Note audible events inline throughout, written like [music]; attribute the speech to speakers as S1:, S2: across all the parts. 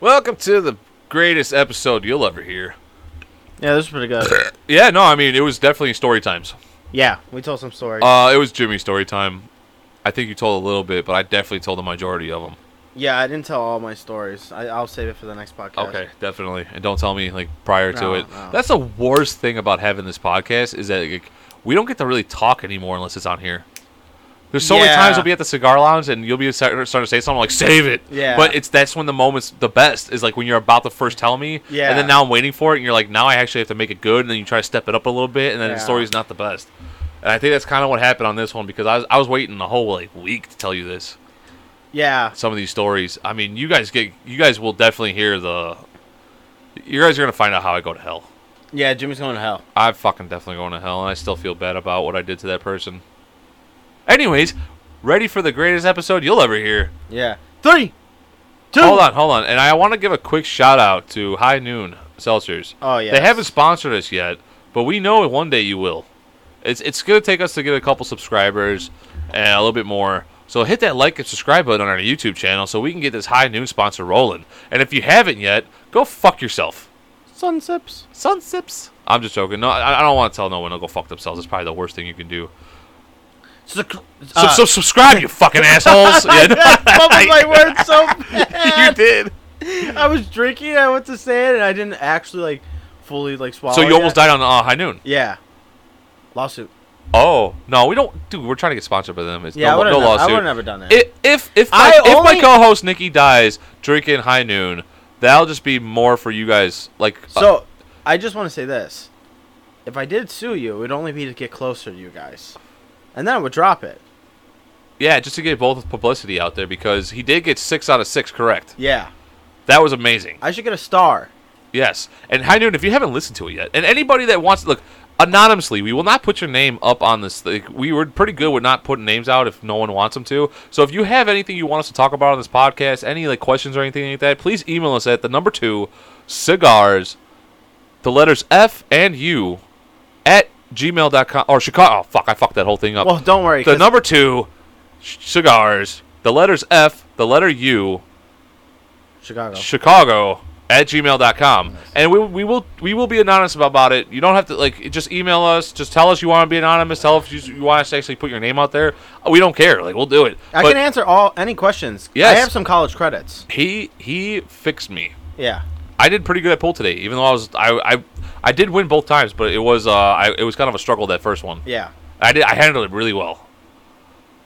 S1: Welcome to the greatest episode you'll ever hear.
S2: Yeah, this is pretty good.
S1: [coughs] Yeah, no, I mean it was definitely story times.
S2: yeah, we told some stories.
S1: Uh, it was Jimmy's story time. I think you told a little bit, but I definitely told the majority of them.
S2: yeah, I didn't tell all my stories. I, I'll save it for the next podcast.
S1: Okay, definitely. And don't tell me like prior to
S2: No,
S1: it.
S2: no.
S1: That's the worst thing about having this podcast is that like, we don't get to really talk anymore unless it's on here. There's so many
S2: Yeah.
S1: times we'll be at the cigar lounge and you'll be starting to say something like "save it,"
S2: Yeah.
S1: But it's that's when the moment's the best is like when you're about to first tell me,
S2: Yeah.
S1: And then now I'm waiting for it, and you're like, now I actually have to make it good, and then you try to step it up a little bit, and then the
S2: Yeah.
S1: story's not the best. And I think that's kind of what happened on this one because I was I was waiting a whole like week to tell you this
S2: Yeah,
S1: some of these stories. I mean, you guys get you guys will definitely hear the. You guys are gonna find out how I go to hell.
S2: yeah. Jimmy's going to hell.
S1: I'm fucking definitely going to hell, and I still feel bad about what I did to that person. Anyways, ready for the greatest episode you'll ever hear.
S2: Yeah. Three, two.
S1: Hold on, hold on, and I want to give a quick shout out to High Noon Seltzers.
S2: Oh yeah.
S1: They haven't sponsored us yet, but we know one day you will. It's it's gonna take us to get a couple subscribers and a little bit more. So hit that like and subscribe button on our YouTube channel so we can get this high noon sponsor rolling. And if you haven't yet, go fuck yourself.
S2: sunsips.
S1: Sunsips. I'm just joking. No, I, I don't want to tell no one to go fuck themselves. It's probably the worst thing you can do.
S2: Suc-
S1: So,
S2: uh, [laughs]
S1: so subscribe, you fucking assholes. Yeah, no,
S2: I
S1: [laughs]
S2: fumbled my words so
S1: you
S2: bad.
S1: did.
S2: I was drinking. I went to say it, and I didn't actually like fully like swallow.
S1: So you almost
S2: it.
S1: died on uh, high noon.
S2: Yeah. Lawsuit.
S1: Oh no, we don't. Dude, we're trying to get sponsored by them. It's
S2: Yeah, I
S1: no,
S2: would
S1: no
S2: have.
S1: lawsuit.
S2: I would have never done that.
S1: I- if if my,
S2: I
S1: if my
S2: only-
S1: co-host Nikki dies drinking High Noon, that'll just be more for you guys. Like uh,
S2: So, I just want to say this: if I did sue you, it'd only be to get closer to you guys, and then I would drop it.
S1: yeah, just to get both publicity out there because he did get six out of six correct.
S2: Yeah,
S1: That was amazing.
S2: I should get a star.
S1: Yes, and High Noon, if you haven't listened to it yet, and anybody that wants to look anonymously, we will not put your name up on this. Like, we were pretty good with not putting names out if no one wants them to. So if you have anything you want us to talk about on this podcast, any like questions or anything like that, please email us at the number two cigars, the letters F and U, at gmail.com or Chicago. Oh fuck, I fucked that whole thing up.
S2: Well, don't worry.
S1: the
S2: 'cause-
S1: number two c- cigars, the letters F, the letter U,
S2: Chicago.
S1: chicago at gmail.com and we, we will we will be anonymous about, about it you don't have to like just email us just tell us you want to be anonymous tell us you, you want us to actually put your name out there Uh, we don't care like we'll do it
S2: I
S1: but
S2: can answer all any questions.
S1: Yes.
S2: I have some college credits.
S1: he he fixed me
S2: Yeah,
S1: i did pretty good at pool today even though i was i i, I did win both times but it was uh I, it was kind of a struggle that first one
S2: yeah.
S1: i did i handled it really well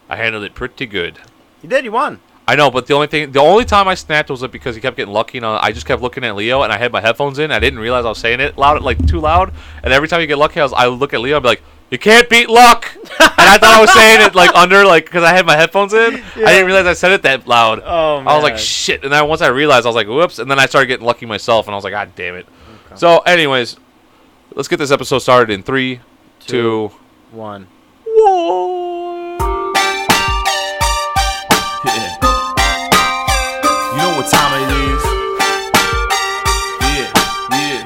S1: i handled it pretty good
S2: You did. You won.
S1: I know, but the only thing, the only time I snapped was because he kept getting lucky, and I I just kept looking at Leo, and I had my headphones in. I didn't realize I was saying it loud, like too loud. And every time you get lucky, I was, I would look at Leo and be like, "You can't beat luck,"
S2: [laughs]
S1: and I thought I was saying it like under, like because I had my headphones in. I
S2: Yeah.
S1: didn't realize I said it that loud.
S2: Oh,
S1: I was like,
S2: man.
S1: "Shit!" And then once I realized, I was like, "Whoops!" And then I started getting lucky myself, and I was like, "God damn it!" So, anyways, let's get this episode started in three, two,
S2: Two. One.
S1: one.
S3: [laughs] Yeah. You know what time it is? Yeah, yeah,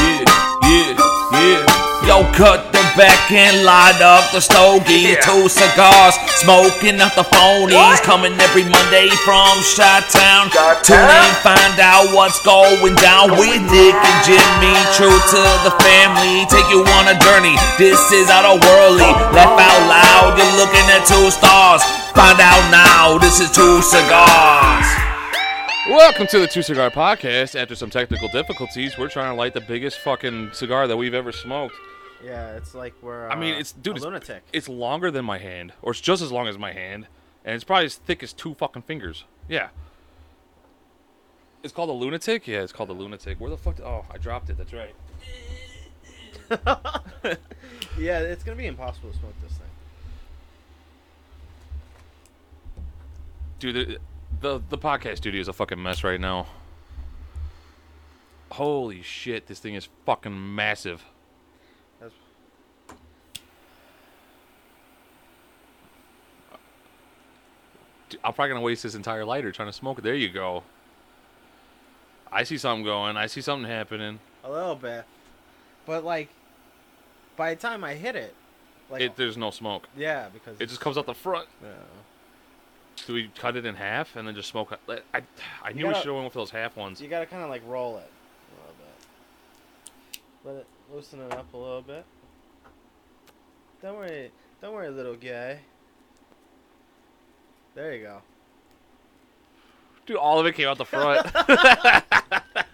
S3: yeah, yeah, yeah. Yo, cut the back and light up the stogie. Two cigars, smoking out the phonies. Coming every Monday from Shot Town. Tune in, find out what's going down with Nick and Jimmy. True to the family, take you on a journey. This is out of worldly. Laugh out loud, you're looking at two stars. Find out now, this is two cigars.
S1: Welcome to the Two Cigar Podcast. After some technical difficulties, we're trying to light the biggest fucking cigar that we've ever smoked.
S2: Yeah, it's like we're. Uh,
S1: I mean, it's dude,
S2: a
S1: it's,
S2: lunatic.
S1: it's longer than my hand, or it's just as long as my hand, and it's probably as thick as two fucking fingers. Yeah. It's called a lunatic. Yeah, it's called a lunatic. Where the fuck? Did, oh, I dropped it. That's right.
S2: yeah, it's gonna be impossible to smoke this thing.
S1: Dude, the the, the podcast studio is a fucking mess right now. Holy shit, this thing is fucking massive.
S2: That's,
S1: Dude, I'm probably gonna waste this entire lighter trying to smoke it. There you go. I see something going. I see something happening.
S2: a little bit, but like, by the time I hit it, like,
S1: It there's no smoke.
S2: yeah, because
S1: It just comes out the front.
S2: Yeah.
S1: Do we cut it in half and then just smoke? I I, I knew we
S2: gotta-
S1: should have went with those half ones.
S2: You gotta kind of like roll it a little bit. Let it loosen it up a little bit. Don't worry, don't worry, little guy. There you go.
S1: Dude, all of it came out the front.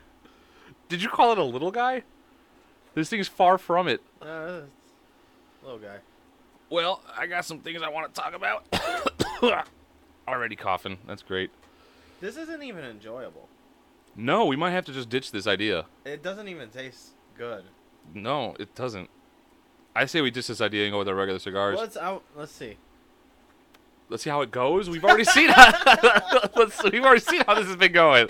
S1: [laughs] Did you call it a little guy? This thing's far from it.
S2: Uh, little guy.
S1: Well, I got some things I want to talk about. [coughs] Already coughing. That's great.
S2: This isn't even enjoyable.
S1: No, we might have to just ditch this idea.
S2: It doesn't even taste good.
S1: No, it doesn't. I say we ditch this idea and go with our regular cigars.
S2: Let's out. Let's see. [laughs]
S1: Let's see how it goes. We've already seen how, [laughs] let's, we've already seen how this has been
S2: [laughs]
S1: going.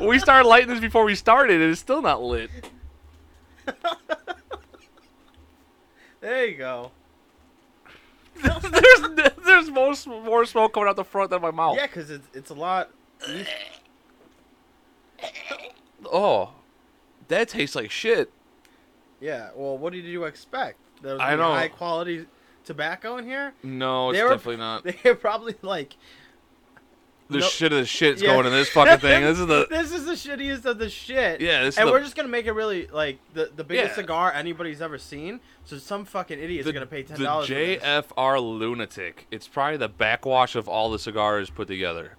S1: We started lighting this before we started, and it's still not lit. [laughs]
S2: There you go.
S1: there's there's more s- more smoke coming out the front than my mouth.
S2: Yeah, cause it's it's a lot.
S1: Oh, that tastes like shit.
S2: Yeah. Well, what did you expect? There was
S1: I
S2: gonna be
S1: don't-
S2: high quality tobacco in here. [laughs]
S1: No, it's
S2: They were-
S1: definitely not.
S2: They're probably like
S1: The
S2: Nope.
S1: shit of the shit's
S2: Yeah.
S1: going in this fucking thing. This is the
S2: [laughs] this is the shittiest of the shit.
S1: Yeah, this is
S2: and
S1: the-
S2: we're just gonna make it really like the the biggest
S1: Yeah.
S2: cigar anybody's ever seen. So some fucking idiot's
S1: the,
S2: gonna pay ten
S1: the
S2: dollars.
S1: JFR lunatic. It's probably the backwash of all the cigars put together.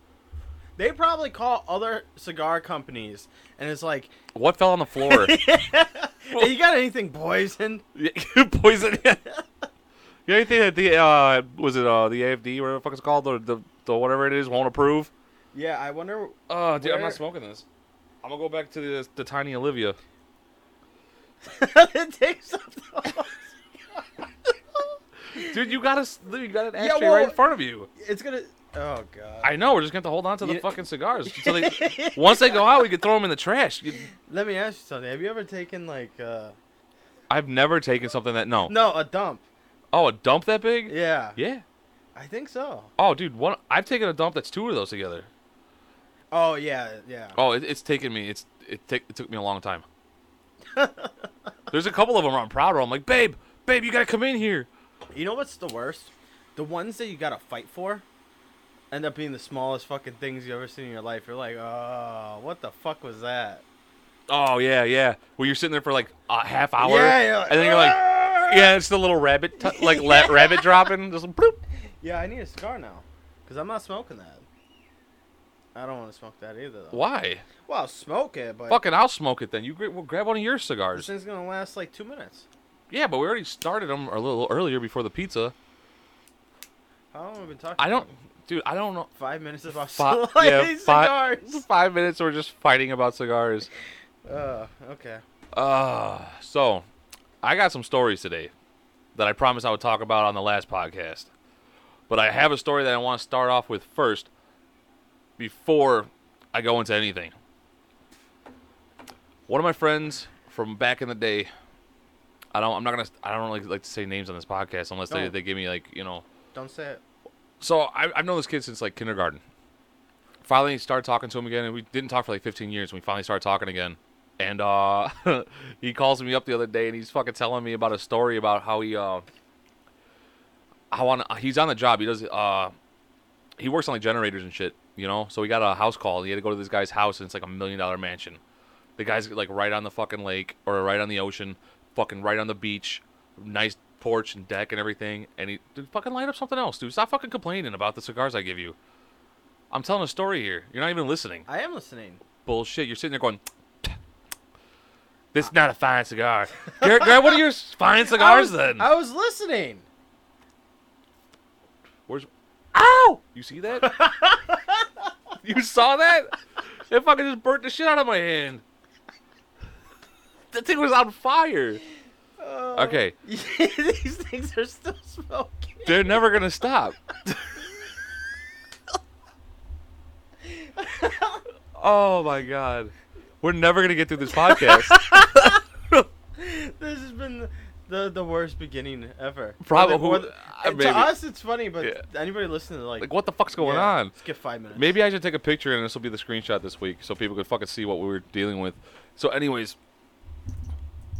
S2: They probably call other cigar companies and it's like,
S1: What fell on the floor?
S2: hey, you got anything poisoned?
S1: [laughs] Yeah, Poison. you know anything that the uh, was it uh, the AFD whatever the fuck it's called or the, the whatever it is won't approve?
S2: Yeah, I wonder. [laughs]
S1: Oh, dude, I'm
S2: Where-
S1: not smoking this. I'm gonna go back to the the tiny Olivia.
S2: it takes up the whole-
S1: Dude, you got a s- you got an ashtray
S2: well-
S1: right in front of you.
S2: It's gonna. Oh god.
S1: I know. We're just gonna have to hold on to the
S2: You-
S1: fucking cigars [laughs] until they. once they go out, we could throw them in the trash. You-
S2: Let me ask you something. Have you ever taken like uh
S1: I've never taken something that no.
S2: no a dump?
S1: Oh, a dump that big?
S2: Yeah.
S1: Yeah.
S2: I think so.
S1: Oh, dude, one. I've taken a dump that's two of those together.
S2: Oh yeah, yeah.
S1: Oh, it, it's taken me. It's it, take, it took me a long time. [laughs] There's a couple of them I'm proud of. I'm like, babe, babe, you gotta come in here.
S2: You know what's the worst? The ones that you gotta fight for end up being the smallest fucking things you ever seen in your life. You're like, oh, what the fuck was that?
S1: Oh yeah, yeah. Well, you're sitting there for like a half hour,
S2: Yeah, you're like,
S1: and then you're like,
S2: "Ah!"
S1: yeah, it's the little rabbit, t- like
S2: [laughs]
S1: la- rabbit dropping, just bloop.
S2: Yeah, I need a cigar now, cause I'm not smoking that. I don't want to smoke that either. Though.
S1: Why?
S2: Well, I'll smoke it, but
S1: Fucking, I'll smoke it then. You gra- well, grab one of your
S2: this
S1: cigars.
S2: thing's gonna last like two minutes.
S1: Yeah, but we already started them a little earlier before the pizza.
S2: How long have we been talking?
S1: I don't,
S2: about?
S1: dude. I
S2: [laughs]
S1: don't know.
S2: Five minutes of us [laughs]
S1: Fi-
S2: lighting
S1: yeah, fi- [laughs]
S2: cigars.
S1: Five minutes. We're just fighting about cigars.
S2: Uh, okay.
S1: Uh, so I got some stories today that I promised I would talk about on the last podcast. But I have a story that I want to start off with first before I go into anything. One of my friends from back in the day, I don't I'm not going to I don't really like to say names on this podcast unless they
S2: No.
S1: they give me like, you know,
S2: Don't say it.
S1: so I, I've known this kid since like kindergarten. Finally started talking to him again, and we didn't talk for like 15 years. And we finally started talking again, and uh, [laughs] he calls me up the other day, and he's fucking telling me about a story about how he uh, how on he's on the job. He does uh, he works on like generators and shit, you know. So he got a house call. and He had to go to this guy's house, and it's like a million dollar mansion. The guy's like right on the fucking lake or right on the ocean, fucking right on the beach, nice porch and deck and everything. And he dude, fucking light up something else, dude. Stop fucking complaining about the cigars I give you. I'm telling a story here. You're not even listening.
S2: I am listening.
S1: Bullshit. You're sitting there going. This is not a fine cigar.
S2: [laughs]
S1: Grab grab one of your fine cigars
S2: I was,
S1: then.
S2: I was listening.
S1: Where's? Ow! You see that? [laughs] you saw that? It fucking just burnt the shit out of my hand. That thing was on fire. Okay,
S2: [laughs] These things are still smoking.
S1: they're never gonna stop. oh my god, we're never gonna get through this podcast.
S2: [laughs] This has been the the worst beginning ever.
S1: Probably-
S2: Or the-
S1: uh,
S2: or the-
S1: maybe.
S2: to us, it's funny, but
S1: Yeah.
S2: anybody listening, like,
S1: Like, what the fuck's going
S2: yeah,
S1: on?
S2: Let's get five minutes.
S1: Maybe I should take a picture and this will be the screenshot this week so people could fucking see what we were dealing with. So, anyways,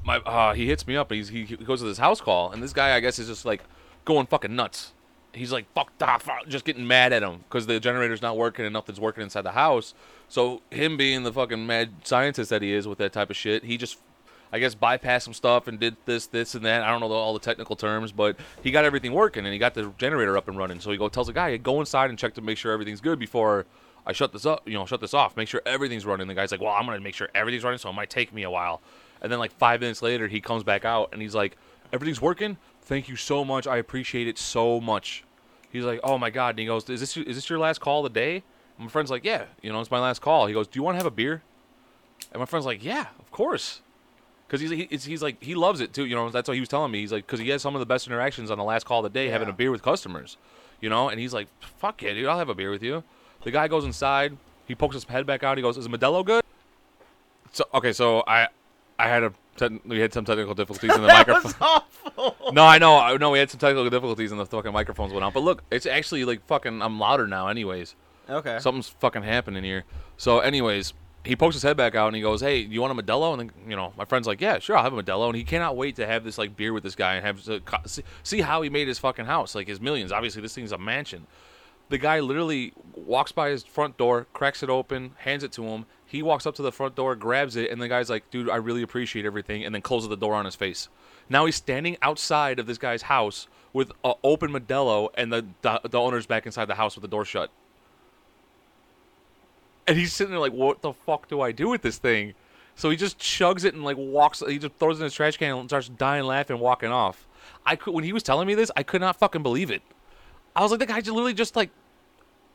S1: my uh, he hits me up. He's, he, he goes to this house call, and this guy, I guess, is just like going fucking nuts. He's like, fuck off, fuck," just getting mad at him because the generator's not working and nothing's working inside the house. So him being the fucking mad scientist that he is with that type of shit, he just, I guess, bypassed some stuff and did this, this, and that. I don't know the- all the technical terms, but he got everything working and he got the generator up and running. So he go tells the guy, go inside and check to make sure everything's good before I shut this up, you know, shut this off, make sure everything's running. The guy's like, well, I'm gonna make sure everything's running, so it might take me a while. And then like five minutes later, he comes back out and he's like, everything's working. Thank you so much. I appreciate it so much. He's like, oh my god. And he goes, is this is this your last call of the day? And my friend's like, yeah, you know, it's my last call. He goes, do you want to have a beer? And my friend's like, yeah, of course. Because he's, he- he's he's like he loves it too, you know. That's what he was telling me. He's like, because he has some of the best interactions on the last call of the day, having a
S2: Yeah.
S1: beer with customers, you know. And he's like, "Fuck yeah, dude, I'll have a beer with you." The guy goes inside. He pokes his head back out. He goes, "Is Modelo good?" So okay, so I I had a techn- we had some technical [laughs] difficulties in the
S2: [laughs] That
S1: microphone.
S2: was awful.
S1: No, I know, I know. We had some technical difficulties and the fucking microphones went out. But look, it's actually like fucking. I'm louder now, anyways.
S2: Okay.
S1: Something's fucking happening here. So, anyways, he pokes his head back out and he goes, "Hey, you want a Modelo?" And then, you know, my friend's like, "Yeah, sure, I'll have a Modelo." And he cannot wait to have this like beer with this guy and have to co- see, see how he made his fucking house, like his millions. Obviously, this thing's a mansion. The guy literally walks by his front door, cracks it open, hands it to him. He walks up to the front door, grabs it, and the guy's like, "Dude, I really appreciate everything," and then closes the door on his face. Now he's standing outside of this guy's house with an open Modelo, and the, the the owner's back inside the house with the door shut. And he's sitting there like, what the fuck do I do with this thing? So he just chugs it and like walks. He just throws it in his trash can and starts dying laughing, walking off. I could when he was telling me this, I could not fucking believe it. I was like, the guy just literally just like,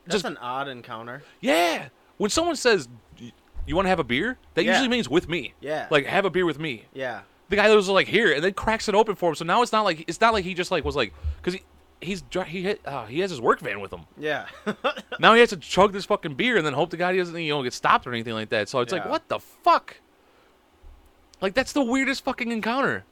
S2: That's
S1: just
S2: an odd encounter.
S1: yeah. When someone says, "Y- "You want to have a beer," that
S2: Yeah.
S1: usually means with me.
S2: Yeah.
S1: like have a beer with me.
S2: Yeah.
S1: The guy was like here, and then cracks it open for him. So now it's not like it's not like he just like was like because he he's dri- he had- uh, he has his work van with him.
S2: Yeah. [laughs]
S1: Now he has to chug this fucking beer and then hope the guy doesn't you know get stopped or anything like that. So it's like
S2: Yeah.
S1: what the fuck? Like that's the weirdest fucking encounter.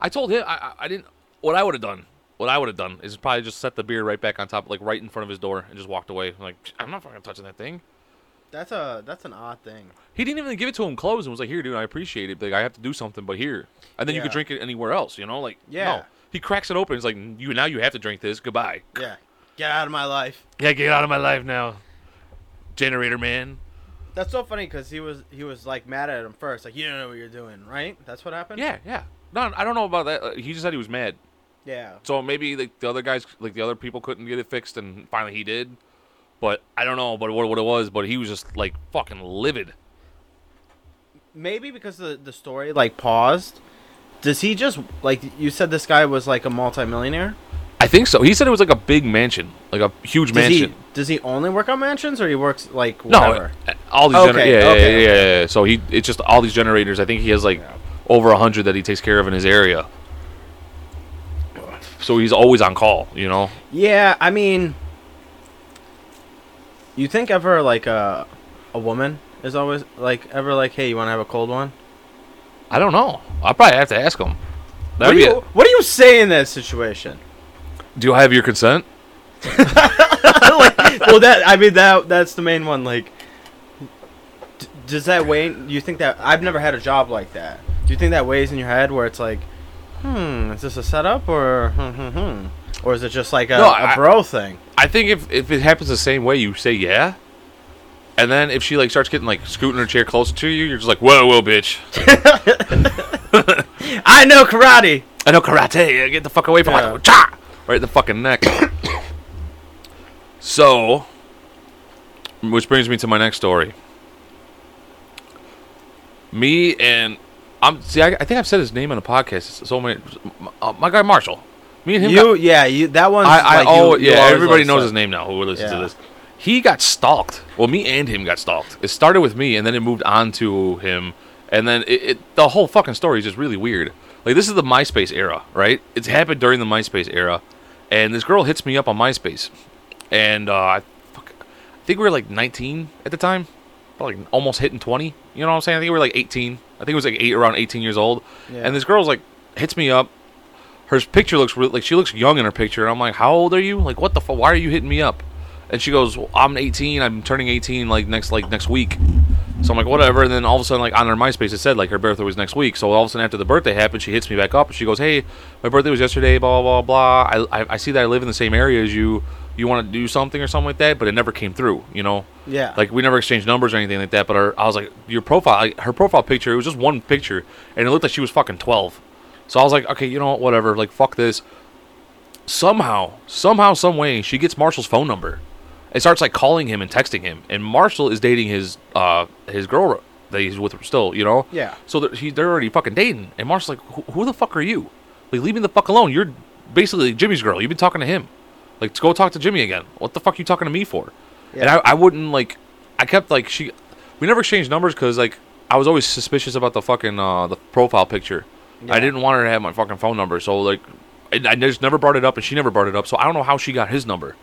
S1: I told him I I, I didn't what I would have done. What I would have done is probably just set the beer right back on top, like right in front of his door, and just walked away. I'm like I'm not fucking touching that thing.
S2: that's a that's an odd thing.
S1: He didn't even give it to him closed and was like, "Here, dude, I appreciate it. But, like I have to do something, but here." And then you could
S2: Yeah.
S1: drink it anywhere else, you know? Like
S2: Yeah.
S1: no. He cracks it open. He's like, "You now you have to drink this. Goodbye."
S2: Yeah. Get out of my life.
S1: Yeah, get out of my life now, generator man.
S2: That's so funny because he was he was like mad at him first, like you don't know what you're doing, right? That's what happened.
S1: Yeah, yeah. No, I don't know about that. Uh, He just said he was mad.
S2: Yeah.
S1: So maybe like the other guys, like the other people, couldn't get it fixed, and finally he did. But I don't know, but what, what it was, but he was just like fucking livid.
S2: Maybe because the the story like paused. Does he just like you said? This guy was like a multimillionaire.
S1: I think so. He said it was like a big mansion, like a huge
S2: Does
S1: mansion.
S2: he does he only work on mansions or he works like
S1: no,
S2: whatever?
S1: uh, all these.
S2: Okay,
S1: gener- yeah, yeah,
S2: okay,
S1: yeah, yeah, yeah. So he, it's just all these generators. I think he has like over a hundred that he takes care of in his area. So he's always on call, you know.
S2: Yeah, I mean, you think ever like a a woman is always like ever like, hey, you want to have a cold one?
S1: I don't know. I'll probably have to ask him.
S2: What
S1: That'd
S2: do
S1: be
S2: you
S1: it.
S2: What do you say in that situation?
S1: Do I have your consent?
S2: [laughs] Like, well, that I mean that that's the main one. Like, d- does that weigh? You think that I've never had a job like that. Do you think that weighs in your head where it's like, hmm, is this a setup or hmm, hmm, hmm? or is it just like a,
S1: No,
S2: a
S1: I-
S2: bro thing?
S1: I think if if it happens the same way, you say yeah, and then if she like starts getting like scooting her chair closer to you, you're just like whoa whoa bitch,
S2: I know karate.
S1: I know karate, get the fuck away from
S2: Yeah.
S1: my cha right in the fucking neck. so, which brings me to my next story. Me and I'm see, I, I think I've said his name on a podcast. So many, uh, my guy Marshall, me and him, got-
S2: You yeah you that one.
S1: I, I
S2: like,
S1: oh
S2: you- you
S1: yeah,
S2: always
S1: everybody
S2: like
S1: knows
S2: said.
S1: his name now. Who listens to
S2: Yeah.
S1: this? He got stalked. Well, me and him got stalked. It started with me, and then it moved on to him, and then it, it the whole fucking story is just really weird. Like this is the MySpace era, right? It's happened during the MySpace era, and this girl hits me up on MySpace, and uh, I, fuck, I think we were like 19 at the time, probably like almost hitting 20. You know what I'm saying? I think we were like 18. I think it was like eight around 18 years old,
S2: Yeah.
S1: and this girl's like hits me up her picture looks re- like she looks young in her picture, and I'm like, "How old are you? Like, what the fuck? Why are you hitting me up?" And she goes, well, "I'm 18. I'm turning 18 like next like next week." So I'm like, "Whatever." And then all of a sudden, like on her MySpace, it said like her birthday was next week. So all of a sudden, after the birthday happened, she hits me back up and she goes, "Hey, my birthday was yesterday. Blah blah blah. I I, I see that I live in the same area as you. You want to do something or something like that?" But it never came through. You know.
S2: Yeah.
S1: Like we never exchanged numbers or anything like that. But our, I was like, your profile, like, her profile picture, it was just one picture, and it looked like she was fucking twelve. So I was like, okay, you know what, whatever. Like fuck this. Somehow, somehow, some way, she gets Marshall's phone number, and starts like calling him and texting him. And Marshall is dating his uh his girl that he's with still, you know.
S2: Yeah.
S1: So they're, he, they're already fucking dating, and Marshall's like, who, who the fuck are you? Like, leave me the fuck alone. You're basically Jimmy's girl. You've been talking to him. Like, go talk to Jimmy again. What the fuck you talking to me for? And I, I wouldn't like. I kept like she. We never exchanged numbers because like I was always suspicious about the fucking uh, the profile picture. I didn't want her to have my fucking phone number, so like, and I just never brought it up, and she never brought it up. So I don't know how she got his number.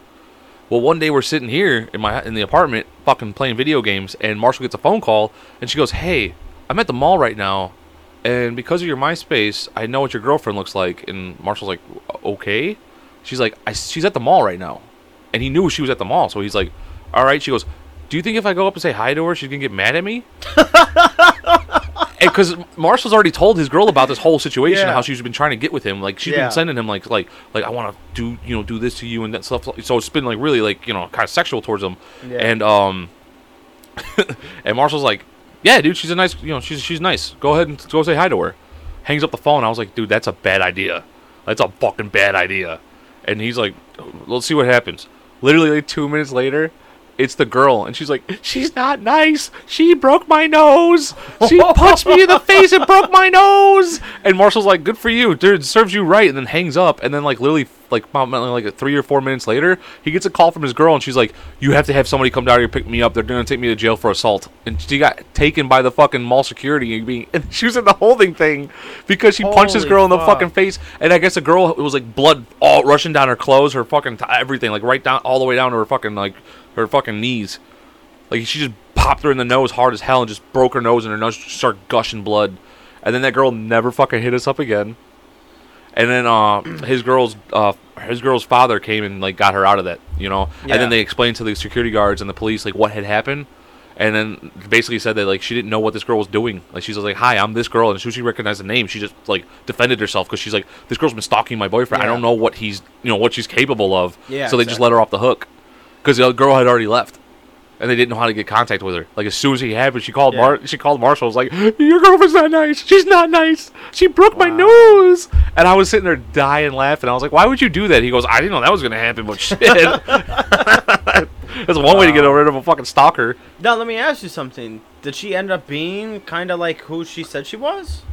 S1: Well, one day we're sitting here in my in the apartment, fucking playing video games, and Marshall gets a phone call, and she goes, "Hey, I'm at the mall right now, and because of your MySpace, I know what your girlfriend looks like." And Marshall's like, "Okay." She's like, I, "She's at the mall right now," and he knew she was at the mall, so he's like, "All right." She goes, "Do you think if I go up and say hi to her, she's gonna get mad at
S2: [laughs]
S1: me?" Because Marshall's already told his girl about this whole situation,
S2: Yeah.
S1: how she's been trying to get with him. Like she's
S2: Yeah.
S1: been sending him like like like I want to do you know do this to you and that stuff. So it's been like really like you know kind of sexual towards him.
S2: Yeah.
S1: And um, [laughs] and Marshall's like, yeah, dude, she's a nice you know she's she's nice. Go ahead and go say hi to her. Hangs up the phone. I was like, dude, that's a bad idea. That's a fucking bad idea. And he's like, let's see what happens. Literally like two minutes later. It's the girl, and she's like, "She's not nice. She broke my nose. She punched me in the face and broke my nose." And Marshall's like, "Good for you, dude. Serves you right." And then hangs up. And then like literally like about- like three or four minutes later, he gets a call from his girl, and she's like, "You have to have somebody come down here pick me up. They're gonna take me to jail for assault." And she got taken by the fucking mall security and being [laughs] and she was in the holding thing because she punched this
S2: Holy
S1: girl in the
S2: fuck.
S1: fucking face. And I guess the girl it was like blood all rushing down her clothes, her fucking t- everything, like right down all the way down to her fucking like her fucking knees. Like she just popped her in the nose hard as hell and just broke her nose, and her nose just started gushing blood. And then that girl never fucking hit us up again. And then uh, [clears throat] his girl's uh, his girl's father came and like got her out of that, you know. And
S2: Yeah.
S1: then they explained to the security guards and the police like what had happened. And then basically said that like she didn't know what this girl was doing. Like she's like, "Hi, I'm this girl," and as soon as she recognized the name, she just like defended herself because she's like, "This girl's been stalking my boyfriend. I
S2: Yeah.
S1: don't know what he's, you know, what she's capable of."
S2: Yeah,
S1: So they just
S2: exactly.
S1: let her off the hook because the girl had already left and they didn't know how to get contact with her. Like as soon as he had, but she called
S2: Yeah.
S1: Mar- she called Marshall. Was like, "Your girlfriend's not nice. She's not nice. She broke my
S2: Wow.
S1: nose." And I was sitting there dying laughing. I was like, "Why would you do that?" He goes, "I didn't know that was gonna happen, but
S2: [laughs]
S1: shit." [laughs] That's one way to get rid of a fucking stalker.
S2: Now let me ask you something. Did she end up being kind of like who she said she was?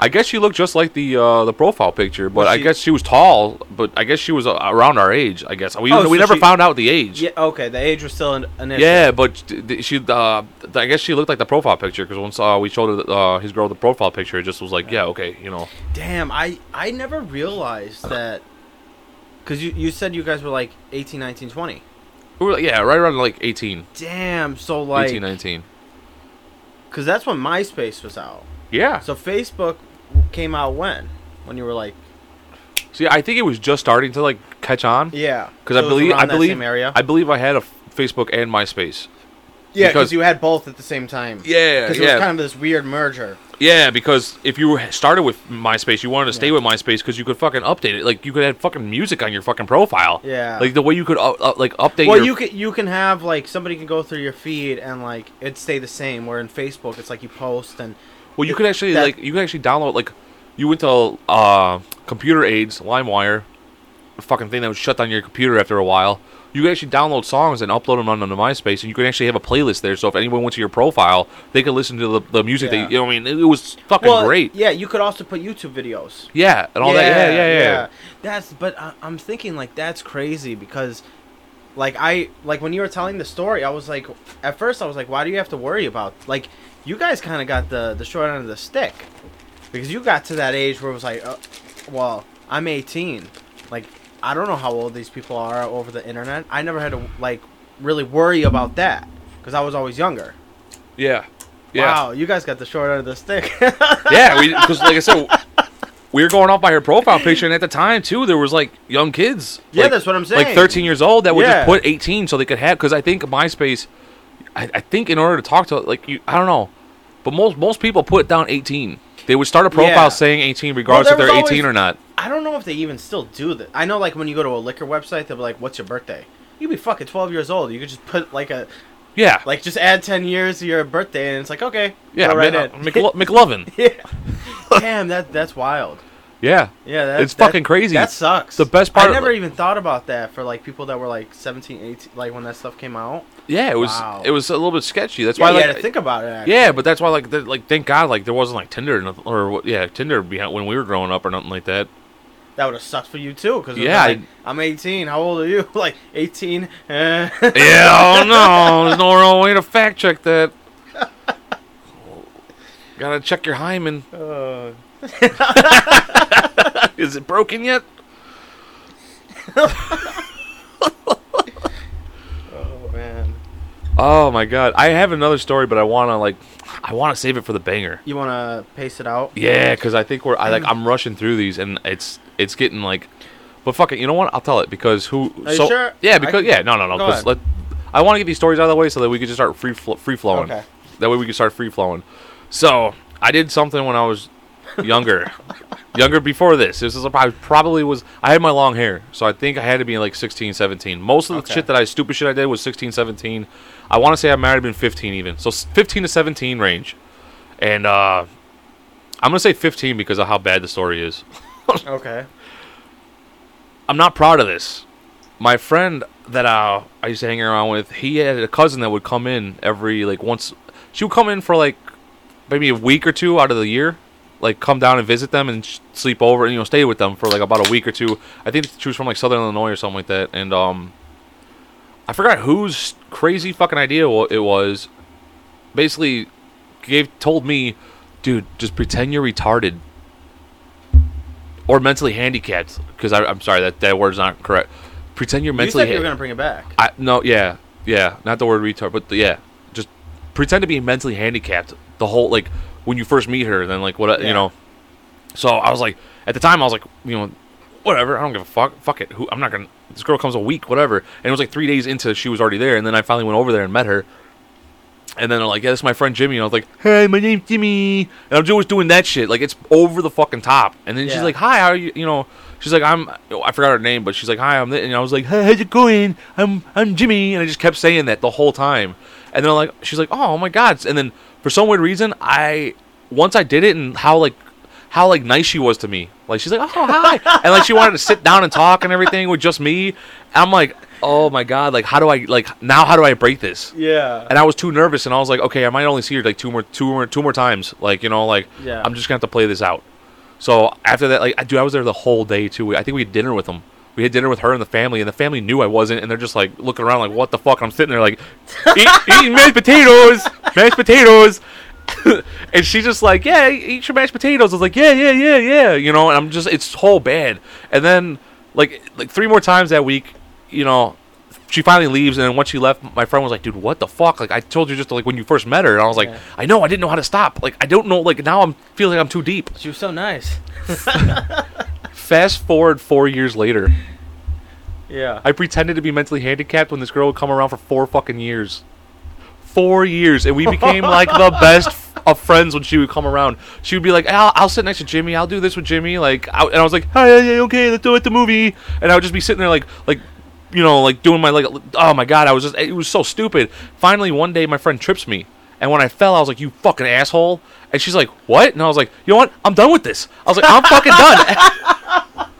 S1: I guess she looked just like the uh, the profile picture, but
S2: Was
S1: I
S2: she-
S1: guess she was tall. But I guess she was uh, around our age. I guess we
S2: Oh,
S1: we
S2: so
S1: never
S2: she-
S1: found out the age.
S2: Yeah. Okay. The age was still an, an issue.
S1: Yeah, but d- d- she, uh, th- I guess she looked like the profile picture because once uh, we showed her, the- uh, his girl the profile picture, it just was like, yeah, okay, you know,
S2: Damn. I I never realized that. Cause you you said you guys were like 18, 19, 20.
S1: we were, like, yeah, right around like 18,
S2: Damn. So like.
S1: 18, 19.
S2: Cause that's when MySpace was out.
S1: Yeah.
S2: So Facebook came out when? When you were like.
S1: See, I think it was just starting to like catch on because
S2: Yeah.
S1: I
S2: So it was
S1: believe,
S2: around
S1: I
S2: that
S1: believe,
S2: Same area.
S1: I believe I had a f- Facebook and MySpace.
S2: yeah.
S1: because-
S2: Because you had both at the same time.
S1: Yeah,
S2: Because it
S1: yeah,
S2: was kind of this weird merger.
S1: yeah. Because if you started with MySpace, you wanted to stay
S2: Yeah.
S1: with MySpace because you could fucking update it. Like you could have fucking music on your fucking profile.
S2: Yeah.
S1: Like the way you could uh, uh, like update.
S2: Well,
S1: your,
S2: you can you can have like somebody can go through your feed and like it stay the same. Where in Facebook, it's like you post and
S1: Well, you could actually
S2: that-
S1: like you could actually download like you went to uh, computer aids LimeWire, the fucking thing that would shut down your computer after a while. You could actually download songs and upload them onto MySpace, and you could actually have a playlist there. So if anyone went to your profile, they could listen to the, the music. That you,
S2: Yeah.
S1: you know, what I mean, it, it was fucking great. Yeah.
S2: Yeah, you could also put YouTube videos.
S1: and all that. Yeah, yeah, yeah.
S2: That's but I, I'm thinking like that's crazy because like I like when you were telling the story, I was like at first I was like, why do you have to worry about like you guys kind of got the the short end of the stick because you got to that age where it was like, uh, well, I'm 18, like I don't know how old these people are over the internet. I never had to like really worry about that because I was always younger.
S1: yeah, yeah.
S2: Wow, you guys got the short end of the stick. [laughs]
S1: yeah, we because like I said, we were going off by her profile picture, and at the time too, there was like young kids.
S2: Yeah,
S1: like-
S2: that's what I'm
S1: Like
S2: saying.
S1: 13 years old that would just
S2: Yeah.
S1: put 18 so they could have because I think MySpace, I, I think in order to talk to like you, I don't know, but most most people put down 18. They would start a profile
S2: Yeah.
S1: saying 18 regardless
S2: there
S1: if they're
S2: was
S1: 18
S2: always-
S1: or not.
S2: I don't know if they even still do that. I know, like when you go to a liquor website, they'll be like, "What's your birthday?" You'd be fucking twelve years old. You could just put like a
S1: Yeah,
S2: like just add ten years to your birthday, and it's like okay,
S1: yeah,
S2: go right
S1: man,
S2: in.
S1: uh,
S2: [laughs]
S1: McLo- McLovin.
S2: yeah. Damn, that that's wild.
S1: Yeah,
S2: Yeah, that,
S1: It's
S2: that-
S1: fucking crazy.
S2: That sucks.
S1: The best part
S2: I
S1: of-
S2: never even thought about that for like people that were like 17, 18, like when that stuff came out.
S1: yeah. It was
S2: Wow.
S1: it was a little bit sketchy. That's
S2: Yeah,
S1: why
S2: you
S1: like
S2: had to think about it. actually.
S1: Yeah, but that's why, like, th- like thank God, like there wasn't like Tinder or nothing- or what- yeah, Tinder behind when we were growing up or nothing like that.
S2: That would have sucked for you too, because
S1: Yeah,
S2: yeah, like,
S1: I-
S2: I'm 18. How old are you? [laughs] like 18. eh.
S1: Yeah, oh no, there's no real way to fact check that. Gotta check your hymen.
S2: Uh,
S1: Is it broken yet?
S2: oh man,
S1: Oh my God, I have another story, but I wanna like, I wanna save it for the banger.
S2: you want to pace it out?
S1: Yeah, because I think we're I like I'm rushing through these and it's it's getting like, but fuck it, you know what? I'll tell it because who?
S2: Are you
S1: so,
S2: sure?
S1: Yeah,
S2: I
S1: because
S2: can-
S1: yeah, no, no, no.
S2: Go
S1: 'cause
S2: ahead.
S1: let, I want to get these stories out of the way so that we can just start free flo- free flowing.
S2: Okay.
S1: That way we can start free flowing. So I did something when I was
S2: [laughs]
S1: younger, younger before this. This is a, I probably was I had my long hair, so I think I had to be like 16, 17. Most of the
S2: Okay.
S1: shit that I stupid shit I did was 16, 17. I want to say I might have been 15 even, so s- 15 to 17 range, and uh. I'm gonna say 15 because of how bad the story is.
S2: Okay.
S1: I'm not proud of this. My friend that uh, I used to hang around with, he had a cousin that would come in every like once. She would come in for like maybe a week or two out of the year, like come down and visit them and sh- sleep over and you know stay with them for like about a week or two. I think she was from like Southern Illinois or something like that, and um, I forgot whose crazy fucking idea wa- it was. Basically, gave told me, dude, just pretend you're retarded or mentally handicapped. Because I'm sorry that that word's not correct. Pretend you're
S2: You
S1: mentally.
S2: said you were
S1: ha-
S2: gonna bring it back.
S1: I no, yeah, yeah, not the word retard, but the, yeah, just pretend to be mentally handicapped. The whole like when you first meet her, and then like what
S2: Yeah.
S1: you know. So I was like, at the time I was like, you know, whatever. I don't give a fuck. Fuck it. Who I'm not gonna. This girl comes a week, whatever. And it was like three days into she was already there, and then I finally went over there and met her. And then they're like, yeah, this is my friend Jimmy. And I was like, hey, my name's Jimmy. And I'm always doing that shit. Like, it's over the fucking top. And then she's
S2: Yeah.
S1: like, hi, how are you? You know, she's like, I'm, oh, I forgot her name, but she's like, hi, I'm, thi-" and I was like, hey, how's it going? I'm, I'm Jimmy. And I just kept saying that the whole time. And then like, she's like, oh, my God. And then for some weird reason, I, once I did it and how like, how like nice she was to me. Like, she's like, oh, hi. and like, she wanted to sit down and talk and everything with just me. And I'm like, oh, my God. Like, how do I, like, now how do I break this?
S2: Yeah.
S1: and I was too nervous, and I was like, okay, I might only see her like two more, two more, two more times. Like you know, like
S2: Yeah.
S1: I'm just gonna have to play this out. So after that, like, I, dude, I was there the whole day too. I think we had dinner with them. We had dinner with her and the family, and the family knew I wasn't, and they're just like looking around, like, what the fuck? I'm sitting there like [laughs] eat, eating mashed potatoes, mashed potatoes. and she's just like, yeah, eat your mashed potatoes. I was like, yeah, yeah, yeah, yeah, you know. And I'm just, it's so bad. And then, like, like three more times that week, you know, she finally leaves. And then once she left, my friend was like, dude, what the fuck? Like, I told you just like when you first met her, and I was like,
S2: Yeah.
S1: I know, I didn't know how to stop. Like, I don't know. Like now, I'm feeling like I'm too deep.
S2: she was so nice.
S1: Fast forward four years later,
S2: Yeah.
S1: I pretended to be mentally handicapped when this girl would come around for four fucking years. Four years, and we became like the best f- of friends when she would come around. She would be like, "I'll, I'll sit next to Jimmy. I'll do this with Jimmy." Like, I, and I was like, "Hi, yeah, yeah, okay, let's do it at the movie." And I would just be sitting there, like, like, you know, like doing my like, oh my god, I was just, it was so stupid. Finally, one day, my friend trips me, and when I fell, I was like, "You fucking asshole!" And she's like, "What?" And I was like, "You know what? I'm done with this." I was like, "I'm fucking done."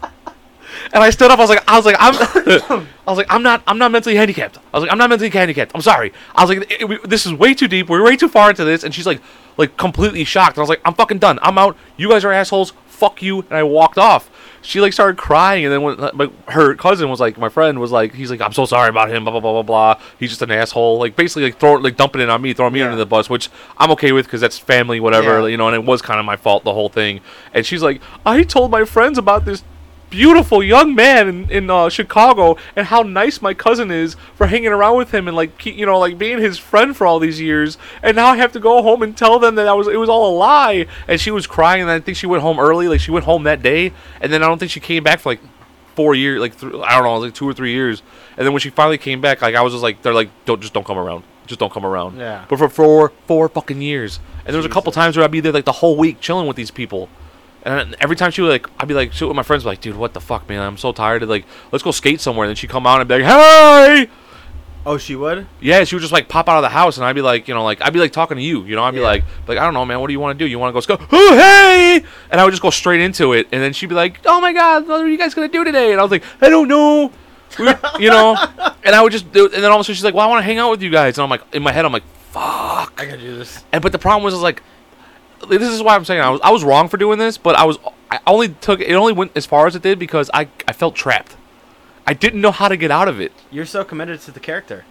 S1: And I stood up. I was like, I was like, I'm, [coughs] I was like, I'm not, I'm not mentally handicapped. I was like, I'm not mentally handicapped. I'm sorry. I was like, "It- we- this is way too deep. We're way too far into this. And she's like, like completely shocked. And I was like, I'm fucking done. I'm out. You guys are assholes. Fuck you. And I walked off. She like started crying, and then when like, her cousin was like, my friend was like, he's like, I'm so sorry about him. Blah blah blah blah blah. He's just an asshole. Like basically like throwing like dumping it on me, throwing me
S2: Yeah.
S1: under the bus, which I'm okay with because that's family, whatever.
S2: Yeah.
S1: You know, and it was kind of my fault the whole thing. And she's like, I told my friends about this beautiful young man in, in uh, Chicago and how nice my cousin is for hanging around with him and like ke- you know like being his friend for all these years. And now I have to go home and tell them that I was it was all a lie. And she was crying, and I think she went home early. Like she went home that day, and then I don't think she came back for like four years. Like th- I don't know, it was like two or three years. And then when she finally came back, like I was just like they're like don't just don't come around. Just don't come around.
S2: Yeah.
S1: But for four four fucking years, and there was a couple times where I'd be there like the whole week chilling with these people, and every time she would like, I'd be like, shoot, with my friends, like, dude, what the fuck, man? I'm so tired. Of, like, let's go skate somewhere. And then she'd come out and be like, hey,
S2: Oh, she would.
S1: yeah. She would just like pop out of the house, and I'd be like, you know, like I'd be like talking to you, you know, I'd be
S2: Yeah.
S1: like, like I don't know, man, what do you want to do? You want to go skate? Oh, hey! And I would just go straight into it, and then she'd be like, oh my god, what are you guys gonna do today? And I was like, I don't know. We- you know, and I would just, do, and then all of a sudden she's like, "Well, I want to hang out with you guys," and I'm like, in my head, I'm like, "Fuck,
S2: I gotta do this.
S1: and but the problem was, is like, this is why I'm saying I was I was wrong for doing this, but I was I only took it only went as far as it did because I I felt trapped. I didn't know how to get out of it.
S2: You're so committed to the character.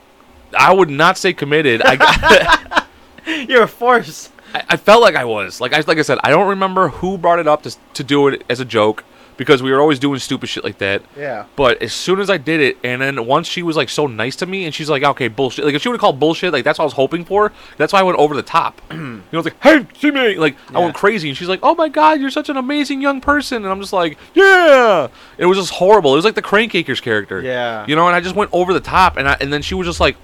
S1: I would not say committed. I
S2: [laughs] You're a force.
S1: I I felt like I was like I like I said I don't remember who brought it up to to do it as a joke because we were always doing stupid shit like that.
S2: Yeah.
S1: But as soon as I did it, and then once she was like so nice to me, and she's like, okay, bullshit. Like if she would have called bullshit, like that's what I was hoping for. That's why I went over the
S2: [clears throat]
S1: top. you know, I was like, hey, see me. Like I went
S2: Yeah.
S1: crazy, and she's like, oh my god, you're such an amazing young person, and I'm just like, yeah. It was just horrible. It was like the Crankakers character.
S2: Yeah.
S1: You know, and I just went over the top, and I, and then she was just like.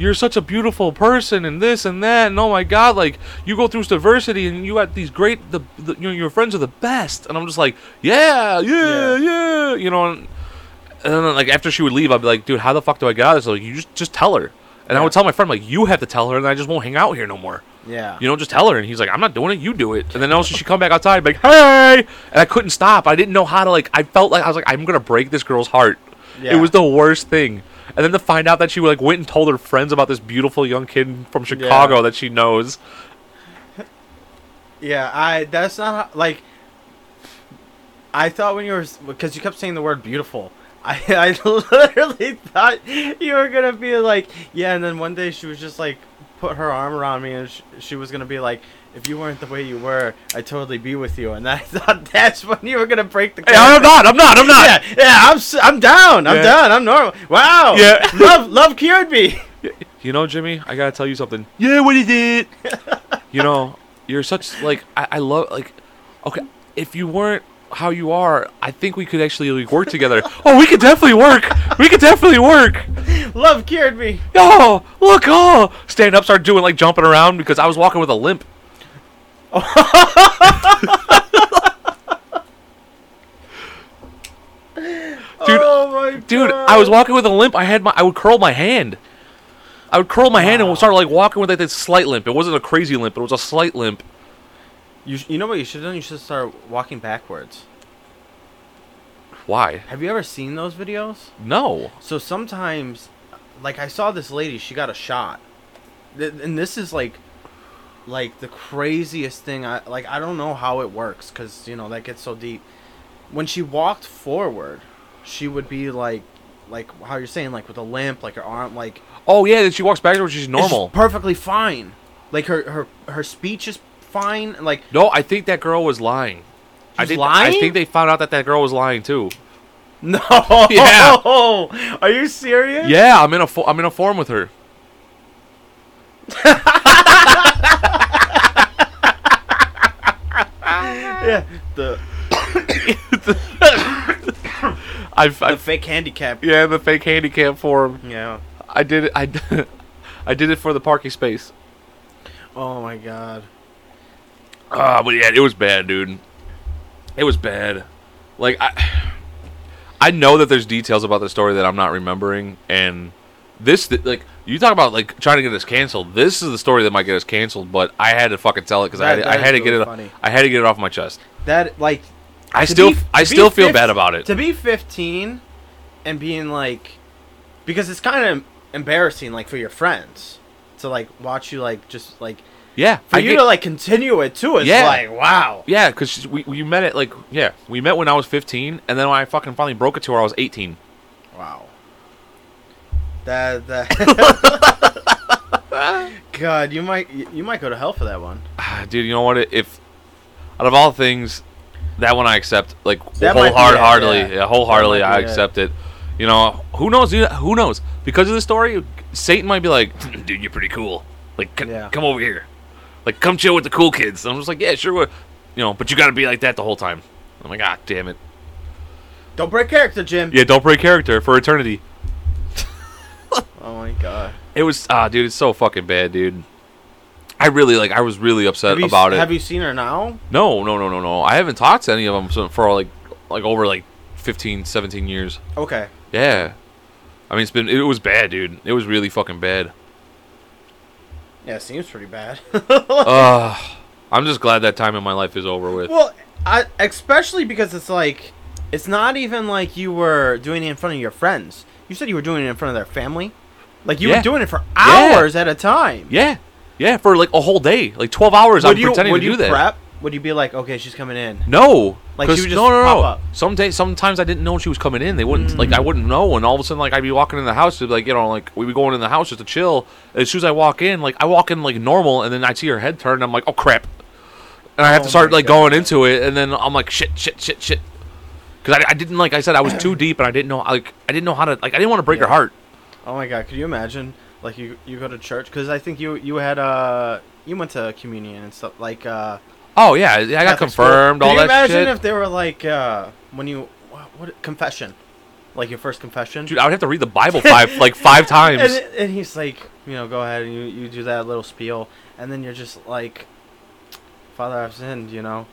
S1: You're such a beautiful person, and this and that, and oh my God! Like you go through diversity, and you got these great, the, the you know, your friends are the best, and I'm just like, yeah, yeah,
S2: Yeah.
S1: yeah, you know. And, and then like after she would leave, I'd be like, dude, how the fuck do I get out of this? Like, you just just tell her. And I would tell my friend like, you have to tell her, and I just won't hang out here no more.
S2: Yeah.
S1: You know, just tell her. And he's like, I'm not doing it. You do it. And then also she'd come back outside, be like, hey, and I couldn't stop. I didn't know how to like. I felt like I was like, I'm gonna break this girl's heart.
S2: Yeah.
S1: It was the worst thing. And then to find out that she like went and told her friends about this beautiful young kid from Chicago that she knows.
S2: Yeah, I. That's not how, like. I thought when you were because you kept saying the word beautiful. [laughs] I, I literally thought you were gonna be like yeah, and then one day she was just like put her arm around me and sh- she was gonna be like if you weren't the way you were, I'd totally be with you. And I [laughs] thought that's when you were gonna break the.
S1: Hey, I'm not. I'm not. I'm not.
S2: [laughs] Yeah, yeah, I'm s- I'm down. I'm
S1: Yeah.
S2: down. I'm normal. Wow.
S1: Yeah.
S2: [laughs] love love cured me. [laughs]
S1: You know, Jimmy, I gotta tell you something. Yeah, what is it? you know, you're such like I, I love like okay. If you weren't how you are, I think we could actually like, work together. oh, we could definitely work. We could definitely work.
S2: Love cured me.
S1: Oh, look, oh, stand up, start doing like jumping around because I was walking with a limp. Dude,
S2: oh my
S1: Dude,
S2: God.
S1: I was walking with a limp. I had my, I would curl my hand. I would curl my hand and start like walking with like this slight limp. It wasn't a crazy limp, it was a slight limp.
S2: You, sh- you know what you should have done? You should start walking backwards.
S1: Why?
S2: Have you ever seen those videos?
S1: No.
S2: So sometimes, like I saw this lady, she got a shot, Th- and this is like, like the craziest thing. I like I don't know how it works because you know that gets so deep. When she walked forward, she would be like, like how you're saying, like with a limp, like her arm, like
S1: Oh yeah, then she walks backwards. She's
S2: it's
S1: normal.
S2: perfectly fine. Like her her her speech is fine. Like [laughs]
S1: No, I think that girl was lying. I
S2: was
S1: think, I
S2: lying?
S1: think they found out that that girl was lying too.
S2: no,
S1: Yeah.
S2: Are you serious?
S1: Yeah, I'm in a fo- I'm in a form with her.
S2: Yeah. The
S1: I've,
S2: the
S1: I've
S2: fake handicap.
S1: yeah, the fake handicap form.
S2: Yeah.
S1: I did it. I, [laughs] d- I did it for the parking space.
S2: Oh my god.
S1: Ah, but yeah, it was bad, dude. It was bad. Like I, I know that there's details about the story that I'm not remembering, and this th- like you talk about like trying to get us canceled. This is the story that might get us canceled, but I had to fucking tell it because I
S2: That-
S1: had, I
S2: that
S1: had
S2: is
S1: to get
S2: really
S1: it.
S2: funny.
S1: I had to get it off my chest.
S2: That like
S1: I
S2: To
S1: still
S2: be-
S1: I
S2: to be
S1: still feel
S2: fif-
S1: bad about it.
S2: to be 15 and being like because it's kind of embarrassing like for your friends to like watch you like just like
S1: yeah,
S2: for
S1: I
S2: you
S1: get-
S2: to like continue it too. It's
S1: Yeah.
S2: like wow.
S1: yeah, because we we met at like yeah we met when I was 15, and then when I fucking finally broke it to her, I was 18.
S2: Wow.
S1: [laughs]
S2: That that
S1: [sighs]
S2: God, you might you might go to hell for that one.
S1: Ah, dude, you know what? If out of all things, That one I accept like
S2: That might be it,
S1: wholeheartedly.
S2: yeah.
S1: yeah, wholeheartedly,
S2: That might
S1: I
S2: be it.
S1: accept it. You know, who knows? dude? Who knows? Because of the story, Satan might be like, "Hmm, "Dude, you're pretty cool. Like, c-
S2: Yeah.
S1: come over here. Like, come chill with the cool kids." And I'm just like, "Yeah, sure." Would. You know, but you got to be like that the whole time. I'm like, "Ah, damn it."
S2: Don't break character, Jim.
S1: Yeah, don't break character for eternity.
S2: Oh my god.
S1: It was ah, dude, it's so fucking bad, dude. I really like. I was really upset
S2: Have you,
S1: about it.
S2: Have you seen her now?
S1: No, no, no, no, no. I haven't talked to any of them so- for like like over like 15, 17 years.
S2: Okay.
S1: Yeah. I mean, it's been it was bad, dude. It was really fucking bad.
S2: Yeah, it seems pretty bad. [laughs]
S1: Oh. Ugh. I'm just glad that time in my life is over with.
S2: well, I, especially because it's like, it's not even like you were doing it in front of your friends. You said you were doing it in front of their family. Like you
S1: Yeah.
S2: were doing it for
S1: Yeah.
S2: hours at a time.
S1: Yeah. Yeah, for like a whole day, like 12 hours I'm
S2: Would you,
S1: pretending
S2: would
S1: to
S2: you
S1: do that.
S2: prep? Would you be like, okay, she's coming in?
S1: No.
S2: Like,
S1: 'cause-
S2: she would just
S1: no, no, no.
S2: pop up. Mm.
S1: Some day, sometimes I didn't know she was coming in. They wouldn't like I wouldn't know, and all of a sudden like I'd be walking in the house, it'd be like you know like we'd be going in the house just to chill. As soon as I walk in, like I walk in like normal, and then I see her head turn, and I'm like, oh crap, and I have to
S2: Oh
S1: start
S2: my
S1: like
S2: God.
S1: going into it, and then I'm like shit, shit, shit, shit, because I, I didn't like I said I was too deep, and I didn't know like I didn't know how to like I didn't want to break
S2: Yeah.
S1: her heart.
S2: Oh my god, could you imagine? Like you you go to church because I think you you had uh you went to communion and stuff like uh.
S1: Oh yeah, I got
S2: Catholic school.
S1: confirmed, all
S2: Could you
S1: that
S2: imagine
S1: shit.
S2: if they were like uh when you what, what confession, like your first confession?
S1: Dude, I would have to read the
S2: [laughs]
S1: Bible five like five times.
S2: and, and he's like, you know, go ahead and you, you do that little spiel, and then you're just like, Father, I've sinned, you know.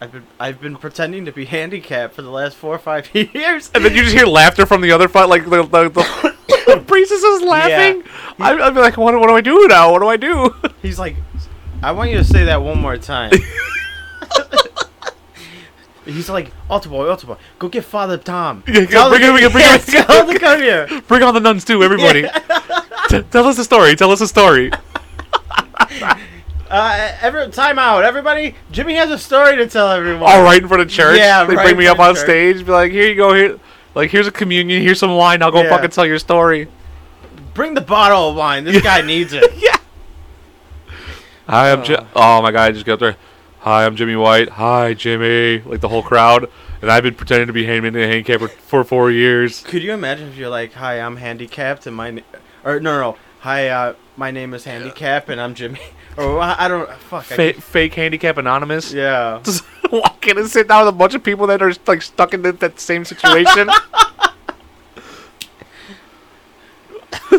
S2: I've been, I've been pretending to be handicapped for the last four or five [laughs] years.
S1: And then you just hear laughter from the other fight, like the the, the, [coughs] the priestess is laughing. I, I'd be like, what, what do I do now? What do I do? [laughs]
S2: He's like, I want you to say that one more time. He's like, altar boy, altar boy, go get Father Tom.
S1: [laughs] Yeah,
S2: Tell
S1: bring
S2: him
S1: him
S2: to-
S1: here, bring him
S2: [laughs]
S1: here.
S2: tell him to
S1: [laughs]
S2: come here.
S1: Bring on the nuns too, everybody. T- tell us a story. Tell us a story.
S2: Uh, every time out, everybody. Jimmy has a story to tell everyone.
S1: All right in front of church.
S2: Yeah,
S1: they
S2: right
S1: bring
S2: in
S1: me up
S2: front
S1: on
S2: of church.
S1: stage. Be like, here you go. Here, like here's a communion. Here's some wine. I'll go
S2: Yeah.
S1: fucking tell your story.
S2: bring the bottle of wine.
S1: [laughs]
S2: This guy needs it.
S1: Yeah. Hi, I'm Ji- Oh my god, I just got there. Hi, I'm Jimmy White. Hi, Jimmy. Like the whole crowd. And I've been pretending to be Hangman and Handicap for- for four years.
S2: Could you imagine if you're like, "Hi, I'm handicapped," and my, na- or no, no, hi, uh, my name is handicap, and I'm Jimmy, [laughs] or I I don't, fuck, I,
S1: Fa- fake Handicap Anonymous.
S2: yeah.
S1: just [laughs] walk in and sit down with a bunch of people that are like stuck in that, that same situation.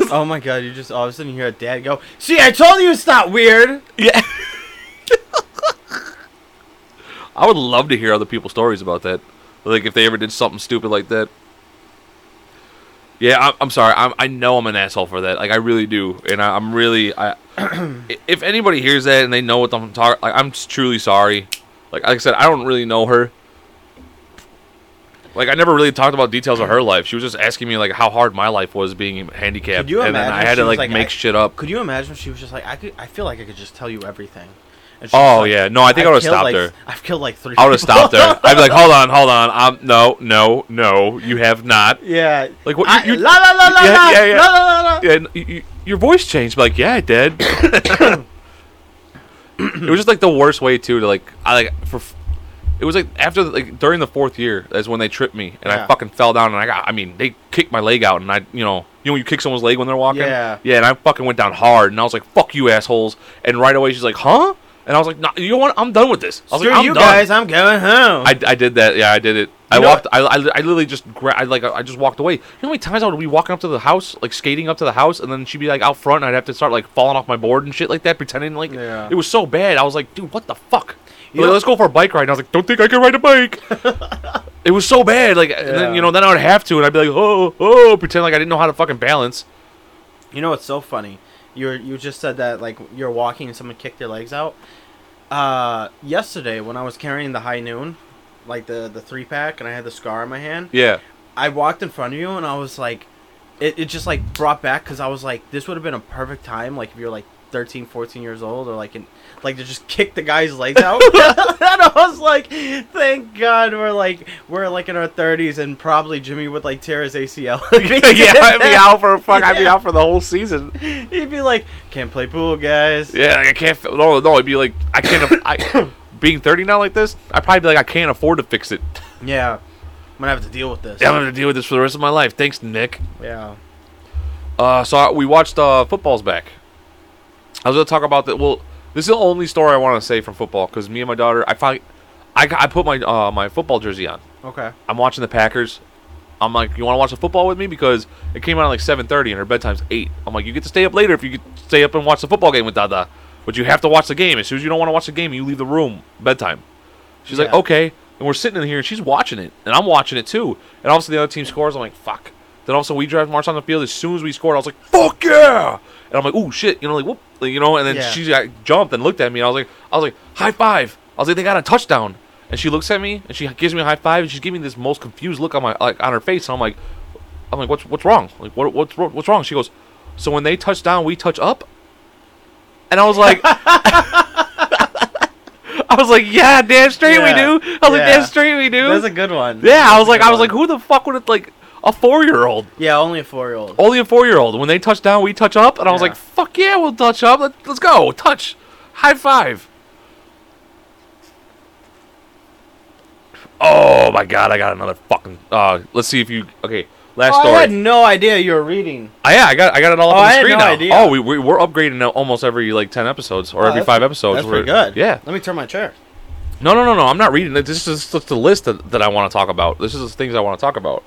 S2: oh my god, you just all of a sudden you hear a dad go, "See, I told you it's not weird."
S1: yeah. [laughs] I would love to hear other people's stories about that. Like if they ever did something stupid like that. Yeah, I'm, I'm sorry. I'm, I know I'm an asshole for that. Like I really do, and I, I'm really. I, [clears throat] if anybody hears that and they know what I'm talking, like I'm truly sorry. Like, like I said, I don't really know her. Like I never really talked about details of her life. She was just asking me like how hard my life was being handicapped,
S2: Could you
S1: and then I
S2: imagine
S1: had
S2: she
S1: to
S2: was
S1: like,
S2: like,
S1: make
S2: I-
S1: shit up.
S2: Could you imagine if she was just like, "I could, I feel like I could just tell you everything." And she's
S1: Oh
S2: like,
S1: yeah, no, I think I,
S2: "I've
S1: would have
S2: killed,
S1: stopped
S2: like,
S1: her.
S2: [laughs] I've killed like three.
S1: I would have
S2: people."
S1: stopped her. I'd be like, hold on, hold on. Um, no, no, no, you have not.
S2: [laughs] yeah,
S1: Like, what-
S2: I-
S1: you- you-
S2: la la la la
S1: yeah,
S2: la,
S1: yeah, yeah.
S2: la la la la.
S1: And y y your voice changed. Like, yeah, I
S2: [coughs]
S1: did. it was just like the worst way too to like. I like for. f- It was like after the- like during the fourth year is when they tripped me and I
S2: Yeah.
S1: fucking fell down and I got. I mean, they kicked my leg out and I, you know, you know, when you kick someone's leg when they're walking.
S2: Yeah.
S1: Yeah, and I fucking went down hard and I was like, "Fuck you, assholes!" And right away she's like, "Huh?" And I was like, "No, you know what? I'm done with this." I was
S2: Screw
S1: like, I'm
S2: you
S1: done.
S2: guys, I'm going home.
S1: I, I did that. Yeah, I did it. I
S2: know
S1: walked. I, I, I literally just gra- I like I just walked away. You know how many times I would be walking up to the house, like skating up to the house, and then she'd be like out front, and I'd have to start like falling off my board and shit like that, pretending like
S2: Yeah.
S1: it was so bad. I was like, dude, what the fuck?
S2: You
S1: Like,
S2: know-
S1: let's go for a bike ride. And I was like, don't think I can ride a
S2: [laughs]
S1: bike. it was so bad. Like and then
S2: Yeah.
S1: you know then I would have to, and I'd be like, oh oh, pretend like I didn't know how to fucking balance.
S2: you know what's so funny? You were, you just said that like you're walking and someone kicked their legs out. Uh, yesterday when I was carrying the high noon, like the the three pack, and I had the scar on my hand,
S1: Yeah.
S2: I walked in front of you and I was like, it, it just like brought back because I was like, this would have been a perfect time, like if you're like 13, 14 years old, or like in, like to just [laughs] kick the guy's
S1: [laughs]
S2: legs out. and I was like, thank God we're like we're like in our thirties and probably Jimmy would like tear his
S1: [laughs]
S2: [laughs] ACL.
S1: [laughs] yeah, I'd
S2: [laughs]
S1: be out for fuck. I'd be
S2: Yeah.
S1: out for the whole season.
S2: He'd be like, "Can't play pool,
S1: [coughs]
S2: guys."
S1: Yeah, like, I can't. f- No, no, it'd be like I can't. af- I being 30 now like this, I'd probably be like, I can't afford to fix it.
S2: Yeah, I'm gonna have to deal with this.
S1: I'm going to deal with this for the rest of my life. Thanks, Nick.
S2: Yeah.
S1: Uh, so I, we watched uh, football's back. I was gonna talk about that. Well, this is the only story I want to say from football because me and my daughter, I finally, I, got- I put my uh, my football jersey on.
S2: Okay.
S1: I'm watching the Packers. I'm like, you want to watch the football with me because it came out at like 7:30 and her bedtime's eight. I'm like, you get to stay up later if you could stay up and watch the football game with Dada, but you have to watch the game. As soon as you don't want to watch the game, you leave the room bedtime. She's like,
S2: Yeah.
S1: okay, and we're sitting in here and she's watching it and I'm watching it too. And all of a sudden the other team scores. I'm like, fuck. Then all of a sudden we drive march on the field. As soon as we scored, I was like, fuck yeah. And I'm like, ooh shit, you know, like whoop, like, you know. And then
S2: Yeah.
S1: she like, jumped and looked at me. And I was like, I was like, high five. I was like, they got a touchdown. And she looks at me and she gives me a high five and she's giving me this most confused look on my like on her face. And I'm like, I'm like, what's what's wrong? Like, what what's wr- what's wrong? She goes, so when they touch down, we touch up. And I was like, [laughs] I was like, yeah, damn straight
S2: Yeah.
S1: we do. I was like,
S2: Yeah.
S1: damn straight we do.
S2: That's a good one.
S1: yeah, I
S2: [laughs] That's
S1: was
S2: a
S1: like,
S2: good
S1: I was
S2: one.
S1: like, who the fuck would it like a four year old?
S2: Yeah, only a four year old.
S1: Only a four year old. When they touch down, we touch up. And I was
S2: Yeah.
S1: like, fuck yeah, we'll touch up. Let, let's go. Touch. High five. Oh my god, I got another fucking. Uh, let's see if you. Okay, last
S2: Oh, I
S1: story.
S2: had no idea you were reading.
S1: Oh, yeah, I got I got it all up
S2: Oh,
S1: on
S2: I
S1: the
S2: had
S1: screen
S2: no
S1: now.
S2: idea.
S1: Oh, we, we we're upgrading now almost every like ten episodes or
S2: Oh,
S1: every
S2: that's-
S1: five episodes.
S2: That's
S1: We're-
S2: pretty good.
S1: Yeah.
S2: Let me turn my chair.
S1: No, no, no, no. I'm not reading it. This is just the list that, that I want to talk about. This is the things I want to talk about.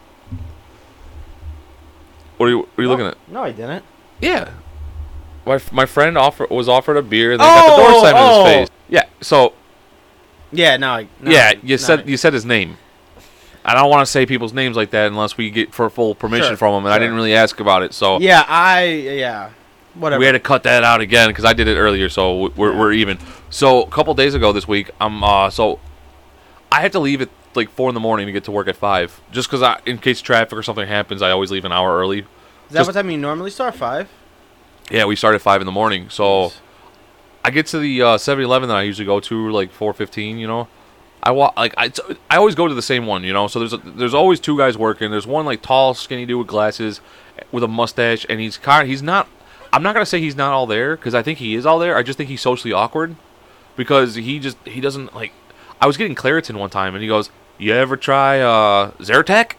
S1: What are you, what are you looking at?
S2: Oh, No, I didn't.
S1: Yeah. My, f- my friend offer, was offered a beer and they got
S2: Oh,
S1: the door slammed
S2: oh.
S1: in his face. Yeah. So
S2: Yeah, no. I, no,
S1: yeah, you
S2: no,
S1: said
S2: I-
S1: you said his name. I don't want to say people's names like that unless we get for full permission
S2: Sure,
S1: from him, and I
S2: sure.
S1: didn't really ask about it. So
S2: Yeah, I yeah. Whatever.
S1: we had to cut that out again because I did it earlier, so we're, we're even. So a couple days ago this week, I'm uh, so I had to leave at like four in the morning to get to work at five, just because I in case traffic or something happens, I always leave an hour early.
S2: Is that
S1: just-
S2: what time you normally start? Five.
S1: Yeah, we start at five in the morning, so I get to the uh, 7-Eleven that I usually go to like four fifteen. You know, I walk like I, I always go to the same one. You know, so there's a, there's always two guys working. There's one like tall, skinny dude with glasses, with a mustache, and he's kind. He's not. I'm not gonna say he's not all there because I think he is all there. I just think he's socially awkward because he just he doesn't like. I was getting Claritin one time, and he goes, "You ever try uh, Zyrtec?"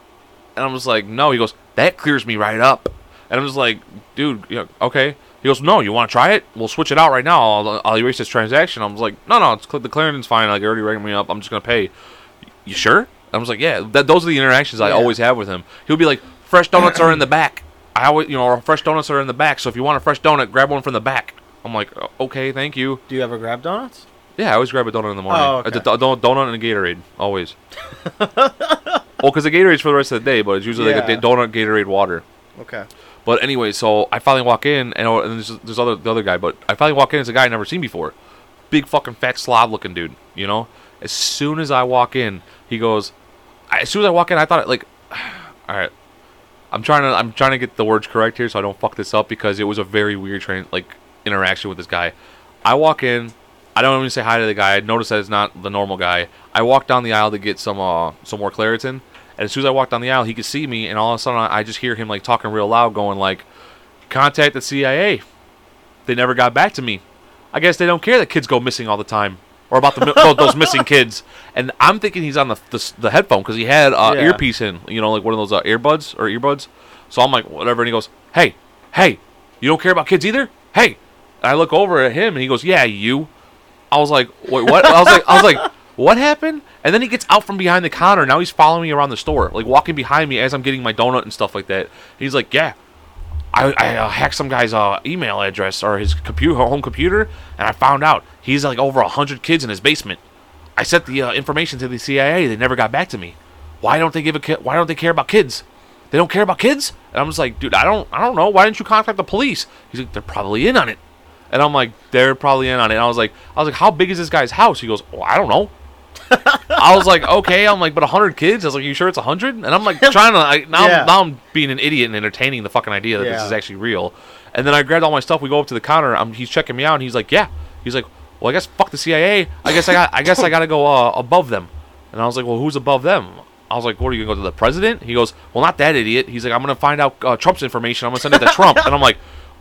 S1: And I'm just like, "No." He goes, "That clears me right up." And I'm just like, "Dude, yeah, okay." He goes, "No, you want to try it? We'll switch it out right now. I'll, I'll erase this transaction." I'm just like, "No, no, it's, cl- the Claritin's fine. Like, it already rang me up. I'm just gonna pay." You sure? I was like, "Yeah." That, those are the interactions I
S2: Yeah.
S1: always have with him. He'll be like, "Fresh donuts are in the back." I always, you know, or fresh donuts are in the back. So if you want a fresh donut, grab one from the back. I'm like, "Oh, "Okay, thank you."
S2: Do you ever grab donuts?
S1: Yeah, I always grab a donut in the morning.
S2: Oh,
S1: A d-
S2: okay.
S1: d- don- donut and a Gatorade,
S2: [laughs]
S1: always. well, because the Gatorade's for the rest of the day, but it's usually like a
S2: Yeah.
S1: da- donut, Gatorade, water.
S2: Okay.
S1: But anyway, so I finally walk in, and, oh, and there's, there's other the other guy, but I finally walk in. It's a guy I never seen before, big fucking fat slob looking dude. You know, as soon as I walk in, he goes. I, as soon as I walk in, I thought like, all right, I'm trying to I'm trying to get the words correct here so I don't fuck this up because it was a very weird train like interaction with this guy. I walk in, I don't even say hi to the guy. I notice that it's not the normal guy. I walk down the aisle to get some uh some more Claritin, and as soon as I walk down the aisle, he could see me, and all of a sudden I I just hear him like talking real loud, going like, "Contact the CIA." They never got back to me. I guess they don't care that kids go missing all the time. Or about the mi- those- those missing [laughs] kids, and I'm thinking he's on the the, the headphone because he had uh,
S2: Yeah.
S1: earpiece earpiece in, you know, like one of those uh, earbuds or earbuds. So I'm like, whatever. And he goes, hey, hey, you don't care about kids either? Hey. And I look over at him and he goes, yeah, you. I was like, wait, what? I was like, I was like, what happened? And then he gets out from behind the counter. Now he's following me around the store, like walking behind me as I'm getting my donut and stuff like that. He's like, yeah, I, I uh, hacked some guy's uh, email address or his computer, home computer, and I found out he's like over a hundred kids in his basement. I sent the uh, information to the CIA. They never got back to me. Why don't they give a ki- Why don't they care about kids? They don't care about kids. And I'm just like, dude, I don't, I don't know. Why didn't you contact the police? He's like, they're probably in on it. And I'm like, they're probably in on it. And I was like, I was like, how big is this guy's house? He goes, well, I don't know. I was like, okay. I'm like, but 100 kids? I was like, you sure it's 100? And I'm like, trying to, like, now,
S2: Yeah.
S1: I'm, now I'm being an idiot and entertaining the fucking idea that this
S2: Yeah.
S1: is actually real. And then I grabbed all my stuff. We go up to the counter. I'm, he's checking me out, and he's like, yeah. He's like, well, I guess fuck the CIA. I guess I got, I guess I got to go uh, above them. And I was like, well, who's above them? I was like, what are you gonna go to the president? He goes, well, not that idiot. He's like, I'm gonna find out uh, Trump's information. I'm gonna send it to Trump. And I'm like.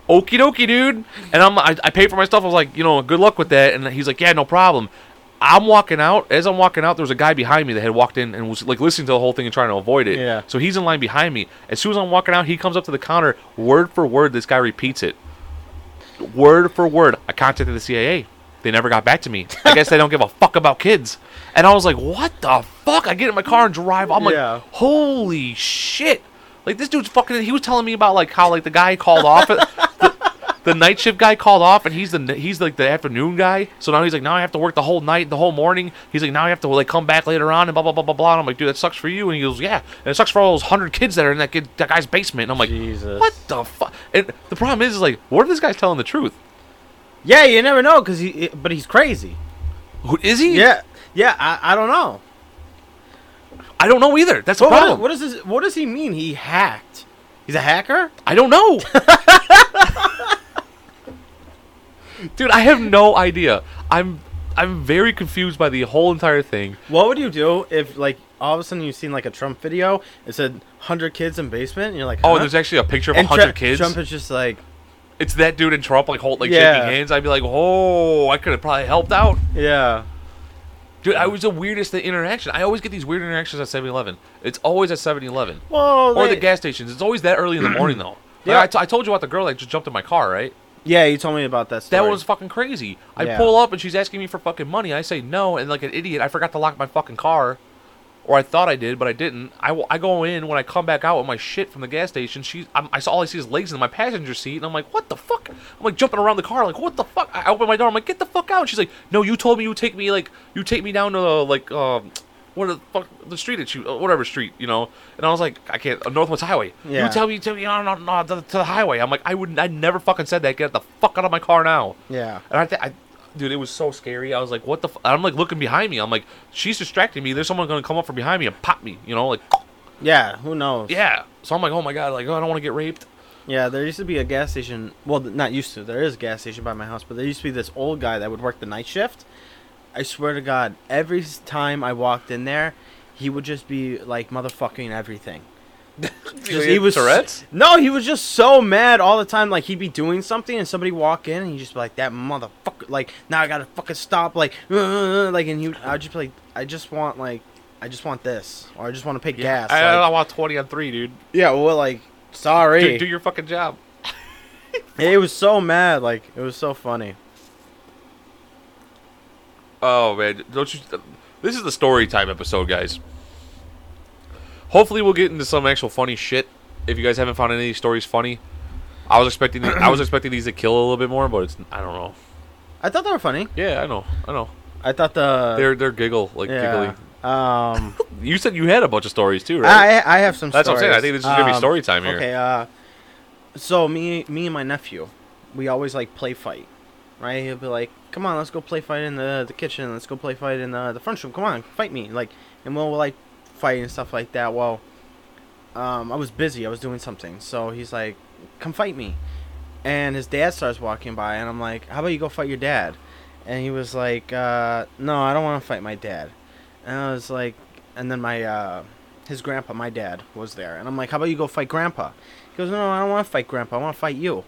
S1: Okie dokie, dude. And I'm, I, I paid for my stuff. I was like, you know, good luck with that. And he's like, yeah, no problem. I'm walking out. As I'm walking out, there was a guy behind me that had walked in and was like listening to the whole thing and trying to avoid it.
S2: Yeah.
S1: So he's in line behind me. As soon as I'm walking out, he comes up to the counter. Word for word, this guy repeats it. Word for word. I contacted the CIA. They never got back to me. I guess they don't give a fuck about kids. And I was like, what the fuck? I get in my car and drive. I'm
S2: Yeah.
S1: like, holy shit. Like this dude's fucking. He was telling me about like how like the guy called off. the, the night shift guy called off, and he's the he's like the afternoon guy. So now he's like, now I have to work the whole night, the whole morning. He's like, now I have to like come back later on and blah blah blah blah blah. And I'm like, dude, that sucks for you. And he goes, yeah, and it sucks for all those hundred kids that are in that kid, that guy's basement. And I'm like,
S2: Jesus.
S1: what the fuck? And the problem is, is like, what if this guy's telling the truth?
S2: Yeah, you never know, cause he. But he's crazy.
S1: Who is he?
S2: Yeah, yeah. I, I don't know.
S1: I don't know either. That's the
S2: But what,
S1: problem.
S2: what, does this, what does he mean? He hacked. He's a hacker.
S1: I don't
S2: [laughs]
S1: know. Dude, I have no idea. I'm I'm very confused by the whole entire thing.
S2: What would you do if, like, all of a sudden you've seen like a Trump video? It said hundred kids in basement, and you're like,
S1: Oh,
S2: huh?
S1: and there's actually a picture of
S2: And
S1: a
S2: Tra-
S1: hundred kids.
S2: Trump is just like,
S1: It's that dude and Trump like hold like
S2: Yeah.
S1: shaking hands. I'd be like, oh, I could have probably helped out.
S2: yeah,
S1: Dude, I was the weirdest interaction. I always get these weird interactions at 7-Eleven. It's always at 7-Eleven.
S2: well,
S1: Or
S2: they-
S1: the gas stations. It's always that early in the morning though. Yeah.
S2: [clears throat] Yeah.
S1: I, t- I told you about the girl that just jumped in my car, right?
S2: Yeah, you told me about that. Story.
S1: That was fucking crazy. I
S2: Yeah.
S1: pull up and she's asking me for fucking money. I say no, and like an idiot, I forgot to lock my fucking car, or I thought I did, but I didn't. I, w- I go in when I come back out with my shit from the gas station. She I'm, I saw all I see is legs in my passenger seat, and I'm like, what the fuck? I'm like jumping around the car, like what the fuck? I I open my door, I'm like, get the fuck out. She's like, no, you told me you would take me like you take me down to the, like um. What the fuck? The street that you, uh, whatever street, you know. And I was like, I can't. Uh, Northwoods Highway.
S2: Yeah.
S1: You tell me, Oh, you tell me, no, no, no, to, the- to the highway. I'm like, I would, I never fucking said that. Get the fuck out of my car now.
S2: Yeah.
S1: And I, th- I, dude, it was so scary. I was like, what the? F-? I'm like looking behind me. I'm like, she's distracting me. There's someone gonna come up from behind me and pop me. You know, like,
S2: Yeah, who knows?
S1: yeah. So I'm like, oh my god, like, oh, I don't want to get raped.
S2: Yeah, there used to be a gas station. Well, th- not used to. There is a gas station by my house, but there used to be this old guy that would work the night shift. I swear to God, every s- time I walked in there, he would just be like
S1: [laughs]
S2: motherfucking everything. Just- he was
S1: Tourette's.
S2: No, he was just so mad all the time. Like he'd be doing something, and somebody walk in, and he'd just be like, "That motherfucker!" Like now I gotta fucking stop. Like, [laughs] like, and he, would- I'd just be like, "I just want like, I just want this, or I just want to pay gas."
S1: I, I
S2: like-
S1: want twenty on three, dude.
S2: yeah, well, like, sorry.
S1: Dude, do your fucking job.
S2: It was so mad, like it was so funny.
S1: Oh man, don't you? This is the story time episode, guys. Hopefully, we'll get into some actual funny shit. If you guys haven't found any of these stories funny, I was expecting I was expecting these to kill a little bit more, but it's I don't know.
S2: I thought they were funny.
S1: Yeah, I know, I know.
S2: I thought the
S1: They're they're giggle like
S2: yeah.
S1: giggly.
S2: Um,
S1: You said you had a bunch of stories too, [laughs] right?
S2: I I have some.
S1: That's what I'm
S2: stories. Um,
S1: saying. I think this is gonna be story time here.
S2: Okay. Uh, so me me and my nephew, we always like play fight, right? He'll be like, "Come on, let's go play fight in the the kitchen. Let's go play fight in the the front room. Come on, fight me!" Like, and we'll like fight and stuff like that. Well, um, I was busy. I was doing something. So he's like, "Come fight me," and his dad starts walking by, and I'm like, "How about you go fight your dad?" And he was like, uh, "No, I don't want to fight my dad." And I was like, and then my uh, his grandpa, my dad, was there, and I'm like, "How about you go fight grandpa?" He goes, "No, no, I don't want to fight grandpa. I want to fight you."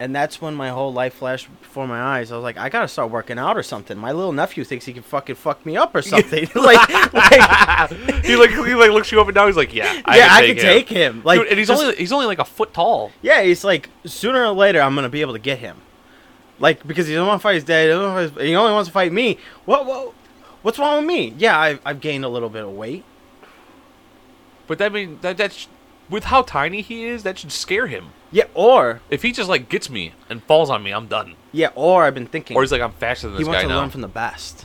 S2: And that's when my whole life flashed before my eyes. I was like, "I gotta start working out or something." My little nephew thinks he can fucking fuck me up or something. [laughs] like, like,
S1: he [laughs] like he like looks you up and down. He's like, yeah,
S2: yeah, I can take him. Like,
S1: Dude, and he's
S2: just-
S1: only he's only like a foot tall.
S2: Yeah, he's like sooner or later I'm gonna be able to get him, like because he doesn't want to fight his dad. He, doesn't wanna fight his- he only wants to fight me. What? What? What's wrong with me? Yeah, I've, I've gained a little bit of weight.
S1: But that mean that that's with how tiny he is, that should scare him.
S2: Yeah, or
S1: If he just like gets me and falls on me, I'm done.
S2: yeah, or I've been thinking.
S1: Or he's like, I'm faster than
S2: he
S1: this
S2: wants
S1: guy
S2: to
S1: now.
S2: learn from the best.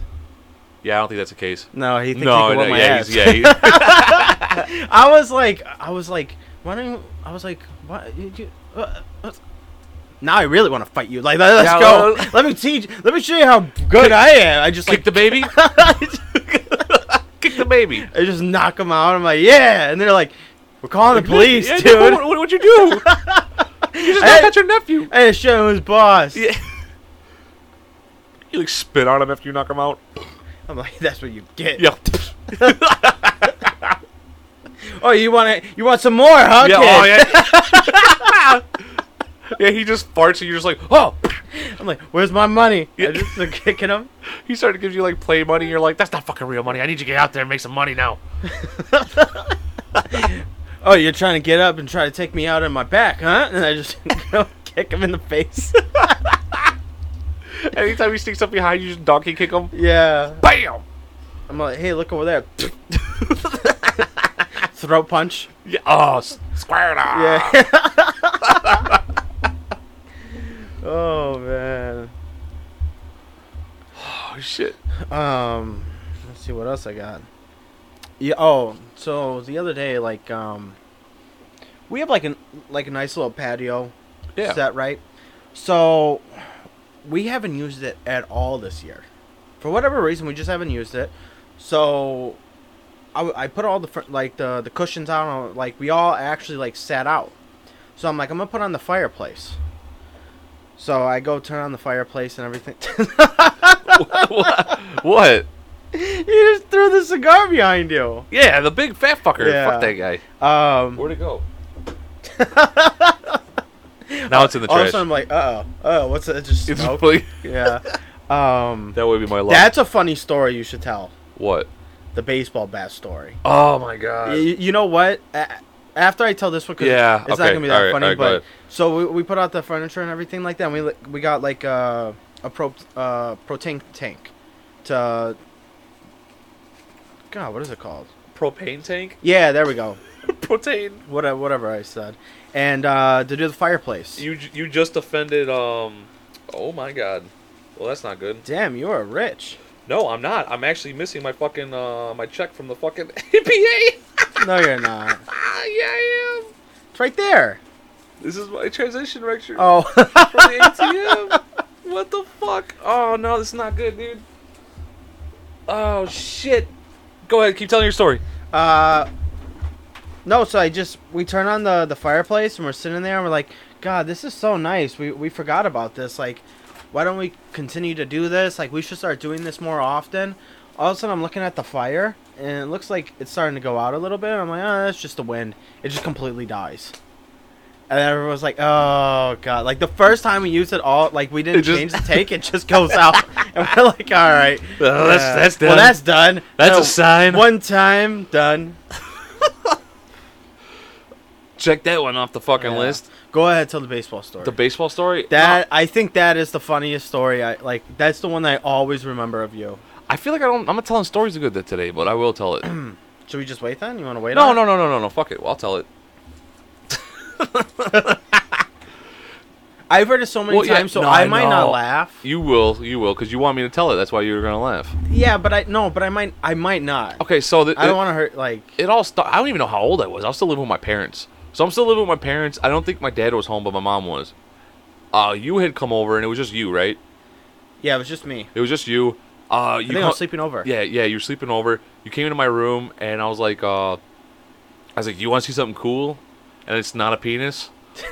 S1: yeah, I don't think that's the case.
S2: No, he thinks
S1: no,
S2: he can
S1: no,
S2: whip my
S1: yeah,
S2: ass.
S1: he's, yeah, [laughs] he-
S2: [laughs] I was like, I was like, why don't you, I was like, why you, you, uh, uh, now I really want to fight you. Like, let, us
S1: Yeah,
S2: go.
S1: well-
S2: let me teach. Let me show you how good I am. I just
S1: kick
S2: like,
S1: the [laughs] baby, kick the baby.
S2: I just knock him out. I'm like, yeah, and they're like, we're calling the police,
S1: Yeah,
S2: dude.
S1: What, what, what'd you [laughs] do? you just knocked
S2: [laughs] Hey.
S1: out your nephew.
S2: I just showed him his
S1: [laughs]
S2: boss.
S1: Yeah. You like spit on him after you knock him out.
S2: I'm like, that's what you get.
S1: Yeah.
S2: [laughs] Oh, you want to? You want some more, huh?
S1: Yeah,
S2: kid?
S1: [laughs] oh, yeah. yeah, he just farts and you're just like, oh.
S2: [laughs] I'm like, where's my money?
S1: Yeah.
S2: I just like, kicking him.
S1: He started giving you like play money. You're like, that's not fucking real money. I need you to get out there and make some money now.
S2: Oh, you're trying to get up and try to take me out on my back, huh? And I just [laughs] go kick him in
S1: [laughs]
S2: the face.
S1: Anytime he sneaks up behind you, just donkey kick him.
S2: yeah.
S1: Bam.
S2: I'm like, hey, look over there. [laughs] Throat punch.
S1: Yeah. Oh, s- square it off.
S2: Yeah. [laughs]
S1: Ah.
S2: oh man.
S1: Oh shit.
S2: Um, let's see what else I got. Yeah. Oh, so the other day, like, um, we have like an like a nice little patio.
S1: Yeah.
S2: Is that right? So we haven't used it at all this year. For whatever reason, we just haven't used it. So I, w- I put all the fr- like the the cushions out. on- Like we all actually like sat out. So I'm like, I'm gonna put on the fireplace. So I go turn on the fireplace and everything.
S1: [laughs]
S2: [laughs]
S1: what?
S2: you just threw the cigar behind you.
S1: Yeah, the big fat fucker.
S2: Yeah.
S1: Fuck that guy.
S2: Um,
S1: Where'd it go?
S2: [laughs]
S1: now it's in the
S2: all of a
S1: trash.
S2: sudden, I'm like, uh oh, oh, what's that? It's
S1: [laughs]
S2: just
S1: It's
S2: smoke.
S1: really-
S2: yeah.
S1: [laughs]
S2: Um,
S1: that would be my luck.
S2: that's a funny story you should tell.
S1: what?
S2: The baseball bat story.
S1: Oh my
S2: Y-
S1: god.
S2: you know what? A- after I tell this one, 'cause
S1: Yeah,
S2: it's not
S1: okay,
S2: gonna be that
S1: alright,
S2: funny.
S1: alright, go ahead.
S2: but so we, we put out the furniture and everything like that. And we li- we got like uh, a pro uh, protein tank to. God, what is it called?
S1: Propane tank?
S2: Yeah, there we go.
S1: Protein.
S2: Whatever, whatever I said, and uh, to do the fireplace.
S1: You j- you just offended um Oh my god. Well, that's not good.
S2: Damn, you are rich.
S1: No, I'm not. I'm actually missing my fucking uh my check from the fucking [laughs] APA.
S2: No, you're not.
S1: ah, yeah, I am.
S2: It's right there.
S1: This is my transition record
S2: Oh, [laughs]
S1: from the ATM. What the fuck? Oh no, this is not good, dude. Oh shit. Go ahead, keep telling your story.
S2: uh, no. So I just we turn on the the fireplace and we're sitting there and we're like, God, this is so nice. We we forgot about this. Like, why don't we continue to do this? Like, we should start doing this more often. All of a sudden, I'm looking at the fire and it looks like it's starting to go out a little bit. I'm like, oh, that's just the wind. It just completely dies. And everyone's like, "Oh God!" Like the first time we used it all, like we didn't
S1: It just-
S2: change the take. It just goes [laughs] out, and we're like, "All right,
S1: Well, that's- that's
S2: Well,
S1: done.
S2: that's done.
S1: That's
S2: No,
S1: a sign.
S2: One time, done.
S1: Check that one off the fucking
S2: Yeah.
S1: list.
S2: Go ahead, tell the baseball story.
S1: The baseball story?
S2: that I think that is the funniest story. I like. That's the one I always remember of you.
S1: No, I feel like I don't. I'm not telling stories good that today, but I will tell
S2: [clears throat]
S1: it. no,
S2: Should we just wait then? You want to wait?
S1: no,
S2: on it?
S1: no, no, no, no. Fuck it. Well, I'll tell it.
S2: I've heard it so many
S1: Well, yeah,
S2: times, so
S1: no,
S2: I
S1: I
S2: might
S1: know.
S2: not laugh.
S1: You will. You will, because you want me to tell it. That's why you were gonna laugh.
S2: Yeah, but I no, but I might. I might not.
S1: Okay, so the,
S2: I
S1: it-
S2: don't want to hurt. Like,
S1: it all started. I don't even know how old I was. I was still living with my parents. So I'm still living with my parents. I don't think my dad was home, but my mom was. Uh, you had come over, and it was just you, right?
S2: yeah, it was just me.
S1: It was just you. Uh,
S2: I
S1: you
S2: think I was
S1: co-
S2: sleeping over.
S1: Yeah, yeah. You were sleeping over. You came into my room, and I was like, uh, I was like, you want to see something cool? And it's not a penis.
S2: [laughs]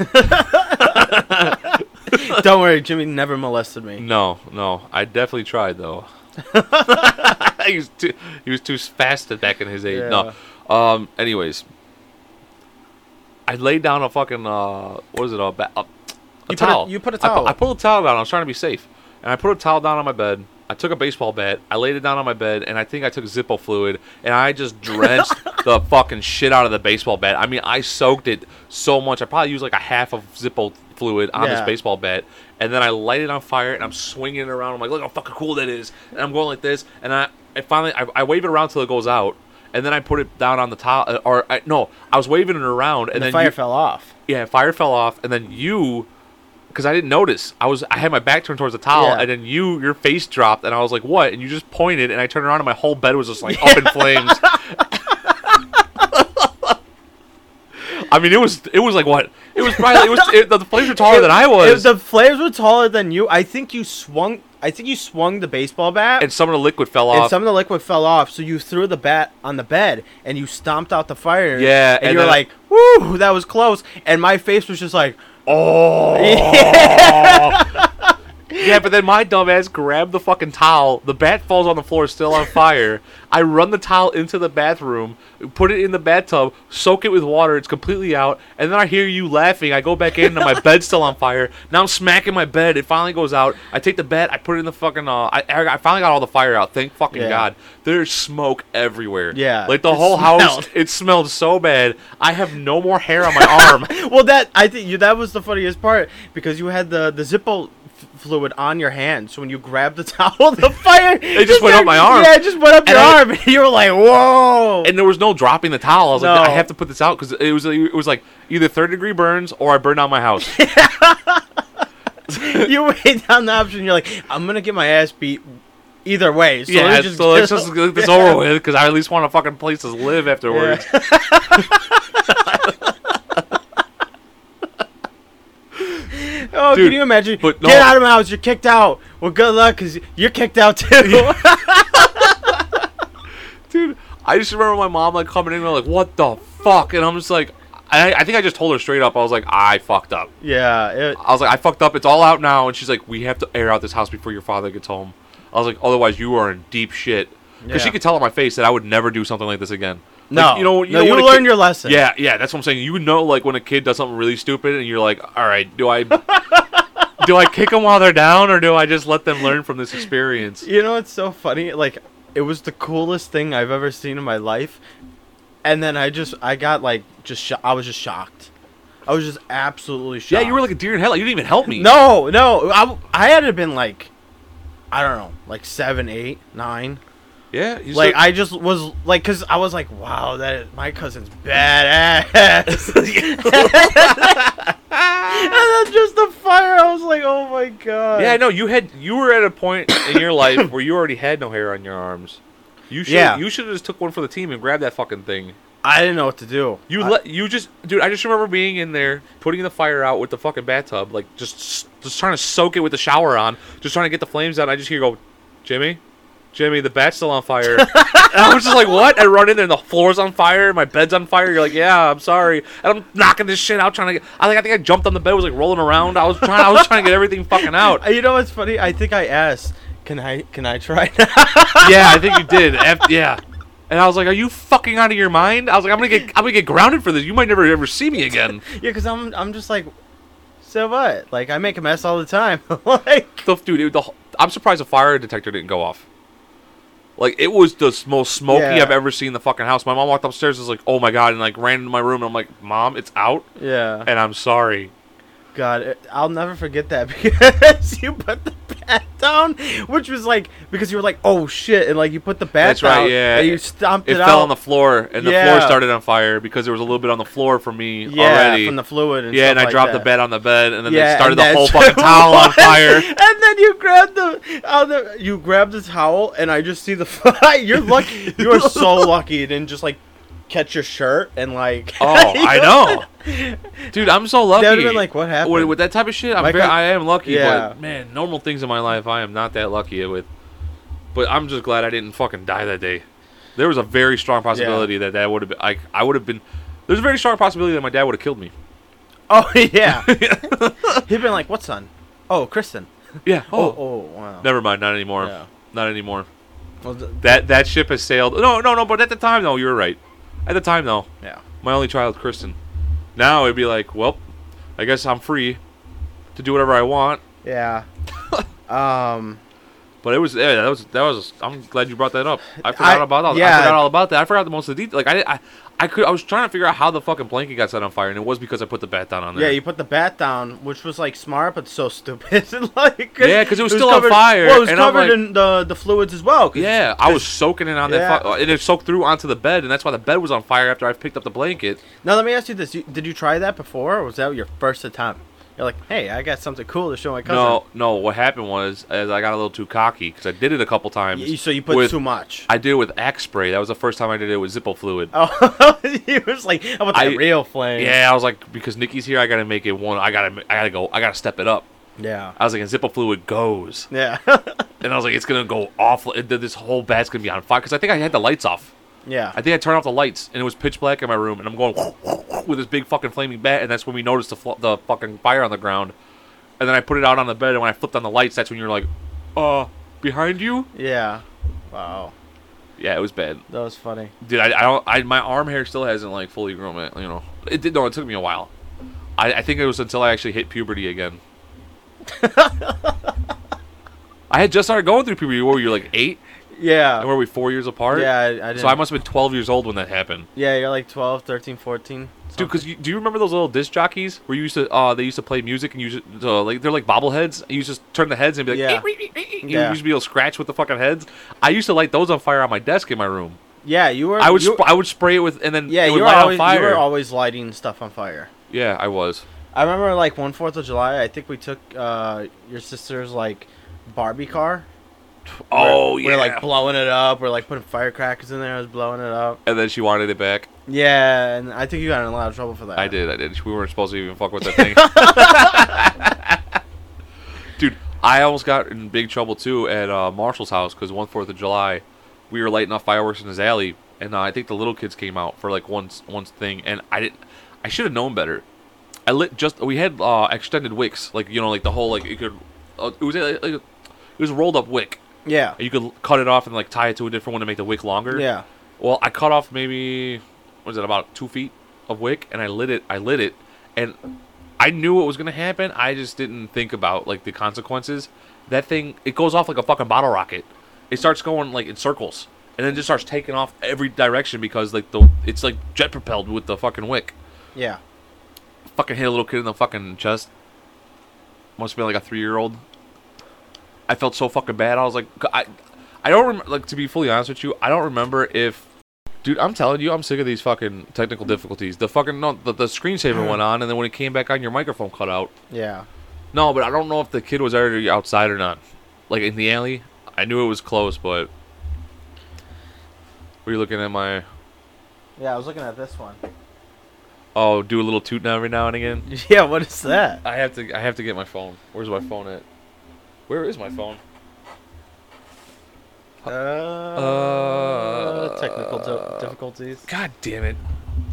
S2: Don't worry, Jimmy never molested me.
S1: No, no. I definitely tried
S2: [laughs]
S1: though. he was too he was too fast back in his age. No. Um. Anyways, I laid down a fucking uh. What is it? A, ba- a, a
S2: You put a-
S1: towel.
S2: you put a
S1: I pu-
S2: towel.
S1: I, put a towel down. I was trying to be safe, and I put a towel down on my bed. I took a baseball bat. I laid it down on my bed, and I think I took Zippo fluid, and I just
S2: [laughs]
S1: drenched the fucking shit out of the baseball bat. I mean, I soaked it so much. I probably used like a half of Zippo fluid on this
S2: Yeah.
S1: baseball baseball bat, and then I light it on fire, and I'm swinging it around. I'm like, look how fucking cool that is, and I'm going like this, and I, I finally, I, I wave it around till it goes out, and then I put it down on the top, uh, or I, no, I was waving it around, and,
S2: And the
S1: then
S2: fire
S1: you-
S2: fell off.
S1: yeah, fire fell off, and then you, because I didn't notice, I was, I had my back turned towards the towel,
S2: Yeah.
S1: and then you, your face dropped, and I was like, what? And you just pointed, and I turned around, and my whole bed was just like
S2: [laughs]
S1: up in flames. [laughs] I mean, it was it was like what it was probably it was it, the flames were taller than Oh, I was.
S2: If the flames were taller than you, I think you swung. I think you swung the baseball bat,
S1: and
S2: and,
S1: some of the liquid fell off.
S2: some of the liquid fell off. So you threw the bat on the bed, and you stomped out the fire.
S1: Yeah,
S2: and,
S1: and
S2: you're
S1: then-
S2: like, "Woo, that was [laughs] close." And my face was just like,
S1: oh, Yeah, but then my dumbass grabbed the fucking towel. The bat falls on the floor, still on fire. I run the towel into the bathroom, put it in the bathtub, soak it with water. It's completely out. And then I hear you laughing. I go back in, and
S2: [laughs]
S1: my bed's still on fire. Now I'm smacking my bed. It finally goes out. I take the bat, I put it in the fucking. Uh, I, I finally got all the fire out. Thank fucking
S2: Yeah.
S1: God. There's smoke everywhere.
S2: Yeah,
S1: Like the
S2: it
S1: whole house,
S2: smelled.
S1: it smelled so bad. I have no more hair on my
S2: [laughs]
S1: arm.
S2: well, that I think you, that was the funniest part because you had the the Zippo f- fluid on your hand, so when you grabbed the [laughs] towel, the fire it
S1: just went up my arm.
S2: Yeah, it just went up
S1: And
S2: your
S1: I-
S2: arm, and you were like, "Whoa!"
S1: [laughs] and there was no dropping the towel. I was like,
S2: No.
S1: I have to put this out because it was it was like either third degree burns or I burn down my
S2: [laughs]
S1: house.
S2: you went down the option. You're like, "I'm gonna get my ass beat." Either way, so
S1: yeah,
S2: let's just
S1: so let's
S2: get- [laughs]
S1: just get this over with because I at least want a fucking place to live afterwards.
S2: [laughs] Oh,
S1: Dude,
S2: can you imagine?
S1: but no.
S2: Get out of my house! You're kicked out. Well, good luck, cause you're kicked
S1: [laughs]
S2: out too.
S1: Dude, I just remember my mom like coming in and like, what the fuck? And I'm just like, I, I think I just told her straight up. I was like, I fucked up.
S2: [laughs] yeah, it,
S1: I was like, I fucked up. It's all out now. And she's like, we have to air out this house before your father gets home. I was like, otherwise you are in deep shit. Because she
S2: Yeah.
S1: could tell on my face that I would never do something like this again.
S2: no,
S1: Like, you know, you,
S2: no,
S1: know
S2: you
S1: when a
S2: learned
S1: kid-
S2: your lesson.
S1: Yeah, yeah, that's what I'm saying. You know, like when a kid does something really stupid, and you're like, "All right, do [laughs] I do I kick them while they're down, or do I just let them learn from this experience?"
S2: You know, it's so funny. Like, it was the coolest thing I've ever seen in my life. And then I just, I got like, just, sho- I was just shocked. I was just absolutely shocked.
S1: Yeah, you were like a deer in headlights. You didn't even help me.
S2: no, no. I, I had to have been like, I don't know, like seven, eight, nine.
S1: Yeah, you
S2: Like,
S1: said-
S2: I just was like, cause I was like, wow, that is, my cousin's badass. [laughs] and then just the fire, I was like, oh my god.
S1: yeah, no, you had you were at a point in your [coughs] life where you already had no hair on your arms. You should
S2: Yeah.
S1: you should have just took one for the team and grabbed that fucking thing.
S2: I didn't know what to do.
S1: You
S2: I-
S1: let you just dude. I just remember being in there, putting the fire out with the fucking bathtub, like just just trying to soak it with the shower on, just trying to get the flames out. And I just hear you go, Jimmy, Jimmy, the bat's still on fire. and I was just like, what? I run in there, and the floor's on fire, my bed's on fire. You're like, yeah, I'm sorry, and I'm knocking this shit out, trying to. Get, I think I think I jumped on the bed, was like rolling around. I was trying, I was trying to get everything fucking out.
S2: [laughs] Uh, You know what's funny? I think I asked, "Can I can I try?" [laughs]
S1: yeah, I think you did. Af- yeah. And I was like, "Are you fucking out of your mind?" I was like, "I'm gonna get, I'm gonna get grounded for this. You might never ever see me again."
S2: yeah, because I'm I'm just like, so what? Like I make a mess all the time. [laughs] like
S1: the dude. It, the, wh- I'm surprised the fire detector didn't go off. Like it was the s- most smoky
S2: Yeah.
S1: I've ever seen the fucking house. My mom walked upstairs, and was like, "Oh my god!" and like ran into my room. And I'm like, "Mom, it's out,"
S2: yeah,
S1: and I'm sorry.
S2: God, it- I'll never forget that [laughs] because you put the bat down, which was like because you were like, oh shit, and like you put the bat
S1: That's right,
S2: down,
S1: yeah.
S2: and you stomped
S1: It
S2: it,
S1: fell
S2: out.
S1: on the floor, and the floor
S2: Yeah.
S1: started on fire because there was a little bit on the floor for me
S2: yeah
S1: already.
S2: from the fluid. And
S1: yeah,
S2: stuff
S1: and I
S2: like
S1: dropped
S2: that.
S1: the bed on the bed, and then they
S2: Yeah,
S1: started
S2: and
S1: the
S2: [laughs]
S1: whole
S2: that's
S1: fucking towel on fire.
S2: [laughs] And then you grab the, uh, the you grab the towel, and I just see the [laughs] fire. You're lucky. You are
S1: [laughs]
S2: so lucky you didn't just like catch your shirt and like.
S1: [laughs] Oh,
S2: [laughs]
S1: I know, dude. I'm so lucky.
S2: That would have been like, what happened?
S1: with, with that type of shit, I'm
S2: Like
S1: very,
S2: a-
S1: I am lucky.
S2: Yeah.
S1: But man, normal things in my life, I am not that lucky with. But I'm just glad I didn't fucking die that day. There was a very strong possibility that that would have been. I I would have been. There's a very strong possibility that my dad would have killed me. [laughs]
S2: oh yeah. [laughs] He'd been like, what son? Oh, Kristen.
S1: Yeah.
S2: Oh,
S1: Oh.
S2: oh wow.
S1: Never mind. Not anymore.
S2: Yeah.
S1: Not anymore.
S2: Well, th-
S1: That that ship has sailed. No, no, no. But at the time, though, you were right. At the time, though,
S2: yeah.
S1: my only child, Kristen. Now it'd be like, well, I guess I'm free to do whatever I want. [laughs]
S2: Yeah. um.
S1: But it was yeah, that was that was. I'm glad you brought that up. I forgot about all. I
S2: yeah.
S1: forgot all about that. I forgot the most of the detail. Like I, I, I could. I was trying to figure out how the fucking blanket got set on fire, and it was because I put the bat down on there.
S2: Yeah, you put the bat down, which was like smart but so stupid. [laughs] like,
S1: Yeah, 'cause it was still on
S2: covered-
S1: fire,
S2: Well, it was
S1: and I'm
S2: covered
S1: like-
S2: in the the fluids as well. 'cause-
S1: Yeah, I was soaking it on that, fu-
S2: Yeah.
S1: and it soaked through onto the bed, and that's why the bed was on fire after I picked up the blanket.
S2: Now let me ask you this: you, Did you try that before, or was that your first attempt? You're like, hey, I got something cool to show my cousin.
S1: No, no, what happened was is I got a little too cocky because I did it a couple times.
S2: Y- so you put
S1: with-
S2: too much.
S1: I did it with Axe spray. That was the first time I did it with Zippo fluid.
S2: [laughs] oh, [laughs] you was like, how about that
S1: I-
S2: real flame?
S1: Yeah, I was like, because Nikki's here, I gotta make it one. I gotta, I gotta go. I gotta step it up.
S2: yeah,
S1: I was like, and Zippo fluid goes.
S2: yeah, [laughs]
S1: And I was like, it's gonna go awful. it- This whole bat's gonna be on fire because I think I had the lights off.
S2: yeah.
S1: I think I turned off the lights and it was pitch black in my room. [laughs] And I'm going with this big fucking flaming bat, and that's when we noticed the fl- the fucking fire on the ground. and then I put it out on the bed, and when I flipped on the lights, that's when you were like, uh, behind you?
S2: Yeah. Wow.
S1: Yeah, it was bad,
S2: That was funny.
S1: dude. I, I don't. I my arm hair still hasn't like fully grown. It, you know, it did. No, it took me a while. I, I think it was until I actually hit puberty again. [laughs] I had just started going through puberty. What were you like eight? And
S2: Yeah.
S1: were we four years apart?
S2: Yeah, I, I didn't.
S1: So I must have been 12 years old when that happened,
S2: Yeah, you're like 12, 13, 14.
S1: dude. Because do you remember those little disc jockeys where you used to uh, they used to play music and you used to, uh, like they're like bobbleheads. You used to just turn the heads and be like,
S2: Yeah.
S1: you
S2: Yeah.
S1: used to be able to scratch with the fucking heads. I used to light those on fire on my desk in my room.
S2: Yeah, you were.
S1: I would
S2: you-
S1: sp- I would spray it with and then
S2: yeah,
S1: it would
S2: you were
S1: light
S2: always
S1: on fire.
S2: you were always lighting stuff on fire.
S1: yeah, I was.
S2: I remember like one Fourth of July. I think we took uh, your sister's like Barbie car.
S1: Oh
S2: we're,
S1: yeah.
S2: we're like blowing it up. We're like putting firecrackers in there. I was blowing it up.
S1: and then she wanted it back.
S2: Yeah, and I think you got in a lot of trouble for that.
S1: I did. I did. We weren't supposed to even fuck with that thing. Dude, I almost got in big trouble too at uh, Marshall's house because one Fourth of July, we were lighting off fireworks in his alley, and uh, I think the little kids came out for like one s- one thing, and I didn't. I should have known better. I lit just. We had uh, extended wicks, like you know, like the whole like you could. Uh, it was like, like, it was a rolled up wick.
S2: Yeah.
S1: You could cut it off and like tie it to a different one to make the wick longer.
S2: Yeah.
S1: Well, I cut off maybe what is it about two feet of wick, and I lit it. I lit it, and I knew what was gonna happen. I just didn't think about like the consequences. That thing it goes off like a fucking bottle rocket. It starts going like in circles, and then just starts taking off every direction because like the it's like jet propelled with the fucking wick.
S2: Yeah.
S1: Fucking hit a little kid in the fucking chest. Must have been like a three year old. I felt so fucking bad. I was like, I, I don't remember. Like to be fully honest with you, I don't remember if, dude. I'm telling you, I'm sick of these fucking technical difficulties. The fucking no, the, the screensaver went on, and then when it came back on, your microphone cut out.
S2: Yeah.
S1: No, but I don't know if the kid was already outside or not. Like in the alley, I knew it was close, but. Were you looking at my?
S2: Yeah. I was looking at this one. [laughs]
S1: Oh, do a little toot now every now and again.
S2: Yeah. What
S1: [laughs]
S2: is that?
S1: I have to. I have to get my phone. Where's my phone at? Where is my phone?
S2: Uh,
S1: Uh,
S2: technical di- difficulties.
S1: God damn it!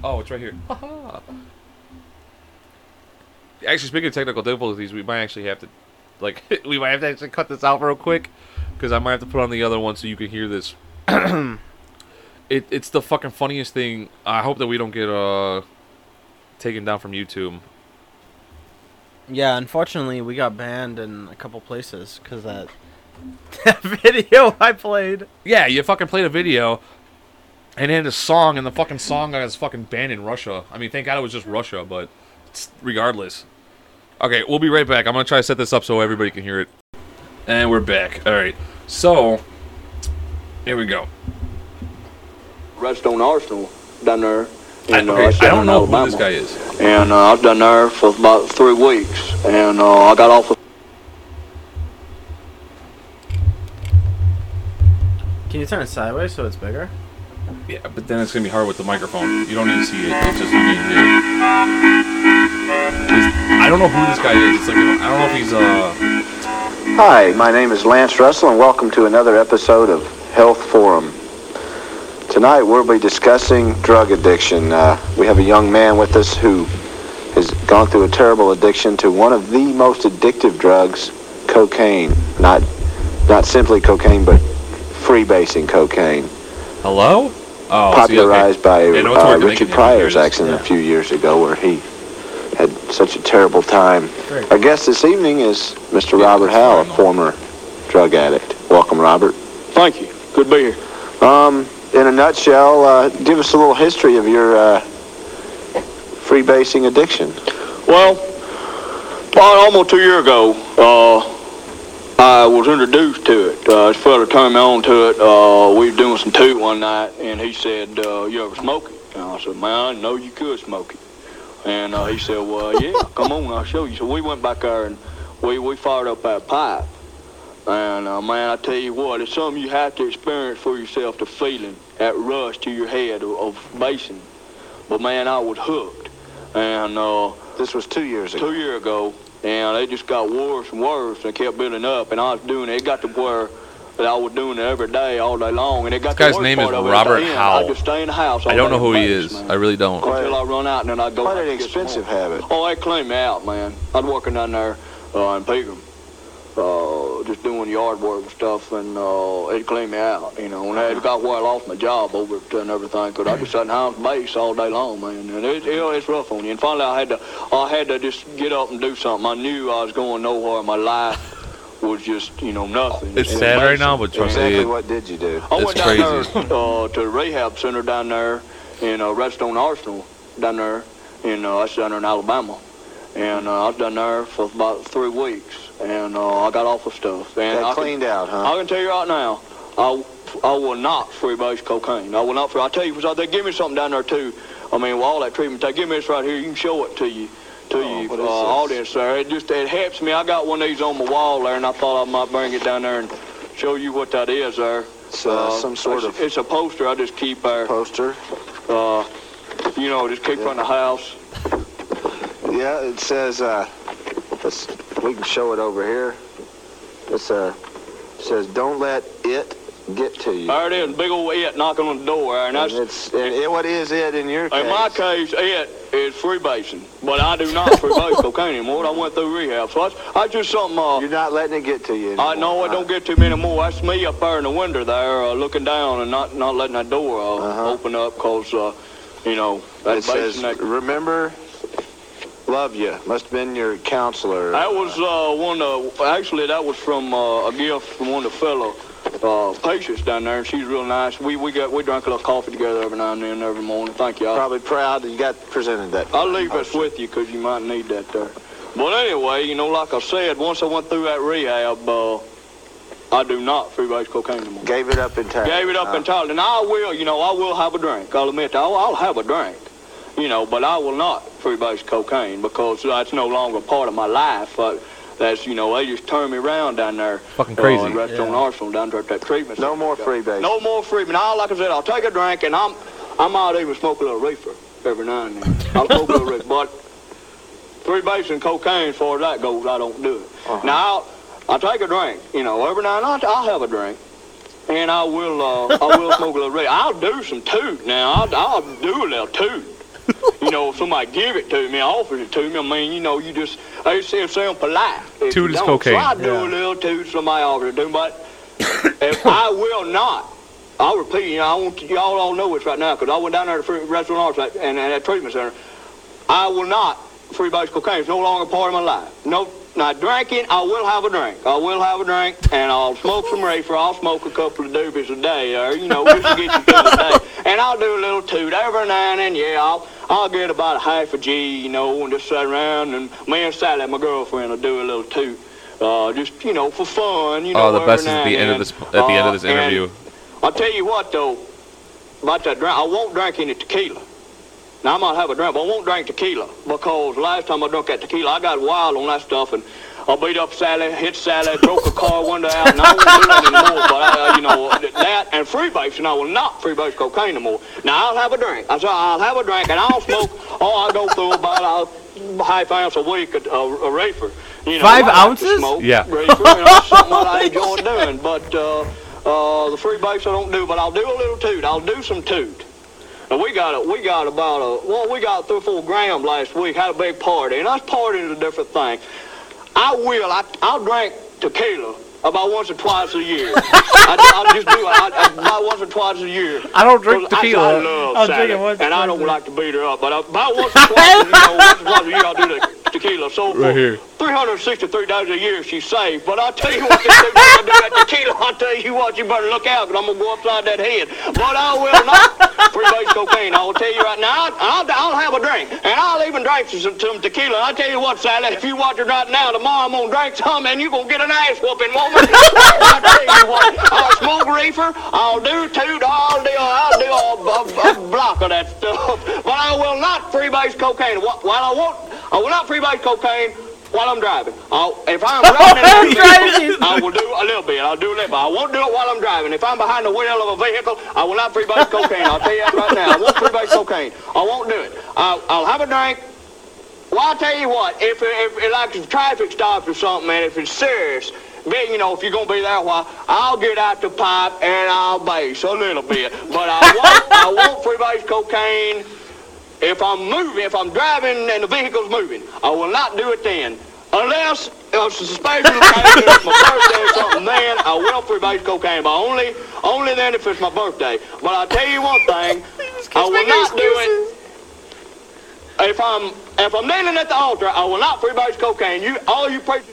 S1: Oh, it's right here. [laughs] actually, speaking of technical difficulties, we might actually have to, like, [laughs] we might have to actually cut this out real quick because I might have to put on the other one so you can hear this. [clears throat] it, it's the fucking funniest thing. I hope that we don't get uh taken down from YouTube.
S2: Yeah, unfortunately, we got banned in a couple places because that [laughs] that video I played.
S1: Yeah, you fucking played a video and it had a song, and the fucking song got its fucking banned in Russia. I mean, thank God it was just Russia, but it's regardless. Okay, we'll be right back. I'm gonna try to set this up so everybody can hear it. And we're back. All right, so here we go.
S4: Redstone Arsenal down there.
S1: I,
S4: in, uh,
S1: okay, I
S4: Alabama,
S1: don't know who this
S4: Alabama.
S1: guy is.
S4: And uh, I've done there for about three weeks, and uh, I got off. Of
S2: Can you turn it sideways so it's bigger?
S1: Yeah, but then it's gonna be hard with the microphone. You don't need to see it. It's just you need to hear it. It's- I don't know who this guy is. It's like I don't know if he's uh.
S4: Hi, my name is Lance Russell, and welcome to another episode of Health Forum. Tonight we'll be discussing drug addiction. Uh, we have a young man with us who has gone through a terrible addiction to one of the most addictive drugs, cocaine. Not, not simply cocaine, but freebasing cocaine.
S1: Hello. Oh, see, okay.
S4: popularized by
S1: Yeah, no, it's
S4: uh,
S1: working. They can
S4: Richard
S1: hear me.
S4: Pryor's accident
S2: Yeah.
S4: a few years ago where he had such a terrible time.
S2: Great.
S4: Our guest this evening is Mr. Robert
S1: that's
S4: Howe, a
S1: fine, no.
S4: former drug addict. Welcome, Robert.
S5: Thank you. Good to be here.
S4: Um, in a nutshell, uh, give us a little history of your uh, freebasing addiction.
S5: Well, about almost two years ago, uh, I was introduced to it. Uh, this fella turned me on to it. Uh, we were doing some toot one night, and he said, uh, you ever smoke it? And I said, man, I know you could smoke it. And uh, he said, well, yeah, come on, I'll show you. So we went back there, and we, we fired up that pipe. And, uh, man, I tell you what, it's something you have to experience for yourself, the feeling, that rush to your head of, of basing. But, man, I was hooked. And, uh,
S4: This was two years ago.
S5: two year ago, and they just got worse and worse and kept building up. And I was doing it. It got to where that I was doing it every day, all day long. And it got
S1: This guy's
S5: the worst
S1: name is
S5: part of it at
S1: Robert
S5: the end.
S1: Howell.
S5: I just stay in the house.
S1: I
S5: all
S1: don't know
S5: day
S1: who he
S5: in the
S1: is.
S5: basement
S1: I really don't.
S5: until I run out, and then I go.
S4: Quite
S5: back
S4: an
S5: and get some
S4: expensive
S5: more.
S4: habit.
S5: Oh, they cleaned me out, man. I'm working down there. uh, in Pegram, uh, just doing yard work and stuff, and uh, it cleaned me out, you know. And it got where I lost my job over it and everything, 'cause I just sat in house base all day long, man. And it, it, it's rough on you. And finally, I had to, I had to just get up and do something. I knew I was going nowhere. My life was just, you know, nothing.
S1: It's
S5: It was
S1: sad right
S5: basic.
S1: now, but trust me,
S4: Exactly
S1: it-
S4: what did you do?
S5: I
S1: That's
S5: went down
S1: crazy.
S5: there uh, to the rehab center down there in uh, Redstone Arsenal down there in uh, that's down there in Alabama, and uh, I was down there for about three weeks, and uh, I got off of stuff. And I
S4: Got
S5: can-
S4: cleaned out, huh?
S5: I can tell you right now, I, I will not freebase cocaine. I will not free. I tell you, because they give me something down there too. I mean, with all that treatment, they give me this right here. You can show it to you, to
S4: Oh,
S5: you,
S4: what
S5: uh,
S4: is this?
S5: audience there. It just it helps me. I got one of these on my wall there, and I thought I might bring it down there and show you what that is there.
S4: It's, uh, some sort
S5: it's,
S4: of-
S5: It's a poster I just keep there.
S4: Poster.
S5: Uh, you know, just keep from the house.
S4: Yeah, it says. Uh, let's, we can show it over here. It's uh, it says don't let it get to you.
S5: There it is, big old it knocking on the door, there, and
S4: And
S5: that's
S4: it's and it, what is it in your case?
S5: In Uh, my case, it is freebasing, but I
S4: [laughs]
S5: do not freebase cocaine anymore. I went through rehab, so that's, that's just something. Uh,
S4: You're not letting it get to you.
S5: I
S4: anymore,
S5: know I
S4: huh?
S5: don't get too many more. That's me up there in the window there, uh, looking down and not not letting that door uh,
S4: Uh-huh.
S5: open up, cause uh, you know
S4: It
S5: that
S4: says
S5: basing that.
S4: remember, love you. Must have been your counselor.
S5: That was uh, one of actually that was from uh, a gift from one of the fellow uh, patients down there, and she's real nice. We we got we drank a little coffee together every now and then every morning. Thank y'all.
S4: probably proud that you got presented that.
S5: I'll leave this with you 'cause you might need that there. But anyway, you know, like I said, once I went through that rehab, uh, I do not freebase cocaine anymore.
S4: Gave it up Uh, entirely.
S5: Gave it up
S4: huh?
S5: entirely. And I will, you know, I will have a drink. I'll admit that. I'll, I'll have a drink, you know, but I will not freebase cocaine because that's no longer part of my life. Uh, that's, you know, they just turn me around down there.
S1: Fucking crazy.
S5: Uh, in Redstone
S2: Yeah.
S5: Arsenal down there at that treatment.
S4: No
S5: center.
S4: more freebase.
S5: No more freebase. Now, like I said, I'll take a drink and I'm, I might even smoke a little reefer every now and then. I'll smoke a little reefer, but freebase and cocaine, as far as that goes, I don't do it. Now, I'll, I'll take a drink, you know, every now and then I'll, I'll have a drink. And I will, uh, I will smoke a little reefer. I'll do some toot now. I'll, I'll do a little toot. You know, if somebody give it to me, offers it to me, I mean, you know, you just, they say sound polite. if you
S1: Toot is
S5: don't.
S1: cocaine.
S5: So I do
S2: Yeah.
S5: a little toot, somebody offers it to me, but if I will not. I repeat, you know, I want y'all all know this right now because I went down there to free restaurant arts and, and that treatment center. I will not free base cocaine. It's no longer part of my life. No, now drinking, I will have a drink. I will have a drink and I'll smoke some reefer. I'll smoke a couple of doobies a day, or you know, just to get you through the day.
S1: [laughs]
S5: And I'll do a little toot every now and then. Yeah, I'll I'll get about a half a G, you know, and just sit around and me and Sally, my girlfriend, will do a little toot. Uh, just you know, for fun, you know.
S1: Oh, the
S5: every
S1: best is
S5: now
S1: at the
S5: and
S1: end of
S5: then.
S1: this at the end of this
S5: Uh, and
S1: interview.
S5: I'll tell you what though, about that drink, I won't drink any tequila. Now I might have a drink, but I won't drink tequila because last time I drank that tequila, I got wild on that stuff and I beat up Sally, hit Sally, broke a car one day out, and I won't do that anymore. But I, uh, you know that and freebase, and I will not freebase cocaine anymore. Now I'll have a drink. I said I'll have a drink and I'll smoke. oh, I'll go through about a half ounce a week of uh, a reefer. You know,
S2: Five
S5: I like to
S2: ounces?
S5: Smoke,
S1: Yeah.
S5: reefer, and that's something that I enjoy doing, but. Uh, uh, the free base I don't do, but I'll do a little toot. I'll do some toot. And we got a, we got about a well, we got three or four grams last week. Had a big party, and us partying is a different thing. I will. I I'll drink tequila about once or twice a year. I, ju- I just do it I, I, about once or twice a year.
S2: I don't drink
S5: 'Cause I- I,
S2: tequila.
S5: love
S2: I'll
S5: Sally,
S2: drink it once
S5: and I
S2: or
S5: don't
S2: twice.
S5: like to beat her up, but I, about once or twice, you know, once or twice a year I'll do the tequila. So
S1: Right
S5: for
S1: here.
S5: 363 days a year she's safe. But I'll tell you what, this thing I do that tequila, I'll tell you what, you better look out, 'cause I'm going to go upside that head. But I will not freebase cocaine. I will tell you right now, I'll, I'll, I'll have a drink, and I'll even drink some, some tequila. I'll tell you what, Sally, if you watch it right now, tomorrow I'm going to drink some, and you're going to get an ass whooping, woman. I'll tell you what, I'll smoke reefer, I'll do toot, I'll do, I'll do a, a, a block of that stuff. But I will not freebase cocaine. Wh- While I won't, I will not freebase cocaine, while I'm driving. I'll, if
S2: [laughs]
S5: I'm
S2: I'm
S5: driving,
S2: driving.
S5: I will do a little bit. I'll do a little bit. I won't do it while I'm driving. If I'm behind the wheel of a vehicle, I will not freebase cocaine. I'll tell you that right now. I won't freebase cocaine. I won't do it. I'll, I'll have a drink. Well, I'll tell you what. If, if, if like if traffic stops or something, man, if it's serious, then you know if you're gonna be there a while, I'll get out the pipe and I'll base a little bit. But I won't. I won't freebase cocaine. If I'm moving, if I'm driving and the vehicle's moving, I will not do it then. Unless uh, suspicion of cocaine, it's my birthday or something, then I will freebase cocaine, but only only then if it's my birthday. But I'll tell you one thing, I will not do it. If I'm if I'm kneeling at the altar, I will not freebase cocaine. You all you preachers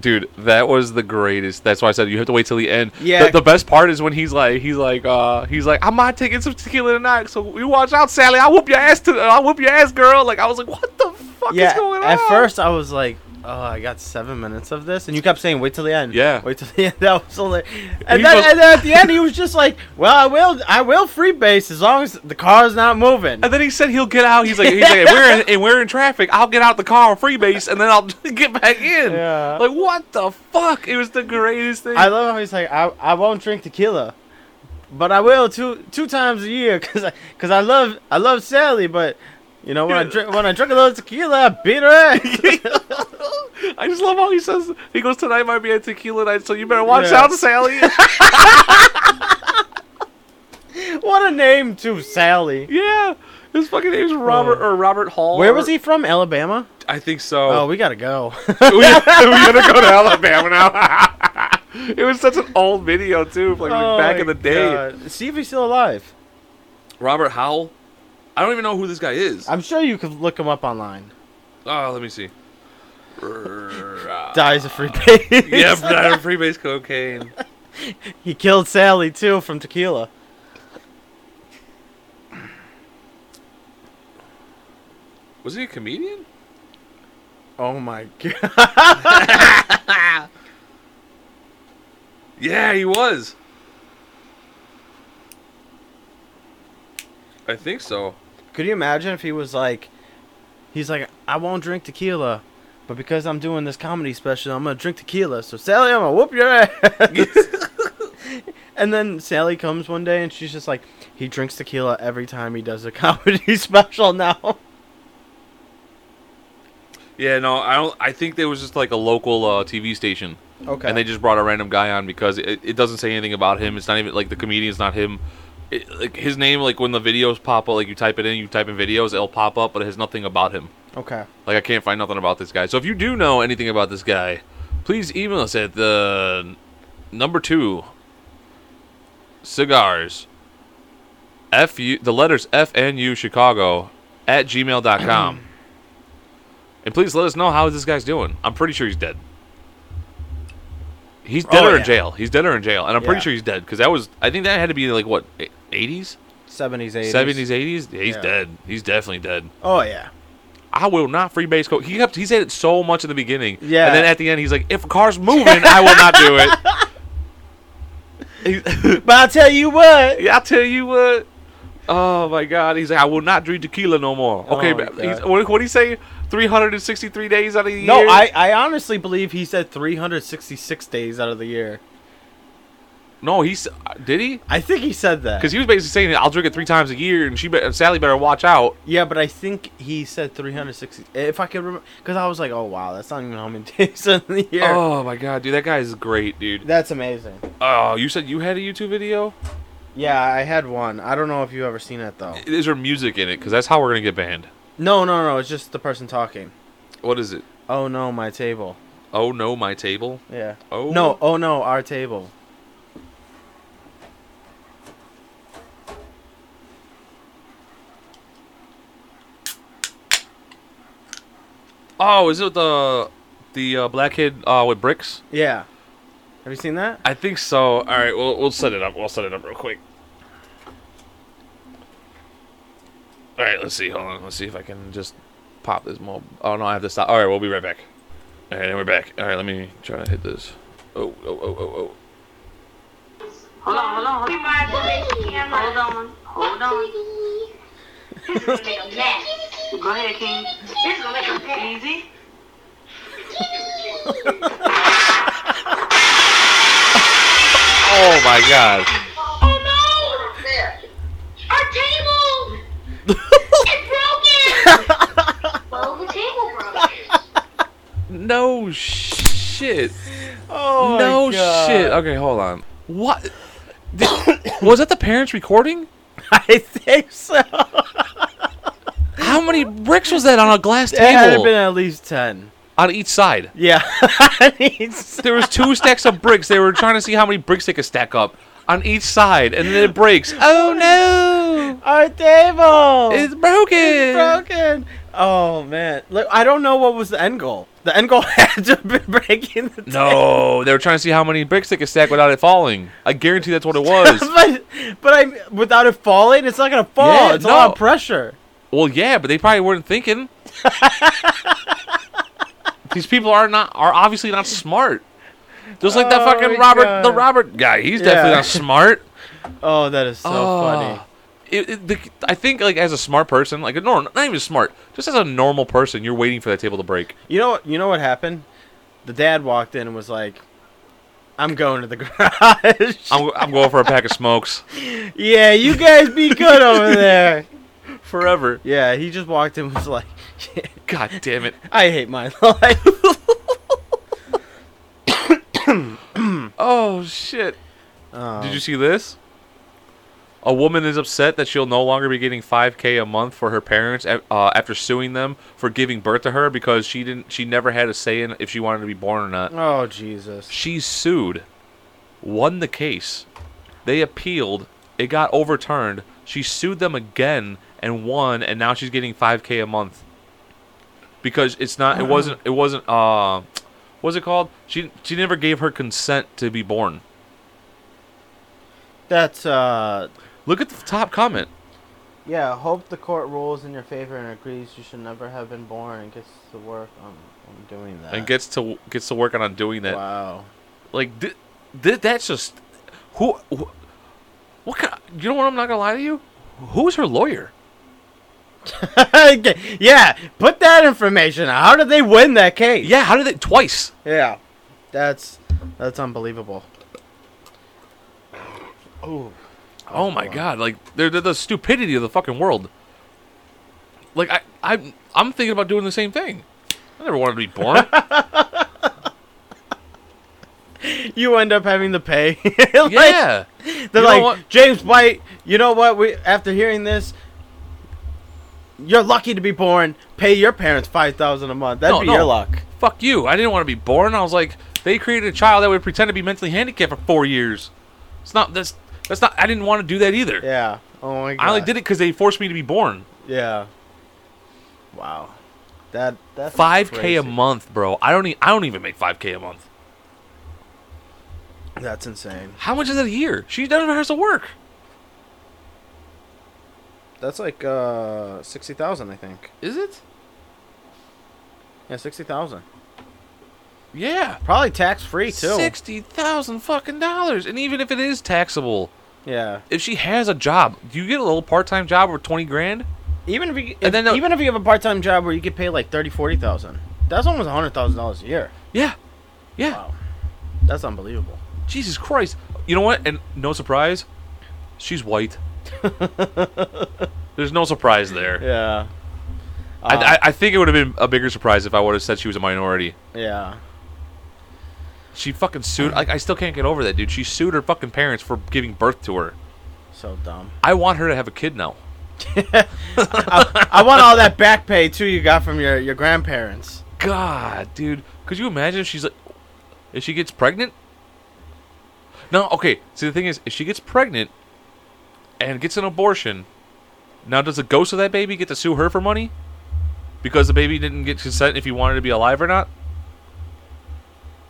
S1: dude that was the greatest that's why i said you have to wait till the end
S2: Yeah.
S1: the, the best part is when he's like he's like uh he's like i might take in some tequila tonight so you watch out sally i'll whoop your ass to i'll whoop your ass girl like i was like what the fuck
S2: yeah.
S1: is going on
S2: At first, I was like, "Oh, I got seven minutes of this," and you kept saying, "Wait till the end."
S1: Yeah.
S2: Wait till the end. [laughs] That was only. And
S1: He
S2: then,
S1: was-
S2: and then at the end, he was just like, "Well, I will. I will free base as long as the car's not moving."
S1: and then he said he'll get out. He's like, he's like "And we're in, and we're in traffic. I'll get out the car on freebase, and then I'll [laughs] get back in.
S2: Yeah.
S1: Like what the fuck? It was the greatest thing.
S2: I love how he's like, I, I won't drink tequila, but I will two two times a year because I, cause I love I love Sally, but you know when I drink when I drink a little tequila, I beat her ass. [laughs]
S1: I just love how he says he goes tonight might be a tequila night, so you better watch
S2: Yeah.
S1: out,
S2: [laughs]
S1: Sally.
S2: what a name too, Sally.
S1: yeah, his fucking name's Robert or Robert Hall.
S2: Oh. Where
S1: or-
S2: was he from? Alabama.
S1: I think so.
S2: Oh, we gotta [laughs] go.
S1: [laughs] we, we gotta go to Alabama now. [laughs] it was such an old video too, like
S2: Oh
S1: back
S2: my
S1: in the day.
S2: God. See if he's still alive.
S1: Robert Howell. I don't even know who this guy is.
S2: I'm sure you could look him up online.
S1: oh, let me see. yeah,
S2: Dies of free base.
S1: Diamond Freebase cocaine.
S2: [laughs] he killed Sally too from tequila.
S1: Was he a comedian?
S2: Oh my [laughs] god.
S1: Yeah, he was. I think so.
S2: Could you imagine if he was like, he's like, I won't drink tequila, but because I'm doing this comedy special, I'm gonna drink tequila. So Sally, I'm gonna whoop your ass. [laughs] and then Sally comes one day and she's just like, he drinks tequila every time he does a [laughs] comedy special now.
S1: Yeah, no, I don't. I think there was just like a local uh, TV station
S2: Okay.
S1: and they just brought a random guy on because it, it doesn't say anything about him. It's not even like the comedian's not him. It, like his name, like when the videos pop up, like you type it in, you type in videos, it'll pop up, but it has nothing about him.
S2: okay.
S1: Like I can't find nothing about this guy. So if you do know anything about this guy, please email us at the number two cigars f u the letters f n u chicago at gmail.com and please let us know how this guy's doing i'm pretty sure he's dead he's dead
S2: Oh,
S1: or in
S2: yeah.
S1: jail he's dead or in jail and i'm
S2: Yeah.
S1: pretty sure he's dead because that was i think that had to be like what 80s
S2: 70s, 80s.
S1: 70s 80s yeah, he's
S2: Yeah.
S1: dead he's definitely dead
S2: Oh yeah.
S1: I will not freebase coke. He kept he said it so much in the beginning.
S2: Yeah.
S1: And then at the end he's like, if a car's moving, I will not do
S2: [laughs]
S1: it. He-
S2: But I'll tell you what.
S1: yeah, I tell you what. Oh my god. He's like, I will not drink tequila no more. Okay,
S2: Oh, my
S1: but he's,
S2: God.
S1: what what do you say? Three hundred and sixty three days out of the year?
S2: No, I, I honestly believe he said 366 days out of the year.
S1: No, he's did he?
S2: I think he said that.
S1: Because he was basically saying I'll drink it three times a year and she be- Sally better watch out.
S2: Yeah, but I think he said 360. If I could remember, because I was like, oh wow, that's not even how many [laughs] days in the year.
S1: Oh my god, dude, that guy is great, dude.
S2: That's amazing.
S1: Oh, you said you had a YouTube video?
S2: Yeah, I had one. I don't know if you've ever seen it though.
S1: Is there music in it? Because that's how we're gonna get banned.
S2: No, no, no. It's just the person talking.
S1: What is it?
S2: Oh no, my table.
S1: Oh no, my table.
S2: Yeah.
S1: Oh
S2: No, oh no, our table.
S1: Oh, is it the the uh, black kid uh, with bricks?
S2: Yeah. Have you seen that?
S1: I think so. All right, we'll we'll set it up. We'll set it up real quick. All right, let's see. Hold on. Let's see if I can just pop this more. Oh no, I have to stop. All right, we'll be right back. All right, and we're back. All right, let me try to hit this. Oh oh oh oh
S6: Hold on, hold on. Hold on, hold on. This is gonna make a mess. Go ahead, King. This is gonna make a mess. Easy.
S1: oh. Oh my god.
S6: Oh no! Our table! it's broken! well, the table broke.
S1: No shit.
S2: Oh
S1: no shit. Okay, hold on. What? [coughs] Did- [coughs] was that the parents recording?
S2: [laughs] I think so. [laughs]
S1: How many bricks was that on a glass
S2: It had
S1: table?
S2: been at least ten.
S1: on each side.
S2: Yeah. [laughs] It's-
S1: There was two stacks of bricks. They were trying to see how many bricks they could stack up on each side, and then it breaks. Oh no!
S2: Our table.
S1: It's broken.
S2: broken. Oh man, Look, I don't know what was the end goal. The end goal [laughs] had to be breaking the
S1: No, they were trying to see how many bricks they could stack without it falling. I guarantee that's what it was.
S2: but [laughs] but I without it falling, it's not gonna fall.
S1: Yeah,
S2: it's a lot
S1: no.
S2: of pressure.
S1: Well, yeah, but they probably weren't thinking. These people are not are obviously not smart. Just like that
S2: Oh
S1: fucking
S2: my
S1: Robert, the
S2: God.
S1: Robert guy. He's
S2: Yeah.
S1: definitely not smart.
S2: Oh, that is so funny.
S1: Ah. It, it- the, I think like as a smart person, like a normal, not even smart, just as a normal person, you're waiting for that table to break.
S2: You know you know what happened? The dad walked in and was like, "I'm going to the [laughs] garage."
S1: I'm, I'm going for a pack of
S2: [laughs]
S1: smokes
S2: yeah, you guys be good over there. [laughs]
S1: forever.
S2: Yeah, he just walked in and was like, [laughs]
S1: God damn it!
S2: "I hate my [laughs] life."
S1: Oh shit!
S2: Oh.
S1: Did you see this? A woman is upset that she'll no longer be getting 5k a month for her parents a- uh, after suing them for giving birth to her because she didn't she never had a say in if she wanted to be born or not.
S2: Oh Jesus.
S1: She sued, won the case. They appealed, it got overturned. She sued them again and won and now she's getting 5k a month. Because it's not it wasn't it wasn't uh what's it called? She she never gave her consent to be born.
S2: That's uh
S1: Look at the top comment.
S2: Yeah, hope the court rules in your favor and agrees you should never have been born and gets to work on, on doing that.
S1: and gets to gets to work on undoing that.
S2: Wow. [laughs]
S1: Like th- th- that's just who, who what kind you know what I'm not going to lie to you? Who's her lawyer?
S2: Okay, yeah, put that information. out. How did they win that case?
S1: Yeah, how did it twice?
S2: Yeah. That's that's unbelievable. Oh.
S1: Oh my god, like they're, they're the stupidity of the fucking world. Like I I I'm thinking about doing the same thing. I never wanted to be
S2: [laughs]
S1: born.
S2: You end up having to pay. [laughs] Like,
S1: yeah.
S2: They're
S1: You know
S2: like,
S1: what?
S2: James White, you know what? We after hearing this, you're lucky to be born. Pay your parents five thousand a month. That'd
S1: No,
S2: be
S1: no.
S2: your luck.
S1: Fuck you. I didn't want to be born. I was like they created a child that would pretend to be mentally handicapped for 4 years. It's not that's that's not I didn't want to do that either.
S2: Yeah. Oh my god.
S1: I only did it cuz they forced me to be born.
S2: Yeah. Wow. That that's
S1: Five k
S2: crazy.
S1: a month, bro. I don't. E- I don't even make five k a month.
S2: That's insane.
S1: How much is that a year? She never has to work.
S2: That's like uh sixty thousand, I think.
S1: Is it?
S2: Yeah, sixty thousand.
S1: Yeah.
S2: Probably tax free too.
S1: Sixty thousand fucking dollars. And even if it is taxable,
S2: Yeah.
S1: if she has a job, do you get a little part time job for twenty grand?
S2: Even if you if,
S1: And then the-
S2: even if you have a part time job where you get paid like thirty, forty thousand, that's almost hundred thousand dollars a year.
S1: Yeah. Yeah.
S2: Wow. That's unbelievable.
S1: Jesus Christ. You know what? And no surprise, she's white. There's no surprise there.
S2: Yeah.
S1: I, I, I think it would have been a bigger surprise if I would have said she was a minority.
S2: Yeah.
S1: She fucking sued. Like I still can't get over that, dude. She sued her fucking parents for giving birth to her.
S2: So dumb. [laughs]
S1: I want her to have a kid now.
S2: I, I want all that back pay too you got from your, your grandparents.
S1: God, dude, could you imagine if she's like, if she gets pregnant? No, okay. See, the thing is, if she gets pregnant and gets an abortion, now does the ghost of that baby get to sue her for money because the baby didn't get consent if he wanted to be alive or not?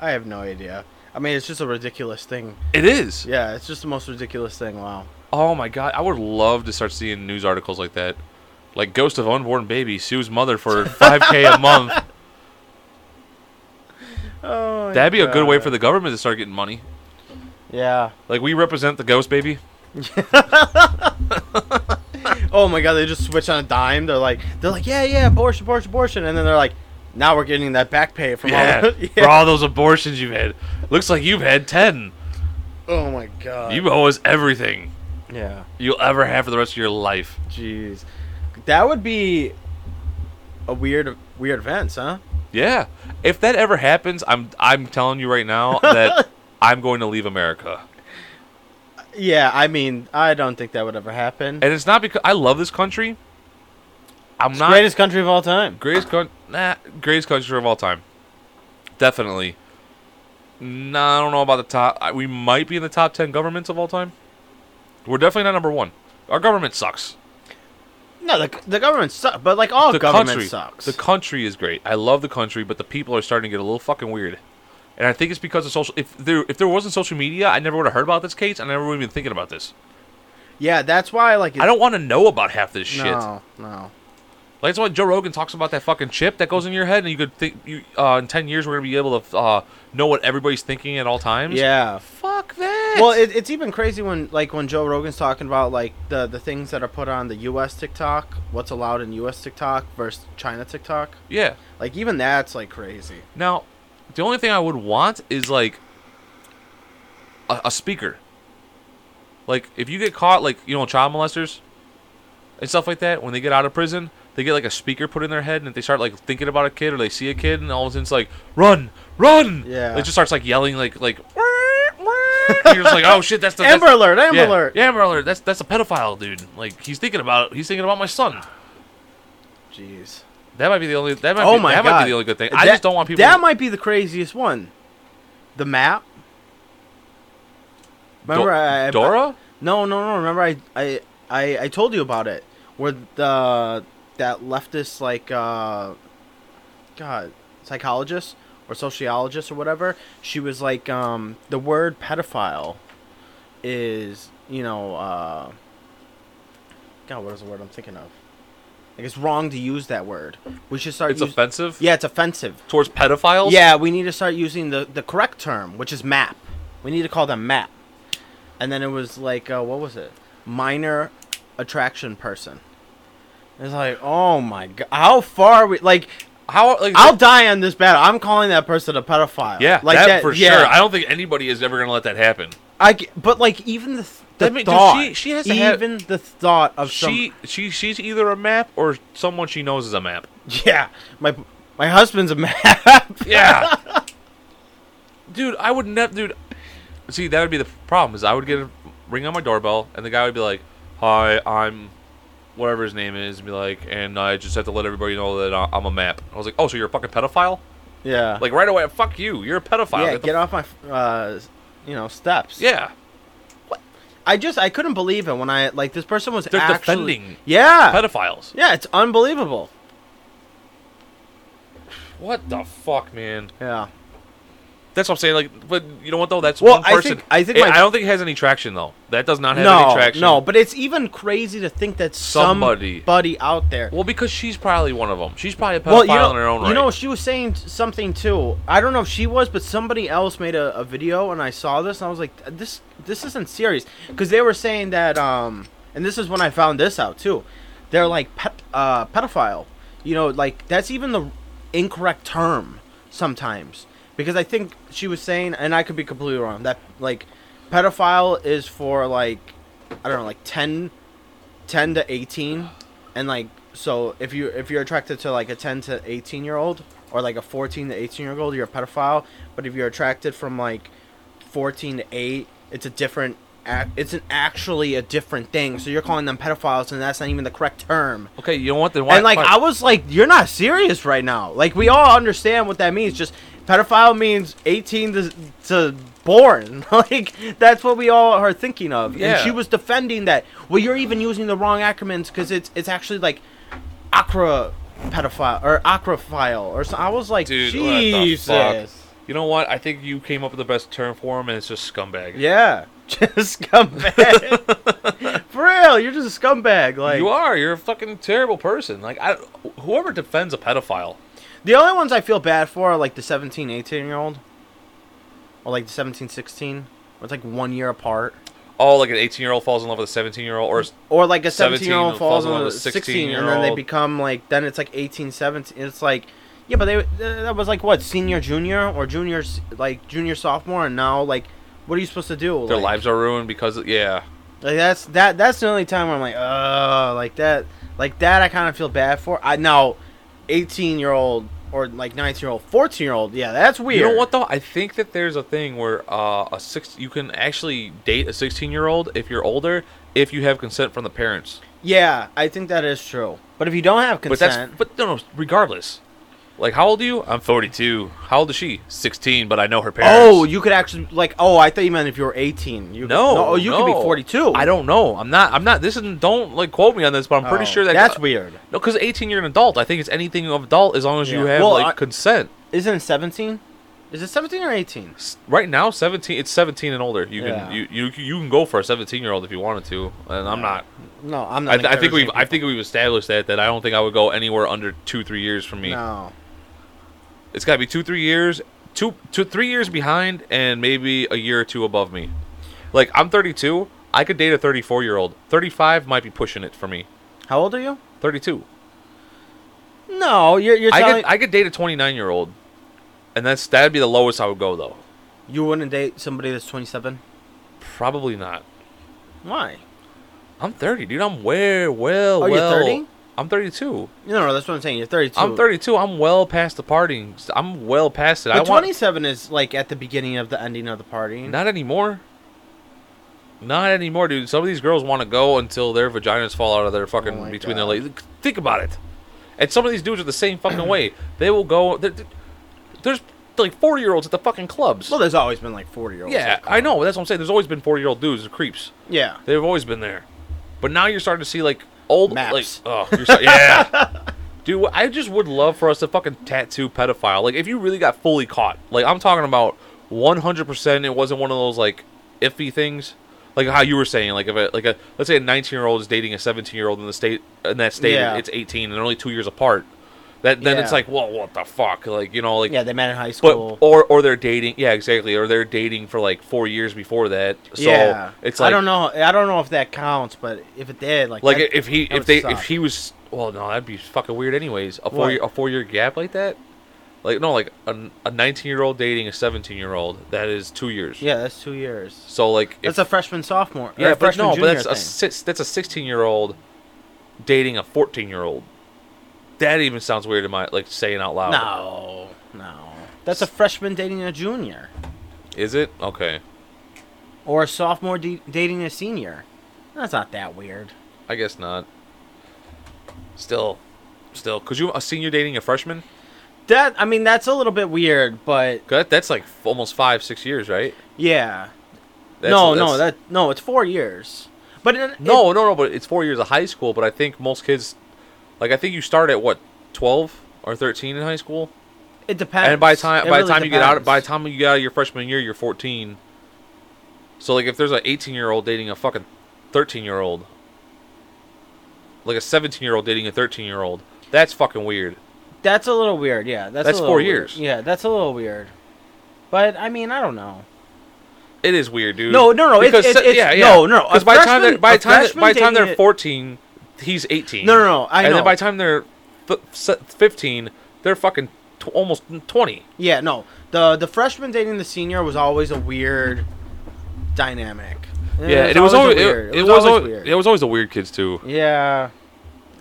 S2: I have no idea. I mean, it's just a ridiculous thing.
S1: It is.
S2: Yeah, it's just the most ridiculous thing. Wow.
S1: Oh my god, I would love to start seeing news articles like that, like ghost of unborn baby sues mother for five k a month.
S2: Oh,
S1: That'd be a good way for the government to start getting money.
S2: Yeah.
S1: Like we represent the ghost baby.
S2: Oh my god, they just switch on a dime. They're like, they're like, yeah, yeah, abortion, abortion, abortion, and then they're like, now we're getting that back pay
S1: [laughs]
S2: from
S1: Yeah,
S2: all. the- [laughs]
S1: for all those abortions you've had. Looks like you've had 10.
S2: Oh my god.
S1: You owe us everything
S2: yeah.
S1: you'll ever have for the rest of your life.
S2: Jeez. That would be a weird, weird events, huh?
S1: Yeah. If that ever happens, I'm I'm telling you right [laughs] now that I'm going to leave America.
S2: Yeah. I mean, I don't think that would ever happen.
S1: And it's not because I love this country. I'm not
S2: Greatest country of all time.
S1: greatest coun- nah, greatest country of all time. definitely. No, I don't know about the top. I- We might be in the top ten governments of all time. We're definitely not number one. Our government sucks.
S2: No, the, the government sucks, but like all
S1: the
S2: government
S1: country
S2: sucks.
S1: The country is great. I love the country, but the people are starting to get a little fucking weird. And I think it's because of social. If there if there wasn't social media, I never would have heard about this case. I never would have been thinking about this.
S2: yeah, that's why like
S1: I don't want to know about half this shit.
S2: No, no.
S1: Like that's why Joe Rogan talks about that fucking chip that goes in your head, and you could think you uh, in ten years we're gonna be able to uh, know what everybody's thinking at all times.
S2: Yeah.
S1: Fuck [laughs] that.
S2: Well, it, it's even crazy when like when Joe Rogan's talking about like the the things that are put on the U.S. TikTok, what's allowed in U.S. TikTok versus China TikTok.
S1: yeah.
S2: Like even that's like crazy.
S1: Now, the only thing I would want is like a, a speaker. Like if you get caught, like you know, child molesters and stuff like that, when they get out of prison, they get like a speaker put in their head, and if they start like thinking about a kid or they see a kid, and all of a sudden it's like run, run.
S2: Yeah.
S1: It just starts like yelling, like like. [laughs]
S2: [laughs]
S1: and you're just like, oh shit, that's the that's-
S2: Amber Alert! Amber
S1: yeah,
S2: Alert!
S1: yeah, Amber Alert. That's that's a pedophile, dude. Like he's thinking about he's thinking about my son.
S2: Jeez.
S1: That might be the only. That might
S2: oh
S1: be,
S2: my
S1: that
S2: god.
S1: might be the only good thing. I
S2: That-
S1: just don't want people.
S2: That might be the craziest one. The map.
S1: Do-
S2: Remember, I, I-
S1: Dora.
S2: No, no, no. Remember, I, I, I, I told you about it. Where the that leftist like, uh, God, psychologist or sociologist or whatever. She was like, um, the word pedophile is you know, uh, God, what is the word I'm thinking of? Like it's wrong to use that word. We should start.
S1: It's
S2: use-
S1: offensive.
S2: Yeah, it's offensive.
S1: towards pedophiles.
S2: Yeah, we need to start using the, the correct term, which is map. We need to call them map. And then it was like, uh, what was it? Minor attraction person. It's like, oh my god, how far are we? Like,
S1: How? Like,
S2: I'll die on this battle. I'm calling that person a pedophile.
S1: yeah,
S2: like
S1: that, for
S2: yeah.
S1: sure. I don't think anybody is ever gonna let that happen.
S2: I c- but like even the, th- the
S1: I mean, 'cause
S2: thought,
S1: she- she has to have-
S2: even the thought of
S1: She, she, she's either a map or someone she knows is a
S2: [laughs]
S1: map.
S2: some. [laughs] Yeah, my my husband's a map.
S1: Yeah. dude, I would never. Dude, see, that would be the problem. Is I would get a ring on my doorbell, and the guy would be like, "Hi, I'm." Whatever his name is, and be like, and I just have to let everybody know that I- I'm a map. I was like, oh, so you're a fucking pedophile?
S2: yeah,
S1: Like right away, fuck you, you're a pedophile.
S2: yeah.
S1: Get the
S2: Get
S1: f-
S2: off my f- uh, you know steps.
S1: Yeah,
S2: I just I couldn't believe it when I like this person was
S1: They're
S2: actually
S1: defending
S2: yeah
S1: pedophiles.
S2: yeah it's unbelievable
S1: What the fuck, man?
S2: yeah
S1: That's what I'm saying. Like, but you know what though? That's
S2: Well,
S1: one
S2: I
S1: person.
S2: think- I think
S1: It-
S2: my-
S1: I don't think it has any traction though. That does not have any
S2: no
S1: traction.
S2: no but it's even crazy to think that
S1: Somebody.
S2: somebody out there
S1: Well, because she's probably one of them. She's probably a pedophile
S2: well you know
S1: in her own right.
S2: you know she was saying t- something too I don't know if she was but somebody else made a, a video and I saw this and I was like this this isn't serious because they were saying that um and this is when I found this out too they're like pet, uh, pedophile you know like that's even the incorrect term sometimes because I think she was saying, and I could be completely wrong, that like pedophile is for like I don't know, like 10, 10 to eighteen, and like so if you if you're attracted to like a ten to eighteen year old or like a fourteen to eighteen year old, you're a pedophile. But if you're attracted from like fourteen to eight, it's a different. ac- It's an actually a different thing. So you're calling them pedophiles, and that's not even the correct term
S1: okay, you know what? Then why?
S2: and like
S1: why-
S2: I was like, you're not serious right now. Like we all understand what that means. Just pedophile means 18 to, to born. [laughs] like that's what we all are thinking of.
S1: Yeah.
S2: And she was defending that. Well, you're even using the wrong acronyms because it's it's actually like acra pedophile or acrophile or so. I was like,
S1: dude, what the
S2: Jesus.
S1: fuck? You know what? I think you came up with the best term for him, and it's just scumbag.
S2: Yeah. [laughs] Just scumbag.
S1: [laughs]
S2: For real, you're just a scumbag. Like
S1: you are. You're a fucking terrible person. Like, I, whoever defends a pedophile,
S2: The only ones I feel bad for are like the 17, 18 year old. Or like the 17, 16. Or it's like one year apart.
S1: oh, like an 18 year old falls in love with a 17 year old, or s-
S2: Or like a 17
S1: 17
S2: year old falls
S1: falls in love
S2: on a
S1: with a
S2: 16, and then they
S1: 16-year-old.
S2: become like, then it's like 18, 17. It's like, yeah, but they uh, that was like what? Senior, junior? Or junior, s- like junior, sophomore? And now, like, what are you supposed to do?
S1: their
S2: like,
S1: lives are ruined because yeah.
S2: Like that's that. That's the only time where I'm like, oh, like that, like that. I kind of feel bad for. I now, eighteen year old or like nineteen year old, fourteen year old. Yeah, that's weird.
S1: You know what though? I think that there's a thing where uh, a six you can actually date a 16 year old if you're older if you have consent from the parents.
S2: Yeah, I think that is true. But if you don't have
S1: But that's
S2: consent,
S1: but no no regardless. Like, how old are you? I'm 42. How old is she? 16, but I know her parents.
S2: Oh, you could actually like. Oh, I thought you meant if you were eighteen. You
S1: No,
S2: oh, you could be
S1: no.
S2: forty-two.
S1: I don't know. I'm not. I'm not. This is don't like quote me on this, but I'm pretty
S2: Oh,
S1: sure that
S2: that's weird.
S1: No, because 18, you're an adult. I think it's anything of adult as long as you
S2: Yeah.
S1: have
S2: Well,
S1: like
S2: I-
S1: consent.
S2: Isn't it seventeen? Is it seventeen or eighteen?
S1: S- Right now, 17. It's 17 and older. You
S2: Yeah.
S1: can you, you you can go for a 17 year old if you wanted to. And I'm not.
S2: No, I'm
S1: I,
S2: not.
S1: th- I think
S2: encouraging
S1: we've I
S2: people.
S1: think we've established that that I don't think I would go anywhere under two three years from me.
S2: No.
S1: It's got to be two three years, two two three years behind, and maybe a year or two above me. Like I'm 32. I could date a 34 year old. 35 might be pushing it for me.
S2: How old are you?
S1: 32.
S2: No, you're you're
S1: I
S2: telling
S1: could I could date a 29 year old, and that's that'd be the lowest I would go though.
S2: you wouldn't date somebody that's twenty-seven.
S1: Probably not.
S2: Why?
S1: I'm 30, dude. I'm way well.
S2: Oh, you're
S1: well.
S2: 30?
S1: I'm 32.
S2: No, no, that's what I'm saying. You're thirty-two.
S1: I'm 32. I'm well past the partying. I'm well past it. I
S2: But
S1: want
S2: twenty-seven is like at the beginning of the ending of the party.
S1: Not anymore. Not anymore, dude. Some of these girls want to go until their vaginas fall out of their fucking
S2: Oh my
S1: between
S2: God.
S1: their legs. Think about it. And some of these dudes are the same fucking way. They will go. there- there- There's like four year olds at the fucking clubs.
S2: Well, there's always been like forty-year-olds.
S1: yeah, I know. That's what I'm saying. There's always been four year old dudes. They're creeps.
S2: Yeah.
S1: They've always been there. But now you're starting to see like old
S2: Maps.
S1: Like, oh, you're so, yeah.
S2: [laughs]
S1: Dude, I just would love for us to fucking tattoo pedophile. Like, if you really got fully caught, like I'm talking about 100. percent It wasn't one of those like iffy things, like how you were saying. Like if a like a let's say a 19 year old is dating a 17 year old in the state in that state,
S2: Yeah.
S1: it's 18 and they're only two years apart. That then it's
S2: Yeah.
S1: like, well, what the fuck? Like you know, like
S2: Yeah, they met in high
S1: but
S2: school.
S1: or or they're dating. Yeah, exactly. Or they're dating for like four years before that. So
S2: yeah.
S1: it's like
S2: I don't know. I don't know if that counts, but if it did, like,
S1: like
S2: that-
S1: if he
S2: that
S1: if
S2: would
S1: they
S2: suck.
S1: if he was well no that'd be fucking weird anyways a four
S2: What?
S1: year, a four year gap like that like no like a, a 19 year old dating a 17 year old that is two years
S2: yeah, that's two years.
S1: so like if,
S2: That's a freshman sophomore. or
S1: yeah
S2: a
S1: but
S2: freshman
S1: no but
S2: junior
S1: that's a
S2: thing.
S1: six, that's a 16 year old dating a 14 year old that even sounds weird in my like saying out loud
S2: No, no. That's a freshman dating a junior
S1: is it okay
S2: or a sophomore de- dating a senior. That's not that weird.
S1: I guess not still still could you a senior dating a freshman
S2: That I mean, that's a little bit weird, but
S1: 'Cause that, that's like f- almost five six years right
S2: yeah.
S1: That's-
S2: no, no,
S1: that's-
S2: that no. It's four years, but it,
S1: No, no, no. But it's four years of high school. But I think most kids, like I think you start at what twelve or thirteen in high school,
S2: it, it depends.
S1: and by the time
S2: It
S1: by the
S2: really
S1: time you get out,
S2: depends.
S1: by the time you get out of your freshman year, you're fourteen. So like, if there's an eighteen year old dating a fucking thirteen year old, like a seventeen year old dating a thirteen year old, that's fucking weird.
S2: that's a little weird. Yeah, that's a
S1: That's
S2: little
S1: four
S2: weird.
S1: years.
S2: Yeah, that's a little weird. But I mean, I don't know.
S1: It is weird, dude.
S2: No, no, no, it's-
S1: Because
S2: it's-
S1: se-
S2: it's-
S1: yeah, yeah.
S2: no, no, no, a
S1: Because by the time
S2: freshman-
S1: they're by
S2: a
S1: the time they're- by the
S2: freshman
S1: time they're
S2: dating a-
S1: fourteen, he's eighteen.
S2: No, no, no. I
S1: and
S2: know.
S1: then by the time they're f- se- 15, they're fucking t- almost 20.
S2: Yeah, no. The the freshman dating the senior was always a weird dynamic.
S1: Yeah, and it was always, it, it was always,
S2: weird.
S1: it was always the weird kids too.
S2: yeah.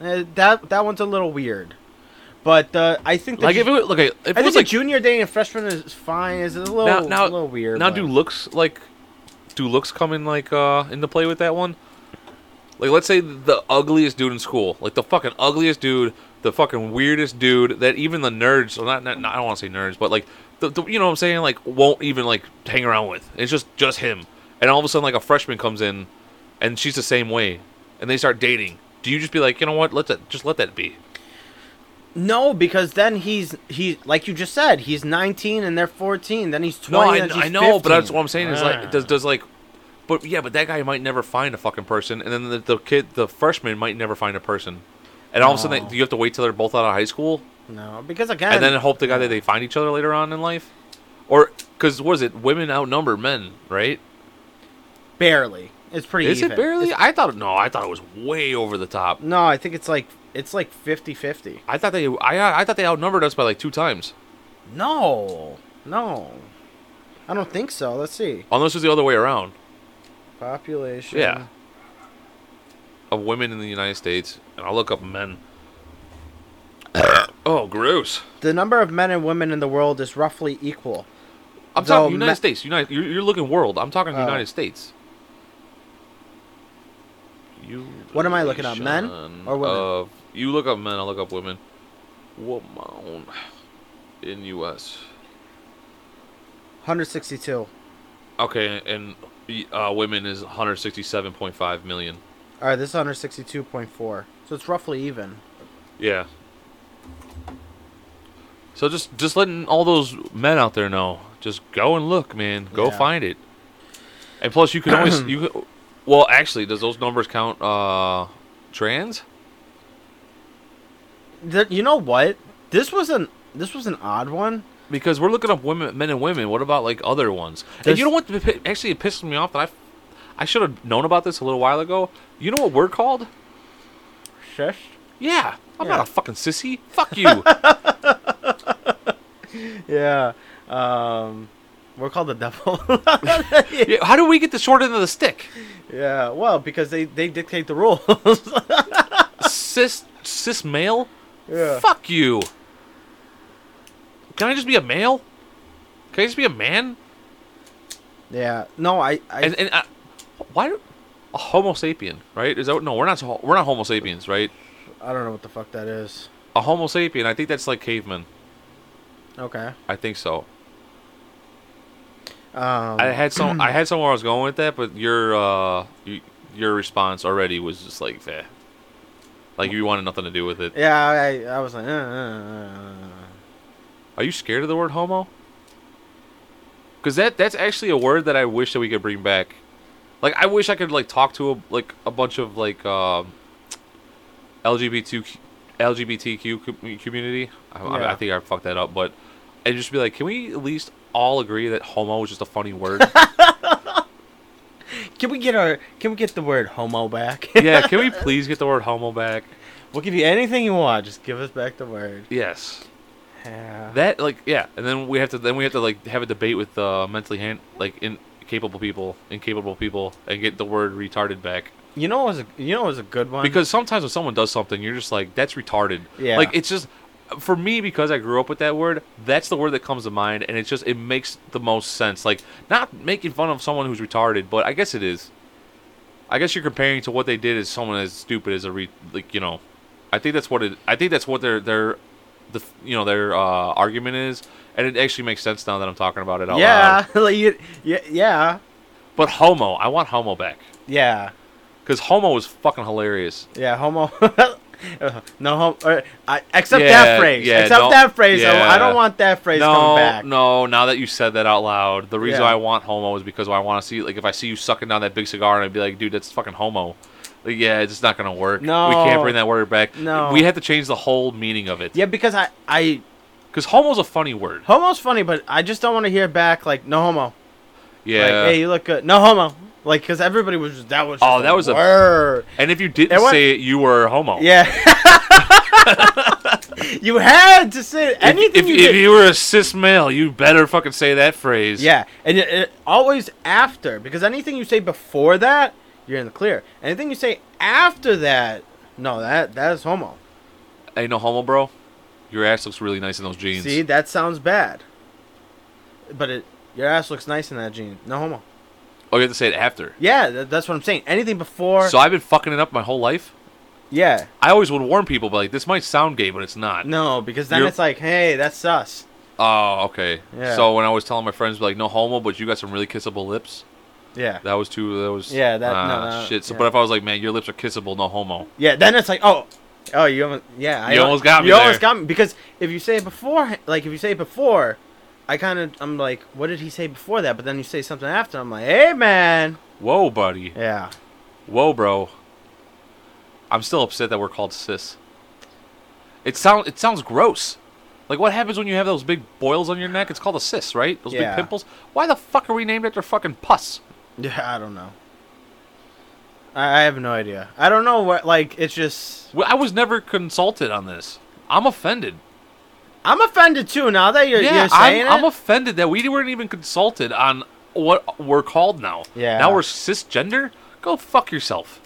S2: Uh, that that one's a little weird. But uh, I think the
S1: Like
S2: ju-
S1: if it was, okay, if
S2: I
S1: it
S2: think
S1: was
S2: a
S1: like
S2: junior dating a freshman is fine. Is a little
S1: now, now,
S2: a little weird.
S1: now
S2: but-
S1: do looks like do looks come in like uh into play with that one? Like let's say the ugliest dude in school, like the fucking ugliest dude, the fucking weirdest dude that even the nerds, well, not, not, not I don't want to say nerds, but like the, the you know what I'm saying, like won't even like hang around with. It's just just him, and all of a sudden like a freshman comes in, and she's the same way, and they start dating. Do you just be like, you know what? Let that just let that be.
S2: no because then he's he like you just said he's 19 and they're 14. Then he's 20.
S1: No, I,
S2: then she's
S1: I know, but that's
S2: 15.
S1: what I'm saying is
S2: Ah.
S1: like does does like, but yeah, but that guy might never find a fucking person, and then the, the kid, the freshman, might never find a person, and all of a sudden
S2: No.
S1: they, you have to wait till they're both out of high school,
S2: No, because again,
S1: and then hope the guy that they find each other later on in life, or because was it women outnumber men, right?
S2: barely. It's pretty.
S1: Is it
S2: even.
S1: barely?
S2: It's-
S1: I thought no, I thought it was way over the top.
S2: no, I think it's like it's like 50-50.
S1: I thought they, I, I thought they outnumbered us by like two times.
S2: No, no, I don't think so. Let's see.
S1: Unless it was the other way around.
S2: Population.
S1: Yeah. Of women in the United States, and I'll look up men. [coughs] oh, gross.
S2: The number of men and women in the world is roughly equal.
S1: I'm
S2: So,
S1: talking United
S2: ma-
S1: States. United, you're, you're looking world. I'm talking
S2: Oh.
S1: United States. You.
S2: What am I looking up, men or women?
S1: Of, you look up men. I'll look up women. Woman. in U.S.
S2: 162.
S1: Okay, and uh, women is 167.5 million.
S2: All right, this is 162.4. So it's roughly even.
S1: Yeah. So just just letting all those men out there know, just go and look, man. Go
S2: Yeah.
S1: find it. And plus, you can
S2: [clears throat]
S1: always you. Can, well, actually, does those numbers count uh, trans?
S2: Th- you know what? This was an this was an odd one.
S1: Because we're looking up women, men and women. What about like other ones? and
S2: There's-
S1: you know what? pi- Actually, it pissed me off that I, f- I should have known about this a little while ago. You know what we're called?
S2: Shush.
S1: Yeah, I'm
S2: Yeah.
S1: not a fucking sissy. Fuck
S2: [laughs]
S1: you.
S2: Yeah. Um, we're called the devil. [laughs]
S1: Yeah, How do we get the short end of the stick?
S2: yeah. Well, because they they dictate the rules. [laughs]
S1: Cis cis male?
S2: yeah.
S1: Fuck you. Can I just be a male? Can I just be a man?
S2: Yeah. No, I. I
S1: And and I, why do, a Homo sapien? Right? Is that no? We're not so- we're not Homo sapiens, right?
S2: I don't know what the fuck that is.
S1: A Homo sapien. I think that's like caveman.
S2: Okay.
S1: I think so.
S2: Um,
S1: I had some. I had somewhere I was going with that, but your uh, y- your response already was just like, eh. like you wanted nothing to do with it.
S2: yeah, I, I was like, uh, uh,
S1: Are you scared of the word homo? Because that that's actually a word that I wish that we could bring back. Like I wish I could like talk to a, like a bunch of like um, LGBTQ LGBTQ com- community. I, I, I
S2: Yeah.
S1: think I fucked that up, but and just be like, can we at least all agree that homo is just a funny word?
S2: uh. can we get our can we get the word homo [laughs] back?
S1: yeah, can we please get the word homo back?
S2: we'll give you anything you want. Just give us back the word.
S1: Yes.
S2: Yeah.
S1: That like yeah, and then we have to then we have to like have a debate with uh, mentally hand like incapable people, incapable people, and get the word retarded back.
S2: you know what was a, you know what was a good one
S1: Because sometimes when someone does something, you're just like, that's retarded.
S2: Yeah.
S1: Like it's just for me because I grew up with that word. That's the word that comes to mind, and it's just it makes the most sense. Like not making fun of someone who's retarded, but I guess it is. I guess you're comparing to what they did as someone as stupid as a re like you know, I think that's what it. I think that's what their their the you know their uh, argument is, and it actually makes sense now that I'm talking about it out
S2: yeah
S1: loud.
S2: [laughs] like you, yeah yeah
S1: But homo, I want homo back
S2: yeah
S1: because homo is fucking hilarious.
S2: yeah homo [laughs] no homo or, I, except
S1: Yeah,
S2: that phrase
S1: yeah,
S2: except
S1: don't-
S2: that phrase I, I
S1: yeah.
S2: don't want that phrase
S1: no,
S2: coming back
S1: No, now that you said that out loud, the reason
S2: Yeah.
S1: why I want homo is because I want to see like if I see you sucking down that big cigar and I'd be like, dude, that's fucking homo. Like, yeah, it's just not gonna work.
S2: No.
S1: we can't bring that word back.
S2: No.
S1: we have to change the whole meaning of it.
S2: yeah because I I
S1: because homo's a funny word.
S2: homo's funny but I just don't want to hear back like no homo
S1: Yeah.
S2: like hey you look good no homo like because everybody was just, that was
S1: Oh,
S2: just
S1: that was a-
S2: word.
S1: and if you didn't
S2: It wa-
S1: say it, you were a homo.
S2: yeah [laughs] you had to say
S1: If,
S2: anything
S1: if,
S2: you
S1: you, if
S2: did.
S1: you were a cis male, you better fucking say that phrase.
S2: Yeah, and it, it, always after because anything you say before that, you're in the clear. Anything you say after that, no, that that is homo.
S1: Ain't no homo, bro. Your ass looks really nice in those jeans.
S2: See, that sounds bad, but it your ass looks nice in that jean. No homo.
S1: Oh, you have to say it after.
S2: Yeah, that, that's what I'm saying. Anything before,
S1: So I've been fucking it up my whole life.
S2: yeah,
S1: I always would warn people, but like this might sound gay, but it's not.
S2: no, because then
S1: You're-
S2: it's like, hey, that's sus.
S1: Oh, okay.
S2: Yeah.
S1: So when I was telling my friends, like, no homo, but you got some really kissable lips.
S2: Yeah,
S1: That was too. That was
S2: Yeah, that-
S1: ah,
S2: no, no,
S1: shit. So,
S2: yeah.
S1: but if I was like, man, your lips are kissable, no homo.
S2: yeah. Then it's like, oh. Oh, you almost yeah. I
S1: You almost got me
S2: You
S1: there.
S2: almost got me because if you say it before, like if you say it before, I kind of I'm like, what did he say before that? But then you say something after, I'm like, hey man,
S1: Whoa, buddy.
S2: Yeah. [laughs]
S1: Whoa, bro. I'm still upset that we're called cis. It sound it sounds gross. Like what happens when you have those big boils on your neck? It's called a cyst, right? Those
S2: Yeah.
S1: big pimples. Why the fuck are we named after fucking pus?
S2: Yeah, I don't know. I, I have no idea. I don't know what like it's just
S1: Well, I was never consulted on this. I'm offended.
S2: I'm offended too now that you're,
S1: yeah,
S2: you're saying
S1: I'm, I'm
S2: it.
S1: offended that we weren't even consulted on what we're called now.
S2: Yeah.
S1: Now we're cisgender. Go fuck yourself.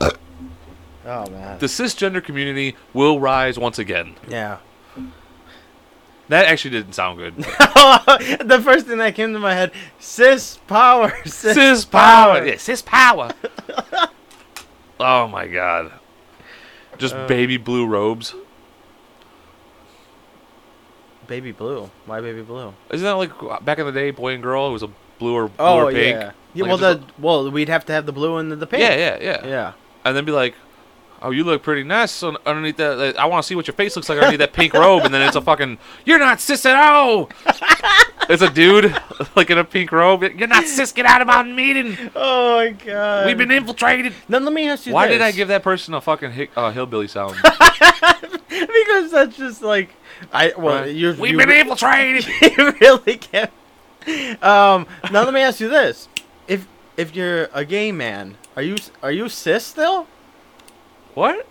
S2: oh man.
S1: The cisgender community will rise once again.
S2: yeah. [laughs]
S1: That actually didn't sound good.
S2: the first thing that came to my head, cis power, [laughs] cis,
S1: cis power. Yeah, cis
S2: [laughs]
S1: power.
S2: Uh.
S1: oh my god. Just baby blue robes.
S2: Baby Blue? Why Baby Blue?
S1: Isn't that like back in the day, boy and girl? It was a blue or blue
S2: Oh
S1: or pink.
S2: yeah. yeah.
S1: Like,
S2: Well,
S1: it was
S2: the well, we'd have to have the blue and the, the pink.
S1: yeah, yeah, yeah,
S2: yeah.
S1: And then be like, "Oh, you look pretty nice on, underneath that. Like, I want to see what your face looks like underneath that pink robe." And then it's a fucking, "You're not cis at all." it's a dude [laughs] like in a pink robe. "You're not cis. Get out of my meeting.
S2: Oh my god.
S1: We've been infiltrated."
S2: Then let me ask you.
S1: Why
S2: this.
S1: did I give that person a fucking hick, uh, hillbilly sound?
S2: [laughs] because that's just like I well
S1: Right.
S2: you're,
S1: We've
S2: you
S1: been
S2: re-
S1: infiltrated.
S2: [laughs] you really can't. Um, now let me ask you this: if if you're a gay man, are you are you cis still?
S1: [laughs]
S2: [laughs]
S1: what?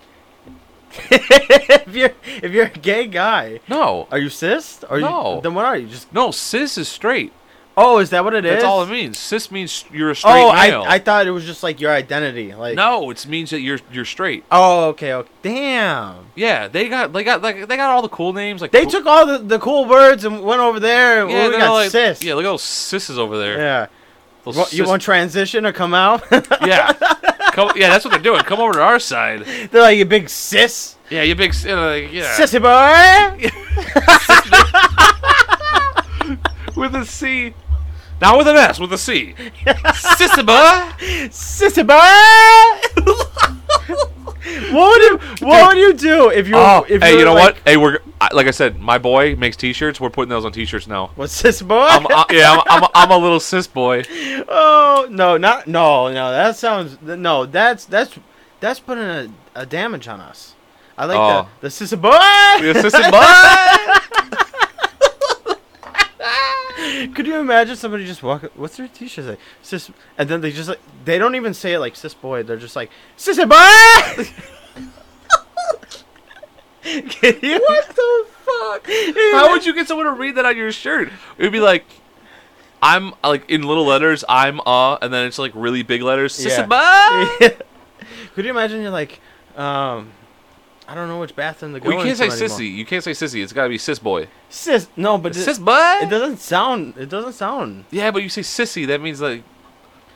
S2: if you're if you're a gay guy,
S1: No.
S2: are you cis? Are
S1: No.
S2: you then what are you? Just
S1: No, cis is straight.
S2: oh, is that what it is?
S1: That's all it means. Cis means you're a straight
S2: Oh,
S1: male.
S2: I I thought it was just like your identity, like
S1: no, it means that you're you're straight.
S2: Oh, okay, okay. Damn.
S1: Yeah, they got they got like they got all the cool names like
S2: They
S1: cool-
S2: took all the, the cool words and went over there. and
S1: yeah,
S2: we
S1: they're
S2: got
S1: like,
S2: cis.
S1: Yeah, look at those sisses over there.
S2: yeah.
S1: Those
S2: Wa- you
S1: sis-
S2: want transition or come out? [laughs]
S1: yeah, come, yeah, that's what they're doing. Come over to our side.
S2: They're like you big cis,
S1: Yeah, you big, s- you know, like, yeah,
S2: sissy
S1: [laughs]
S2: boy.
S1: with a C, not with an S, with a C.
S2: [laughs]
S1: Sissiba.
S2: Sissy boy. [laughs] what would you What would you do if you? were-
S1: Oh,
S2: if
S1: hey,
S2: were
S1: you know
S2: like,
S1: what? Hey, we're I- like I said, my boy makes t-shirts. We're putting those on t-shirts now.
S2: What's this boy?
S1: I'm,
S2: [laughs]
S1: I, yeah, I'm, I'm, I'm a little cis boy.
S2: oh no, not no, no. That sounds th- no. That's that's that's putting a, a damage on us. I like
S1: Oh.
S2: the the sissy boy.
S1: You're a sissy boy.
S2: [laughs] Could you imagine somebody just walk? What's their T-shirt say? Sis, and then they just like they don't even say it like sis boy. They're just like sissy boy. [laughs] Can you? What the fuck?
S1: How would you get someone to read that on your shirt? It would be like, I'm like in little letters, I'm uh, and then it's like really big letters.
S2: Yeah.
S1: Sissaba.
S2: [laughs] Could you imagine? You're like, um, I don't know which bathroom to go.
S1: Well, you can't say
S2: into
S1: sissy. You can't say sissy. It's got to be sis boy.
S2: anymore. Sis, no, but it,
S1: Sis boy.
S2: it doesn't sound. It doesn't sound.
S1: Yeah, but you say sissy. That means like,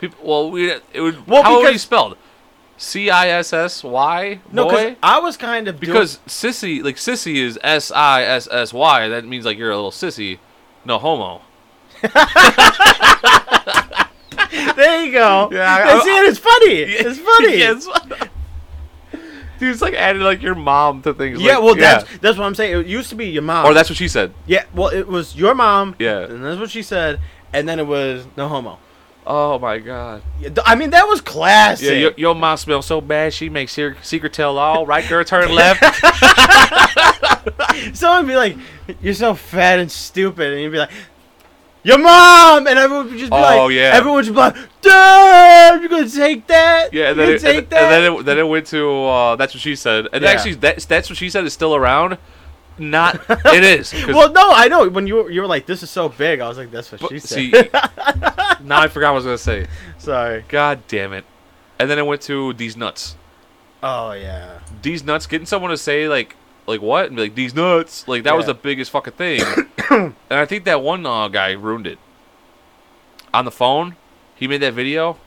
S1: people. Well, we it would.
S2: Well,
S1: how would it be
S2: because-
S1: spelled? C I S S Y.
S2: No, because
S1: boy?
S2: I was kind of doing-
S1: because sissy like sissy is S I S S Y. That means like you're a little sissy. No
S2: [laughs]
S1: homo.
S2: [laughs] there you go.
S1: [laughs] Yeah, I-
S2: I, see it. It's funny. It's
S1: [laughs]
S2: funny.
S1: Yeah, it's funny. [laughs] Dude, it's like adding like your mom to things.
S2: yeah,
S1: like-
S2: well, that's that's what I'm saying. It used to be your mom.
S1: or that's what she said.
S2: Yeah, well, it was your mom.
S1: Yeah.
S2: and that's what she said. And then it was no homo.
S1: Oh my god.
S2: Yeah, th- I mean, that was classic.
S1: Yeah, your, your mom smells so bad. She makes secret, secret tell all. Right, girl, turn left.
S2: Someone would be like, "You're so fat and stupid," and you'd be like, "Your mom," and everyone would just be
S1: Oh,
S2: like,
S1: yeah.
S2: everyone would just be like, "Damn, you're gonna take that?
S1: Yeah,
S2: you're
S1: and then
S2: gonna
S1: it,
S2: take
S1: and,
S2: that."
S1: and then it, then it went to uh, that's what she said, and
S2: Yeah.
S1: actually that's that's what she said is still around.
S2: [laughs]
S1: Not it is. 'cause-
S2: well, no, I know. When you were, you were like, "This is so big," I was like, "That's what
S1: but-
S2: she said." [laughs]
S1: see, now I forgot what I was gonna say.
S2: Sorry.
S1: God damn it! And then it went to these nuts.
S2: Oh yeah.
S1: These nuts. Getting someone to say like like what and be like these nuts. Like that was
S2: Yeah.
S1: the biggest fucking thing. [coughs] and I think that one uh, guy ruined it. On the phone, he made that video.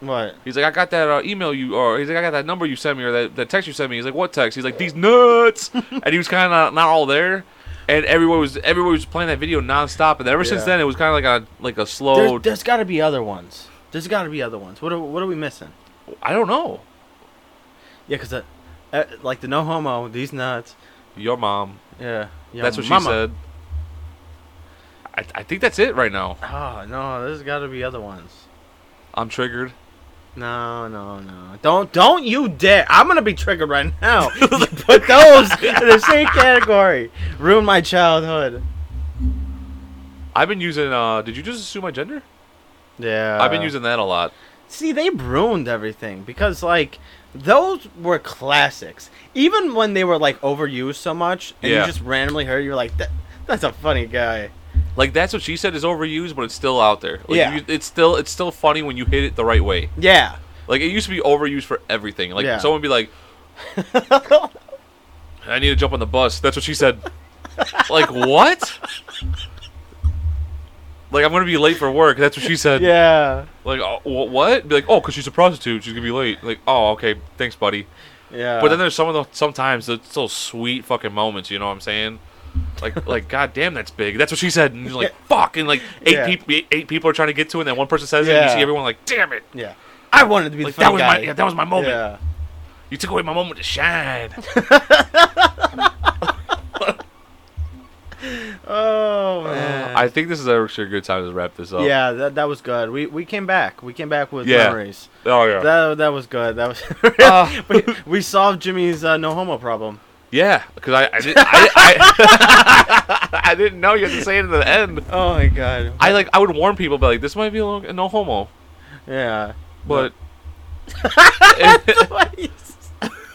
S2: What?
S1: He's like, I got that uh, email you, or he's like, I got that number you sent me, or that, that text you sent me. He's like, what text? He's like, these nuts, [laughs] and he was kind of not, not all there. And everyone was everyone was playing that video nonstop, and ever since
S2: Yeah.
S1: then, it was kind of like a like a slow.
S2: There's, there's got to be other ones. There's got to be other ones. What are, what are we missing?
S1: I don't know.
S2: Yeah, because uh, uh, like the no homo, these nuts.
S1: Your mom.
S2: Yeah. Yo,
S1: that's what
S2: mama.
S1: she said. I, I think that's it right now.
S2: Oh no, there's got to be other ones.
S1: I'm triggered.
S2: No, no, no! Don't, don't you dare! I'm gonna be triggered right
S1: [laughs]
S2: now. You put those in the same category. Ruin my childhood.
S1: I've been using. uh Did you just assume my gender?
S2: Yeah.
S1: I've been using that a lot.
S2: See, they ruined everything because like those were classics. Even when they were like overused so much, and
S1: Yeah.
S2: you just randomly heard, you're like, that, "That's a funny guy."
S1: Like that's what she said is overused, but it's still out there. Like,
S2: Yeah.
S1: you- it's still it's still funny when you hit it the right way.
S2: Yeah.
S1: Like it used to be overused for everything. Like
S2: Yeah.
S1: someone would be
S2: [laughs]
S1: like, "I need to jump on the bus." That's what she said. like what? Like I'm gonna be late for work. That's what she said.
S2: Yeah.
S1: Like oh, wh- what? Be like oh, cause she's a prostitute. She's gonna be late. Like oh, okay, thanks, buddy.
S2: Yeah.
S1: But then there's some of the sometimes it's so sweet fucking moments. You know what I'm saying? Like, [laughs] like, god damn, that's big. That's what she said. And you're like, fuck. And like, eight
S2: Yeah.
S1: people, eight people are trying to get to it, and then one person says it, and
S2: Yeah.
S1: you see everyone like, damn it.
S2: Yeah. I wanted to be
S1: Like,
S2: the funny
S1: that was
S2: guy.
S1: my- yeah, that was my moment.
S2: Yeah.
S1: You took away my moment to shine.
S2: Oh man.
S1: [laughs] I think this is actually a good time to wrap this up.
S2: yeah, that, that was good. We we came back. We came back with
S1: Yeah.
S2: memories.
S1: Oh yeah.
S2: That that was good. That was [laughs]
S1: Uh,
S2: we, we solved Jimmy's uh, no homo problem.
S1: yeah. Because I I, did, I, I, [laughs] I didn't know you had to say it at the end.
S2: Oh my god.
S1: I like I would warn people, but like this might be a little, no homo,
S2: [laughs]
S1: [laughs]
S2: Yeah.
S1: but [laughs]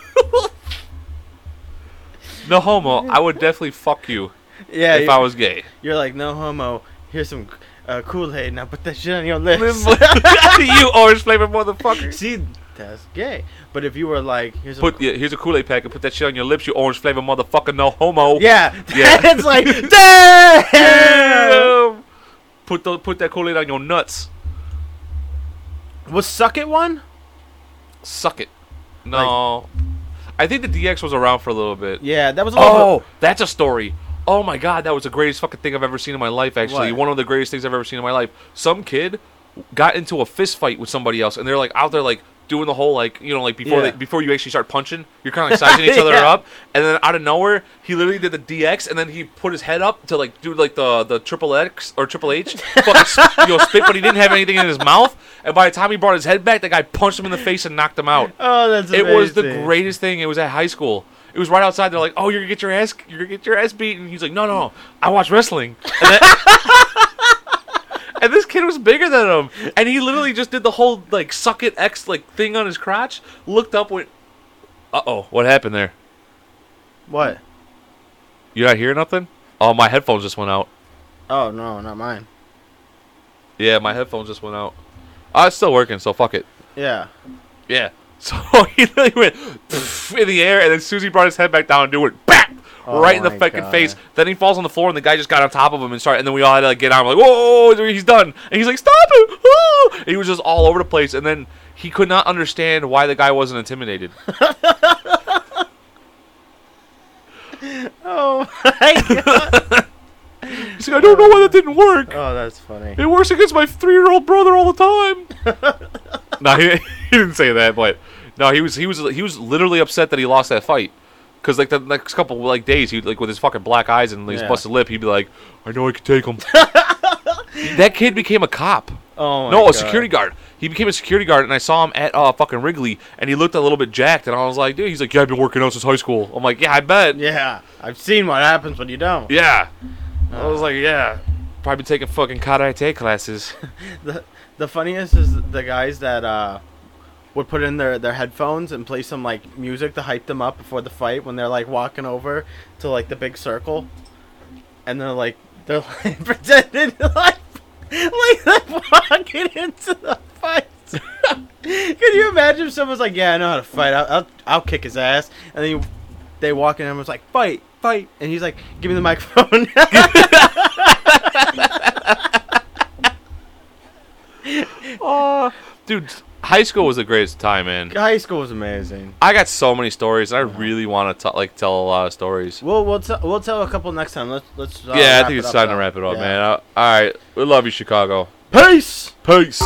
S1: no homo. I would definitely fuck you
S2: yeah.
S1: if
S2: you-
S1: I was
S2: [laughs]
S1: gay. [laughs]
S2: You're like, no homo. Here's some uh, Kool Aid. Now put that shit on your lips. [laughs]
S1: you orange flavored motherfucker.
S2: See, that's gay. But if you were like, here's a
S1: Put yeah, here's a Kool Aid pack and put that shit on your lips. You orange flavored motherfucker. No homo.
S2: [laughs] yeah,
S1: [laughs] Yeah.
S2: [laughs] it's like, damn.
S1: Damn. Put the, put that Kool Aid on your nuts.
S2: Was suck it one?
S1: Suck it. No. I think the DX was around for a little bit.
S2: Yeah, that was a little
S1: Oh, that's a story. Oh my god, that was the greatest fucking thing I've ever seen in my life. Actually,
S2: What?
S1: one of the greatest things I've ever seen in my life. Some kid got into a fist fight with somebody else, and they're like out there like doing the whole like you know like before
S2: Yeah.
S1: they, before you actually start punching, you're kind of like sizing each
S2: [laughs]
S1: other
S2: Yeah.
S1: up, and then out of nowhere he literally did the DX, and then he put his head up to like do like the the triple X or triple
S2: [laughs]
S1: H, fucking sp- you know, spit, but he didn't have anything in his mouth, and by the time he brought his head back, the guy punched him in the face and knocked him out.
S2: Oh, that's
S1: It was the
S2: amazing.
S1: greatest thing. It was at high school. It was right outside. They're like, "Oh, you're gonna get your ass, you're gonna get your ass beaten." He's like, "No, no, I watch wrestling." And, that- [laughs] and this kid was bigger than him, and he literally just did the whole like suck it X like thing on his crotch. Looked up, went, "Uh oh, what happened there?
S2: What?
S1: You not hear nothing? Oh, my headphones just went out.
S2: Oh no, not mine.
S1: Yeah, my headphones just went out. Uh, it's still working, so fuck it.
S2: Yeah.
S1: Yeah. [laughs] So he literally went in the air, and then Susie brought his head back down and do it back
S2: Oh
S1: right in the
S2: my
S1: fucking
S2: God.
S1: face. Then he falls on the floor, and the guy just got on top of him and started. And then we all had to like get on. like, whoa, he's done. And he's like, stop it! ah!" And he was just all over the place, and then he could not understand why the guy wasn't intimidated. [laughs]
S2: Oh my God.
S1: He's like, I don't know why that didn't work.
S2: [laughs] oh, that's funny.
S1: It works against my three-year-old brother all the time. [laughs] no, he, he didn't say that, but no, he was he was he was literally upset that he lost that fight. Cause like the next couple like days, he like with his fucking black eyes and his
S2: Yeah.
S1: busted lip, he'd be like, "I know I can
S2: [laughs]
S1: take him." that kid became a cop.
S2: Oh my
S1: no, a
S2: God.
S1: security guard. He became a security guard, and I saw him at uh, fucking Wrigley, and he looked a little bit jacked, and I was like, "Dude," he's like, "Yeah, I've been working out since high school." I'm like, "Yeah, I bet."
S2: Yeah, I've seen what happens when you don't.
S1: Yeah. I was like, "Yeah." Probably taking fucking karate classes.
S2: The, the funniest is the guys that uh, would put in their, their headphones and play some like music to hype them up before the fight when they're like walking over to like the big circle, and they're like they're [laughs] like pretending like like they're walking into the fight. [laughs] Can you imagine if someone's like, "Yeah, I know how to fight. I'll I'll, I'll kick his ass," and then you, they walk in and everyone's like, "Fight, fight," and he's like, "Give me the microphone." [laughs]
S1: Oh, dude, high school was the greatest time, man.
S2: High school was amazing.
S1: I got so many stories, and I really want to like tell a lot of stories.
S2: We'll we'll, t- we'll tell a couple next time. Let's let's.
S1: yeah,
S2: Uh,
S1: I
S2: wrap
S1: think
S2: it
S1: it's
S2: up
S1: time to
S2: now.
S1: wrap it up,
S2: Yeah.
S1: man. Uh, all right, we love you, Chicago.
S2: Peace.
S1: Peace.